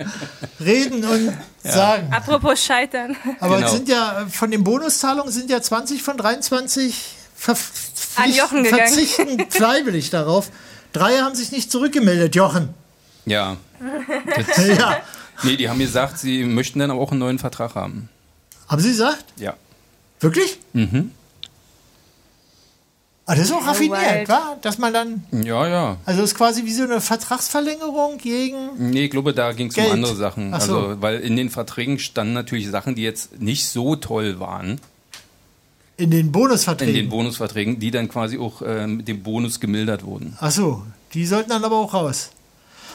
F: reden und sagen?
O: Apropos Scheitern.
F: Aber
J: Genau.
F: es sind ja, von den Bonuszahlungen sind ja 20 von 23 verpf-
O: An Jochen gegangen.
F: verzichten freiwillig darauf. Drei haben sich nicht zurückgemeldet, Jochen.
J: Ja.
F: ja.
J: Nee, die haben gesagt, sie möchten dann aber auch einen neuen Vertrag haben.
F: Haben Sie gesagt?
J: Ja.
F: Wirklich?
J: Mhm.
F: Ah, das ist auch
K: So
F: raffiniert,
K: wild.
F: wa? Dass man dann.
J: Ja, ja.
F: Also es ist quasi wie so eine Vertragsverlängerung gegen.
J: Nee, ich glaube, da ging es um
F: Geld.
J: andere Sachen.
F: Ach so.
J: Also, weil in den Verträgen standen natürlich Sachen, die jetzt nicht so toll waren.
F: In den Bonusverträgen.
J: In den Bonusverträgen, die dann quasi auch äh, mit dem Bonus gemildert wurden.
F: Ach so, die sollten dann aber auch raus.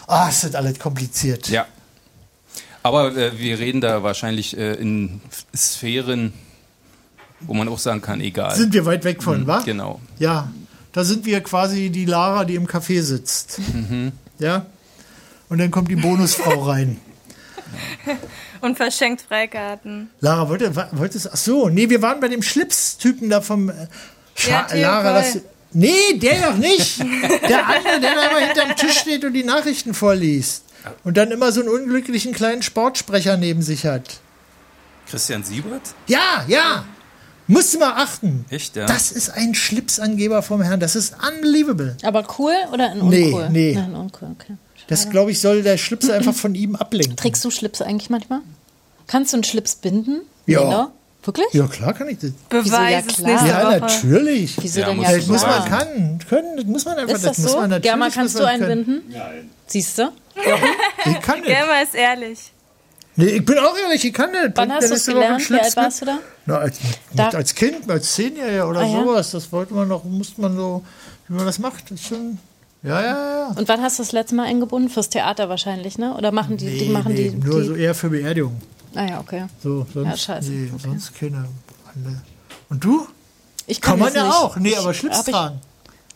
F: Ah, es ist alles kompliziert.
J: Ja. Aber äh, wir reden da wahrscheinlich äh, in F- Sphären, wo man auch sagen kann, egal.
F: Sind wir weit weg von, wa?
J: Genau.
F: Ja, da sind wir quasi die Lara, die im Café sitzt.
J: Mhm.
F: Ja? Und dann kommt die Bonusfrau rein.
O: Und verschenkt Freikarten.
F: Lara, wollte, wollte es. Ach so, nee, wir waren bei dem Schlips-Typen da vom. äh,
O: Ja,
F: Scha
O: Theo
F: Lara,
O: Koll.
F: das. Nee, der doch nicht. Der andere, der da immer hinterm Tisch steht und die Nachrichten vorliest. Und dann immer so einen unglücklichen kleinen Sportsprecher neben sich hat.
J: Christian Siebert?
F: Ja, ja. Musst du mal achten.
J: Echt, ja?
F: Das ist ein Schlipsangeber vom Herrn. Das ist unbelievable.
E: Aber cool oder in
F: Nee,
E: uncool?
F: nee.
E: Nein, uncool, okay.
F: Das, glaube ich, soll der Schlips einfach von ihm ablenken.
E: Trägst du Schlipse eigentlich manchmal? Kannst du einen Schlips binden?
F: Ja.
E: Oder? Wirklich?
F: Ja, klar kann ich das.
E: Beweis Wieso, ja, es klar. nächste
F: Ja,
E: Woche.
F: natürlich.
E: Wieso
F: ja,
E: denn
F: muss
E: ja
F: das muss
E: klar?
F: man kann, können, das muss man einfach,
E: Ist das
F: muss
E: so?
F: man natürlich.
E: Germa,
F: muss
E: kannst
F: man
E: du einen
F: können.
E: binden? Nein. Siehst du?
F: Ich kann das.
O: Germa ist ehrlich.
F: Nee, ich bin auch ehrlich, ich kann das.
E: Wann hast du es gelernt? Wie alt warst du da?
F: Na, als,
E: Da-
F: nicht als Kind, als Zehnjähriger oder
E: Ah, ja.
F: sowas. Das wollte man noch, musste man so, wie man das macht. Das ist schon, ja, ja, ja.
E: Und wann hast du das letzte Mal eingebunden? Fürs Theater wahrscheinlich, ne? Oder machen die, die machen die,
F: nur
E: die
F: so eher für Beerdigung.
E: Ah ja, okay.
F: So, sonst,
E: Ja, scheiße.
F: Nee, sonst keine. alle. Und du?
E: Ich kann,
F: man
E: das
F: ja
E: nicht.
F: auch. Nee,
E: Ich-
F: aber Schlips
E: hab ich-
F: tragen.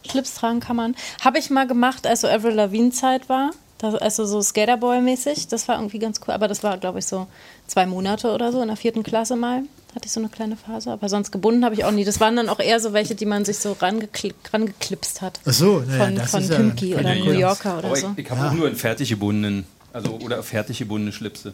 E: Schlips tragen kann man. Habe ich mal gemacht, als so Avril Lavigne Zeit war. Das, also so Skaterboy-mäßig. Das war irgendwie ganz cool. Aber das war, glaube ich, so zwei Monate oder so. In der vierten Klasse mal hatte ich so eine kleine Phase. Aber sonst gebunden habe ich auch nie. Das waren dann auch eher so welche, die man sich so rangekli- rangeklipst hat.
F: Ach so, naja,
E: Von,
F: das
E: von
F: ist ja-
E: Pimki oder
J: Ja,
E: New
J: ja.
E: Yorker oder
J: Aber
E: so.
J: Ich, ich habe auch nur in fertig gebundenen, also oder fertig gebundene Schlipse.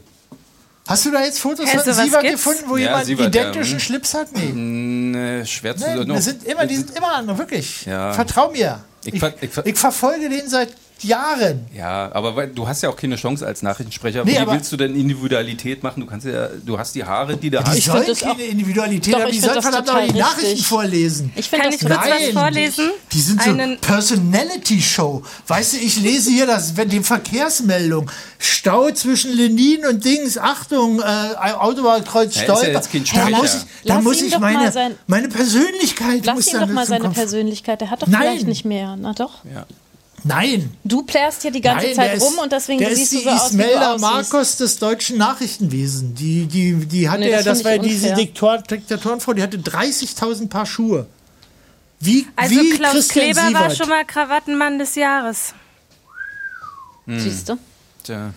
F: Hast du da jetzt Fotos
K: Hä,
F: von
K: sowas
F: Siebert
K: gibt's?
F: gefunden, wo
J: Ja,
F: jemand
J: Siebert,
F: identischen
J: ja, hm.
F: Schlips hat? Nee.
J: Nee, äh, schwer zu
F: Nein,
J: sagen.
F: das sind immer, die sind immer andere, wirklich.
J: Ja.
F: Vertrau mir.
J: Ich, ver- ich, ver-
F: Ich verfolge den seit Jahren.
J: Ja, aber weil- du hast ja auch keine Chance als Nachrichtensprecher.
F: Nee,
J: Wie
F: aber-
J: willst du denn Individualität machen? Du kannst ja, du hast die Haare, die da
F: Die
J: hast.
F: sollen keine Individualität
E: Doch,
F: haben,
E: ich
F: die
E: find
F: sollen
E: das
F: verdammt
E: total
F: aber die
E: richtig.
F: Nachrichten vorlesen.
E: Ich find Kann das ich
O: kurz was vorlesen?
F: Die sind so
O: Einen-
F: Personality-Show. Weißt du, ich lese hier das, wenn die Verkehrsmeldung. Stau zwischen Lenin und Dings. Achtung, äh, Autobahnkreuz
J: Ja, ist ja
F: Stolper.
J: jetzt kein
F: da
J: Sprecher.
F: muss ich, da
E: Lass
F: muss
E: ihn
F: ich
E: doch mal
F: meine,
E: sein-
F: meine Persönlichkeit muss
E: Lass ihn
F: dann
E: doch mal
F: zum
E: seine
F: Kopf-
E: Persönlichkeit. Der hat doch
F: Nein.
E: vielleicht nicht mehr. Na doch.
J: Ja.
F: Nein.
E: Du plärst hier die ganze
F: Nein,
E: Zeit
F: der ist-
E: rum und deswegen
F: der
E: siehst
F: ist die
E: du so aus, wie du
F: Ismelda
E: aussiehst.
F: Marcos des deutschen Nachrichtenwesens. Die, die, die hatte
E: Nee,
F: ja,
E: das
F: das
E: find
F: war ja
E: ich
F: diese
E: unfair.
F: Diktor, Diktatorenfrau, die hatte 30.000 Paar Schuhe. Wie,
O: Also
F: wie
O: Klaus
F: Christian
O: Kleber
F: Siebert.
O: war schon mal Krawattenmann des Jahres.
E: Siehst du?
J: Tja.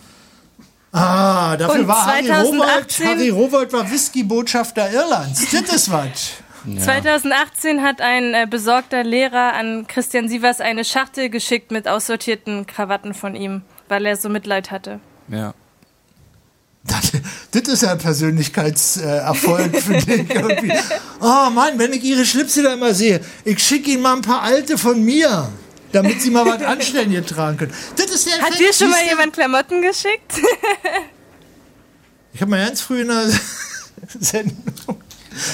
F: Ah, dafür
O: Und
F: war Harry Rowold.
O: 2018
F: Harry Rowold war Whisky-Botschafter Irlands. Das ist was.
O: 2018 hat ein äh, besorgter Lehrer an Christian Sievers eine Schachtel geschickt mit aussortierten Krawatten von ihm, weil er so Mitleid hatte.
J: Ja.
F: Das ist ja ein Persönlichkeitserfolg für dich irgendwie. Oh Mann, wenn ich ihre Schlipse da immer sehe, ich schicke ihnen mal ein paar alte von mir, damit sie mal was anständig tragen können. Das ist der
O: Hat
F: Effekt,
O: dir schon mal
F: siehst du?
O: jemand Klamotten geschickt?
F: Ich habe mal ganz früh in der Sendung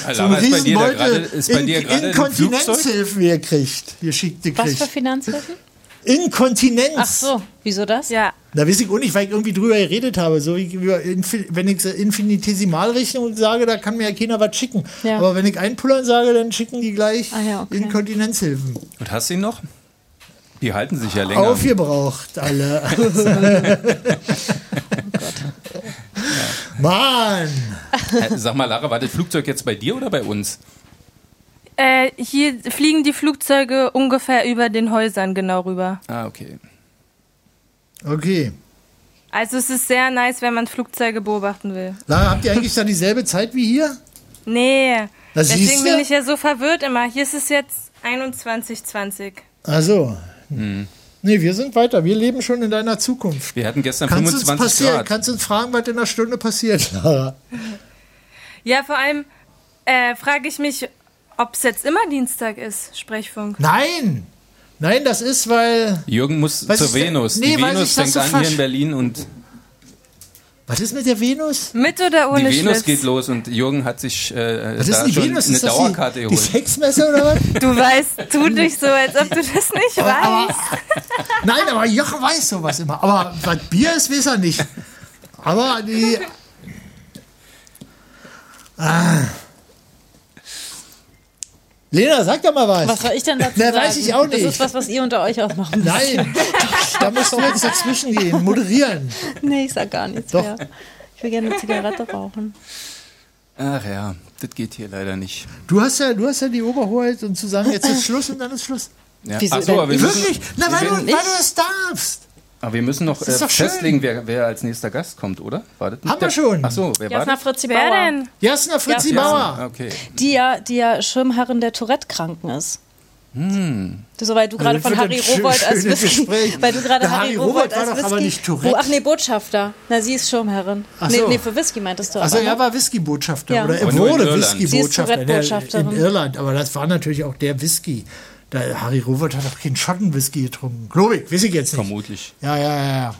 J: Also,
F: so einen
J: aber ist bei dir da
F: Riesenbeutel
J: gerade ist bei dir
F: in,
J: gerade ein Flugzeug?
F: Inkontinenzhilfen gekriegt. Geschickt,
E: Was für
F: gekriegt.
E: Finanzhilfen?
F: Inkontinenz.
E: Ach so, wieso das?
O: Ja.
F: Da weiß ich auch nicht, weil ich irgendwie drüber geredet habe. So wie über Infi- wenn ich so Infinitesimalrechnung sage, da kann mir ja keiner was schicken.
E: Ja.
F: Aber wenn ich einpullern sage, dann schicken die gleich
E: Ah ja, okay.
F: Inkontinenzhilfen.
J: Und hast du ihn noch? Die halten sich ja länger.
F: Aufgebraucht, alle.
E: Oh
F: Mann!
J: Äh, Sag mal, Lara, war das Flugzeug jetzt bei dir oder bei uns?
O: Äh, hier fliegen die Flugzeuge ungefähr über den Häusern genau rüber.
J: Ah, okay.
F: Okay.
O: Also es ist sehr nice, wenn man Flugzeuge beobachten will.
F: Lara, habt ihr eigentlich da dieselbe Zeit wie hier?
O: Nee,
F: Na,
O: deswegen
F: siehste?
O: bin ich ja so verwirrt immer. Hier ist es jetzt 21.20.
F: Also.
J: Hm.
F: Nee, wir sind weiter. Wir leben schon in deiner Zukunft.
J: Wir hatten gestern
F: Kannst uns
J: 25
F: passieren?
J: Grad.
F: Kannst uns fragen, was in einer Stunde passiert, Lara?
O: Ja, vor allem äh, frage ich mich, ob es jetzt immer Dienstag ist, Sprechfunk.
F: Nein! Nein, das ist, weil.
J: Jürgen muss
F: Was
J: zur
F: ist denn-
J: Venus.
F: Nee,
J: die
F: weil sich
J: Venus
F: das
J: fängt
F: so
J: an hier
F: versch-
J: in Berlin und
F: Was ist mit der Venus?
O: Mit oder
J: Die Venus geht los und Jürgen hat sich äh,
F: Was ist
J: da
F: die
J: schon
F: Venus?
J: eine
F: Ist das die-
J: Dauerkarte
F: die
J: geholt.
F: Sexmesser oder was?
O: Du weißt, tu dich so, als ob du das nicht
F: Oh,
O: weißt.
F: Nein, aber Jochen weiß sowas immer. Aber was Bier ist, weiß er nicht. Aber die. Ah. Lena, sag doch mal was.
E: Was soll ich denn dazu
F: Na,
E: sagen?
F: weiß ich auch
E: Das ist
F: nicht.
E: was, was ihr unter euch ausmachen müsst.
F: Nein, da musst du jetzt dazwischen gehen, moderieren.
E: Nee, ich sag gar nichts
F: Doch.
E: mehr. Ich will gerne eine Zigarette rauchen.
J: Ach ja, das geht hier leider nicht.
F: Du hast ja, du hast ja die Oberhoheit und zu sagen, jetzt ist Schluss und dann ist Schluss.
J: Ja.
F: Wieso
J: Ach so,
F: denn?
J: aber wir müssen-
F: Wirklich? Na, weil
J: wir
F: du, weil
J: werden-
F: du das darfst.
J: Aber wir müssen noch äh,
F: Das ist doch schön.
J: festlegen, wer, wer als nächster Gast kommt, oder? Wartet
F: Haben wir schon.
J: Ach so, wer war das?
E: Fritzi
O: Wer denn?
F: Jasna Fritzi Bauer.
J: Okay.
E: Die ja, die ja Schirmherrin der Tourette-Kranken ist.
J: Hm.
E: So, weil du
J: Also
E: gerade
J: das
E: von
J: wird ein
E: Harry
J: schön-
E: Rowold als
J: schönes
E: Whisky,
J: Gespräch.
E: weil du gerade
J: Der
E: Harry,
J: Harry
E: Rowold
J: Rowold war
E: als
J: doch
E: Whisky,
J: aber nicht Tourette.
E: Oh, ach nee, Botschafter. Na, sie ist Schirmherrin.
F: Ach
E: nee,
F: so.
E: nee, für Whisky meintest du.
F: Also
E: aber,
F: er
E: ne?
F: war Whisky-Botschafter
E: Ja.
F: oder er
E: Aber nur in
F: wurde
E: Irland. Sie ist
F: Whisky-Botschafter
E: Tourette-Botschafterin.
F: in Irland, aber das war natürlich auch der Whisky. Da, Harry Robert hat auch keinen Schotten-Whisky getrunken. Glaube ich, weiß ich jetzt nicht.
J: Vermutlich.
F: Ja, ja, ja, ja.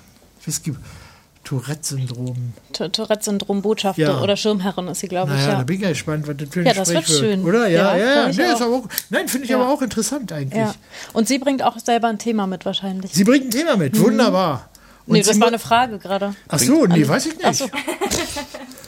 F: Whisky-Tourette-Syndrom.
E: T- Tourette-Syndrom Botschafter
F: Ja.
E: oder Schirmherrin ist sie, glaube ich,
F: Naja,
E: ja.
F: da bin ich ja gespannt, was das für ein
E: Ja, das wird
F: Gespräch wird.
E: schön.
F: Oder? Ja, ja, ja.
E: Ja, glaub ich
F: Nee, ist
E: auch.
F: aber auch nein, finde ich
E: Ja.
F: aber auch interessant eigentlich.
E: ja. Und sie bringt auch selber ein Thema mit wahrscheinlich.
F: Sie bringt ein Thema mit,
E: Mhm.
F: wunderbar.
E: nee,
F: sie
E: das war
F: mu-
E: eine Frage gerade.
F: Ach so, nee, weiß ich
E: Ach
F: nicht.
E: so.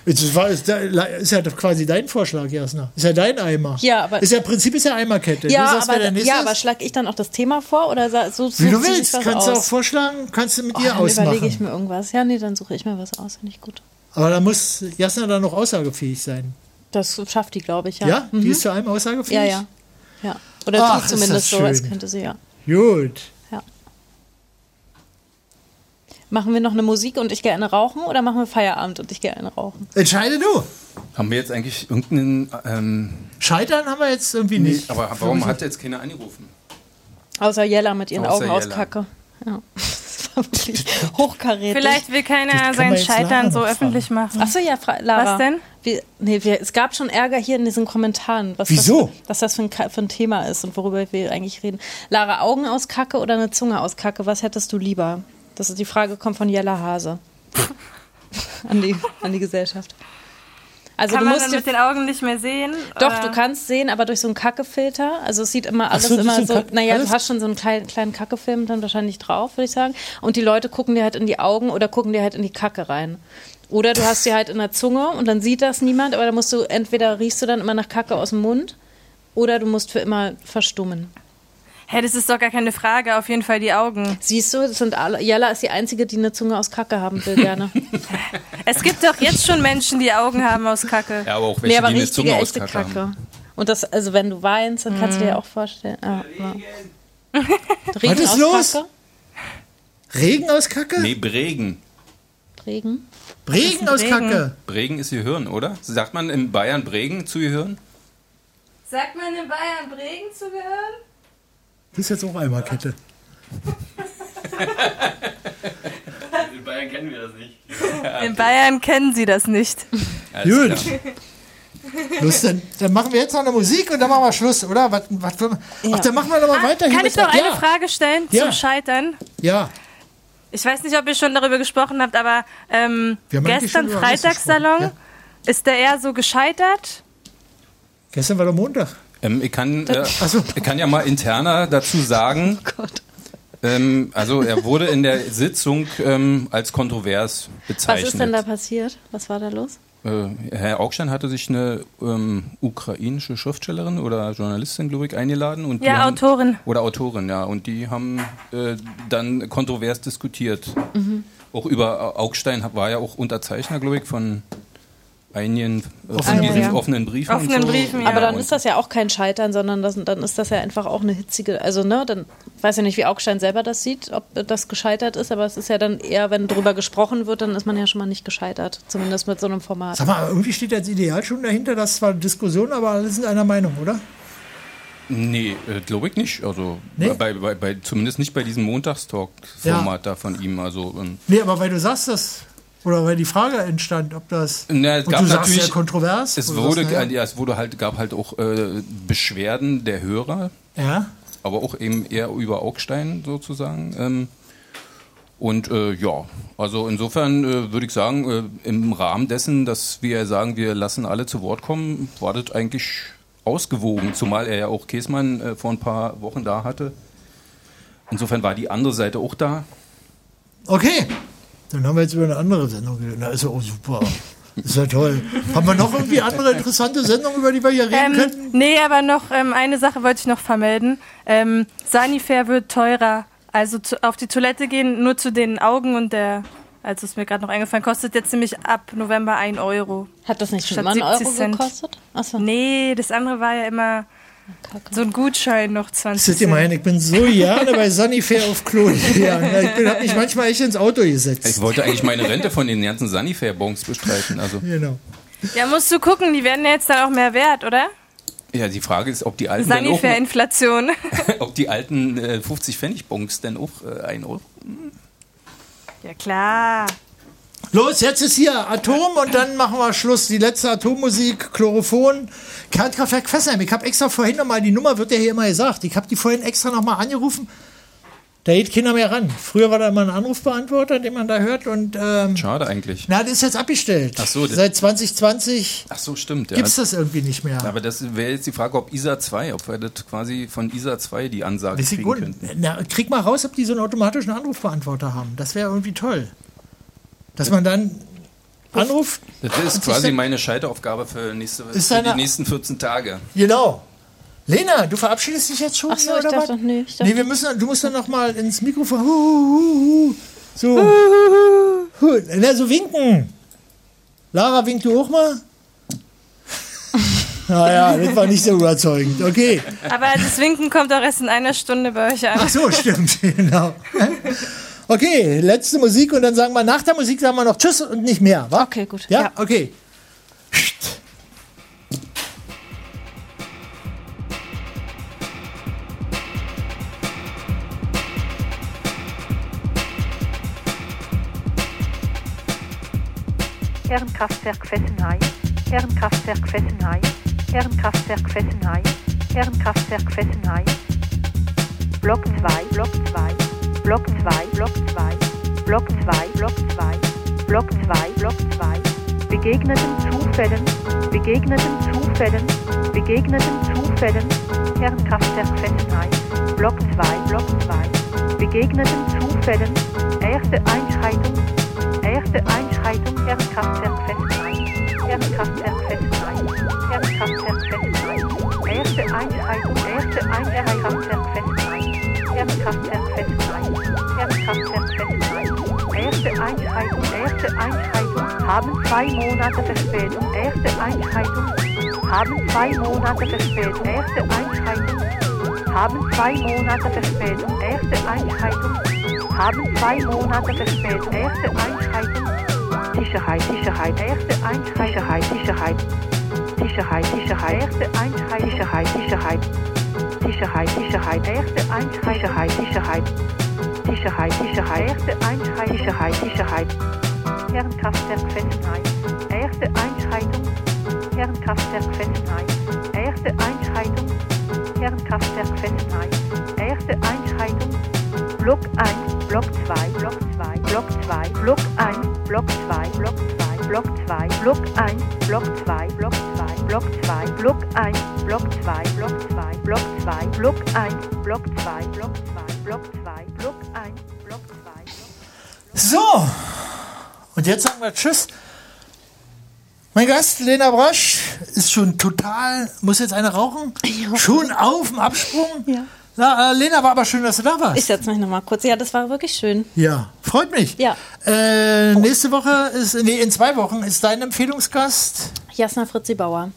F: Das war, ist, ist ja quasi dein Vorschlag, Jasna. Ist ja dein Eimer.
E: Ja, aber-
F: Ist ja Prinzip ist ja Eimerkette. du
E: Ja
F: sagst, wer
E: aber,
F: der nächste
E: ja,
F: ist.
E: aber schlag ich dann auch das Thema vor oder sa- so
F: Wie du
E: sucht sie sich
F: willst,
E: was
F: kannst du
E: aus?
F: auch vorschlagen, kannst du mit
E: Oh,
F: ihr
E: dann überlege ich
F: ausmachen.
E: mir irgendwas. Ja, nee, dann suche ich mir was aus, finde ich gut.
F: Aber da muss Jasna dann noch aussagefähig sein.
E: Das schafft die, glaube ich, ja.
F: Ja? Die
E: Mhm.
F: ist zu allem aussagefähig?
E: Ja, ja. ja. Oder
F: Ach,
E: tut
F: ist
E: zumindest
F: das
E: so, als
F: schön.
E: könnte sie, ja.
F: Gut.
E: Machen wir noch eine Musik und ich gehe eine rauchen oder machen wir Feierabend und ich gehe eine rauchen?
F: Entscheide du.
J: Haben wir jetzt eigentlich irgendeinen. Ähm,
F: Scheitern haben wir jetzt irgendwie
J: nee,
F: nicht.
J: aber warum hat jetzt keiner angerufen?
E: Außer Jella mit ihren
J: Außer
E: Augen aus
J: Jella.
E: Kacke. Ja. Das war wirklich hochkarätig.
O: Vielleicht will keiner sein Scheitern so öffentlich machen.
E: Achso, ja, Fra Lara.
O: Was denn?
E: Wir, nee, wir, es gab schon Ärger hier in diesen Kommentaren, was
F: Wieso?
E: Das, was das für ein, Ka- für ein Thema ist und worüber wir eigentlich reden. Lara, Augen aus Kacke oder eine Zunge aus Kacke? Was hättest du lieber? Das ist die Frage, kommt von Jella Hase. an, die, an die Gesellschaft. Also
O: Kann
E: du
O: man
E: musst
O: dann
E: dir-
O: mit den Augen nicht mehr sehen?
E: Doch,
O: oder?
E: du kannst sehen, aber durch so einen Kackefilter. Also es sieht immer
O: Ähm. Ach
E: alles
O: so, durch so
E: immer
O: einen
E: so.
O: Kack-
E: naja,
O: alles?
E: du hast schon so einen kleinen, kleinen Kackefilm dann wahrscheinlich drauf, würde ich sagen. Und die Leute gucken dir halt in die Augen oder gucken dir halt in die Kacke rein. Oder du hast sie halt in der Zunge und dann sieht das niemand, aber da musst du, entweder riechst du dann immer nach Kacke aus dem Mund oder du musst für immer verstummen.
O: Hä, das ist doch gar keine Frage, auf jeden Fall die Augen.
E: Siehst du, das sind alle, Jella ist die Einzige, die eine Zunge aus Kacke haben will, gerne.
O: Es gibt doch jetzt schon Menschen, die Augen haben aus Kacke.
J: Ja, aber auch
E: nee, aber richtige, echte Kacke. Und das, also wenn du weinst, dann kannst du
O: Mhm.
E: dir ja auch vorstellen. Ah, ja. Regen
F: ist
E: aus
F: los?
E: Kacke?
F: Regen aus Kacke?
J: Nee, Bregen.
E: Regen?
F: Regen aus Kacke.
J: Bregen ist Gehirn, oder? Sagt man in Bayern Bregen zu Gehirn?
O: Sagt man in Bayern Bregen zu gehören?
F: Das ist jetzt auch Eimerkette.
P: In Bayern kennen wir das nicht.
O: In Bayern kennen sie das nicht.
F: Alles Gut. Lust, dann, dann machen wir jetzt noch eine Musik und dann machen wir Schluss, oder? Was, was, wollen wir- Ach, dann machen wir nochmal mal weiter. hier
O: Ah, Kann
F: mit
O: ich noch
F: der-
O: eine Frage stellen
F: Ja.
O: zum Scheitern?
F: Ja.
O: Ich weiß nicht, ob ihr schon darüber gesprochen habt, aber ähm,
F: Wir haben eigentlich schon
O: gestern
F: über alles
O: Freitagssalon, ist der eher so gescheitert?
F: Gestern war doch Montag.
J: Ähm, ich, kann, äh, ich kann ja mal interner dazu sagen.
E: Oh
J: Ähm, also er wurde in der Sitzung ähm, als kontrovers
E: Was
J: bezeichnet.
E: ist denn da passiert? Was war da los?
J: Äh, Herr Augstein hatte sich eine ähm, ukrainische Schriftstellerin oder Journalistin, glaube ich, eingeladen. Und die
O: Ja,
J: haben,
O: Autorin.
J: Oder Autorin, ja. Und die haben äh, dann kontrovers diskutiert.
O: Mhm.
J: Auch über Au- Augstein hab- war ja auch Unterzeichner, glaube ich, von einigen äh,
E: Offenen
J: von diesen
E: Briefen.
J: offenen Briefen. und so.
E: Aber dann
J: Und
E: ist das ja auch kein Scheitern, sondern das, dann ist das ja einfach auch eine hitzige. Also, ne, dann weiß ja nicht, wie Augstein selber das sieht, ob das gescheitert ist, aber es ist ja dann eher, wenn drüber gesprochen wird, dann ist man ja schon mal nicht gescheitert. Zumindest mit so einem Format.
F: Sag mal, irgendwie steht als Ideal schon dahinter, dass zwar Diskussion, aber alle sind einer Meinung, oder?
J: Nee, äh, glaube ich nicht. Also bei, bei, bei, zumindest nicht bei diesem Montagstalk-Format da von ihm. Also ähm,
F: Nee, aber weil du sagst das, oder weil die Frage entstand, ob das.
J: Na, es
F: und
J: gab
F: du sagst
J: natürlich-
F: ja kontrovers.
J: es
F: oder
J: wurde,
F: was, naja.
J: ja, es wurde halt, gab halt auch äh, Beschwerden der Hörer,
F: Ja.
J: aber auch eben eher über Augstein sozusagen. Ähm, Und äh, ja, also insofern äh, würde ich sagen, äh, im Rahmen dessen, dass wir sagen, wir lassen alle zu Wort kommen, war das eigentlich ausgewogen, zumal er ja auch Käsmann äh, vor ein paar Wochen da hatte. Insofern war die andere Seite auch da.
F: Okay, dann haben wir jetzt über eine andere Sendung geredet. Na, ist ja auch super. Ist ja toll. Haben wir noch irgendwie andere interessante Sendungen, über die wir hier reden
O: Ähm,
F: können?
O: nee, aber noch ähm, eine Sache wollte ich noch vermelden. Ähm, Sanifair wird teurer. Also zu, auf die Toilette gehen, nur zu den Augen und der, also ist mir gerade noch eingefallen, kostet jetzt nämlich ab November 1 Euro.
E: Hat das nicht schon
O: Statt
E: mal einen
O: 70
E: Euro
O: Cent.
E: gekostet?
O: Nee, das andere war ja immer so ein Gutschein noch 20
F: Seht ihr
O: Cent.
F: mal hin, ich bin so gerne bei Sunnyfair auf Klo gegangen. Ich bin- hab mich manchmal echt ins Auto gesetzt.
J: Ich wollte eigentlich meine Rente von den ganzen Sanifair-Bons bestreiten. Also,
F: Genau.
O: Ja, musst du gucken, die werden ja jetzt dann auch mehr wert, oder?
J: ja, die Frage ist, ob die alten, dann auch,
O: Sanifair-Inflation.
J: ob die alten äh, 50-Pfennig-Bons denn auch äh, ein Euro
O: ja, klar.
F: Los, jetzt ist hier Atom und dann machen wir Schluss. Die letzte Atommusik, Chlorophon, Kernkraftwerk Fessenheim. Ich habe extra vorhin nochmal, die Nummer wird ja hier immer gesagt, ich habe die vorhin extra nochmal angerufen. Da geht keiner mehr ran. Früher war da immer ein Anrufbeantworter, den man da hört und ähm,
J: Schade eigentlich.
F: na, das ist jetzt abgestellt.
J: Ach so, das-
F: Seit 2020
J: Ach so, stimmt.
F: gibt's das irgendwie nicht mehr.
J: Aber das wäre jetzt die Frage, ob ISA 2, ob wir das quasi von ISA 2 die Ansage
F: Weiß ich
J: kriegen
F: gut.
J: könnten.
F: Na, krieg mal raus, ob die so einen automatischen Anrufbeantworter haben. Das wäre irgendwie toll. Dass man dann Anruf.
J: Das ist quasi meine Scheiteraufgabe für, nächste,
F: Ist
J: für die
F: eine-
J: nächsten 14 Tage.
F: Genau. Lena, du verabschiedest dich jetzt schon?
E: Ach so,
F: oder
E: ich dachte,
F: was?
E: nee, ich dachte-
F: nee, wir müssen, du musst dann noch mal ins Mikrofon. Hu, hu, hu, hu. So. Hu. Na, so winken. Lara, wink du auch mal? naja, das war nicht so überzeugend. Okay.
O: Aber das Winken kommt auch erst in einer Stunde bei euch an.
F: Ach so, stimmt, genau. Okay, letzte Musik und dann sagen wir nach der Musik sagen wir noch Tschüss und nicht mehr, wa? Okay, gut. Ja,
O: Ja.
F: okay.
M: Kernkraftwerk Fessenheim, Kernkraftwerk Fessenheim, Kernkraftwerk Fessenheim, Kernkraftwerk Fessenheim. Block 2, Block 2, Block 2, Block 2, Block 2, Block 2, Block 2, Block 2. Begegneten Zufällen, begegneten Zufällen, begegneten Zufällen. Kernkraftwerk Fessenheim, Block 2, Block 2. Begegneten Zufällen, erste Einschreitung, erste Einschreitung, Kernkraftwerk Fessenheim, Kernkraftwerk Fessenheim, Kernkraftwerk Fessenheim. Erste Einschreitung, erste Einschreitung, Kernkraftwerk Fessenheim, Kernkraftwerk Fessenheim. Erste Einschreitung, erste Einschreitung, haben zwei Monate Verspätung. Erste Einschreitung, haben zwei Monate Verspätung. Erste Einschreitung, haben zwei Monate Verspätung. Erste Einschreitung, haben zwei Monate Verspätung. Erste Einschreitung, Sicherheit, Sicherheit, erste Einschreitung, Sicherheit, Sicherheit. Sicherheit, Sicherheit, erste Einschreitung, Sicherheit, Sicherheit. Sicherheit, Sicherheit, erste Einschreitung, Sicherheit, Sicherheit. Sicherheit, Sicherheit, erste Einschreitung, Sicherheit, Sicherheit. Kernkraftwerk Fessenheim, erste Einschreitung, Kernkraftwerk Fessenheim, erste Einschreitung, Kernkraftwerk Fessenheim, erste Einschreitung, Block 1, Block 2, Block 2, Block 2, Block 1, Block 2, Block 2, Block 2, Block 1, Block 2, Block 2, Block 2, Block 1, Block 2, Block 2, Block 2, Block 1, Block 2, Block 2, Block 2, Block 1, Block 2.
F: So. Und jetzt sagen wir Tschüss. Mein Gast, Lena Brosch, ist schon total. Muss jetzt eine rauchen? Schon auf dem Absprung? Ja. Na, äh, Lena, war aber schön, dass du da warst.
E: Ich setze mich nochmal kurz. Ja, das war wirklich schön.
F: Ja, freut mich. Ja. Äh, nächste Woche ist, nee, in zwei Wochen ist dein Empfehlungsgast,
E: Jasna Fritzi Bauer.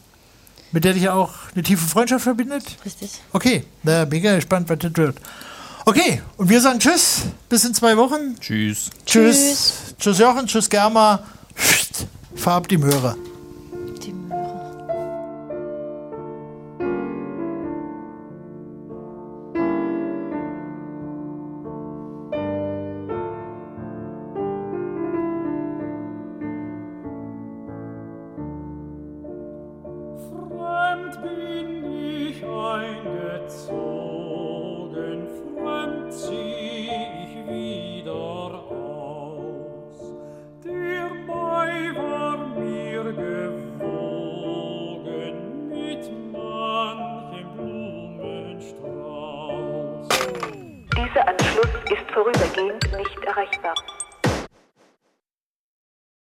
F: mit der dich ja auch eine tiefe Freundschaft verbindet.
E: Richtig.
F: Okay, da bin ich ja gespannt, was das wird. Okay, und wir sagen Tschüss, bis in zwei Wochen.
J: Tschüss.
F: Tschüss. Tschüss Jochen, tschüss Germa. Psst, Farb die Möhre.
K: Fremd bin ich eingezogen, fremd zieh ich wieder
M: Nächster Anschluss ist vorübergehend nicht erreichbar.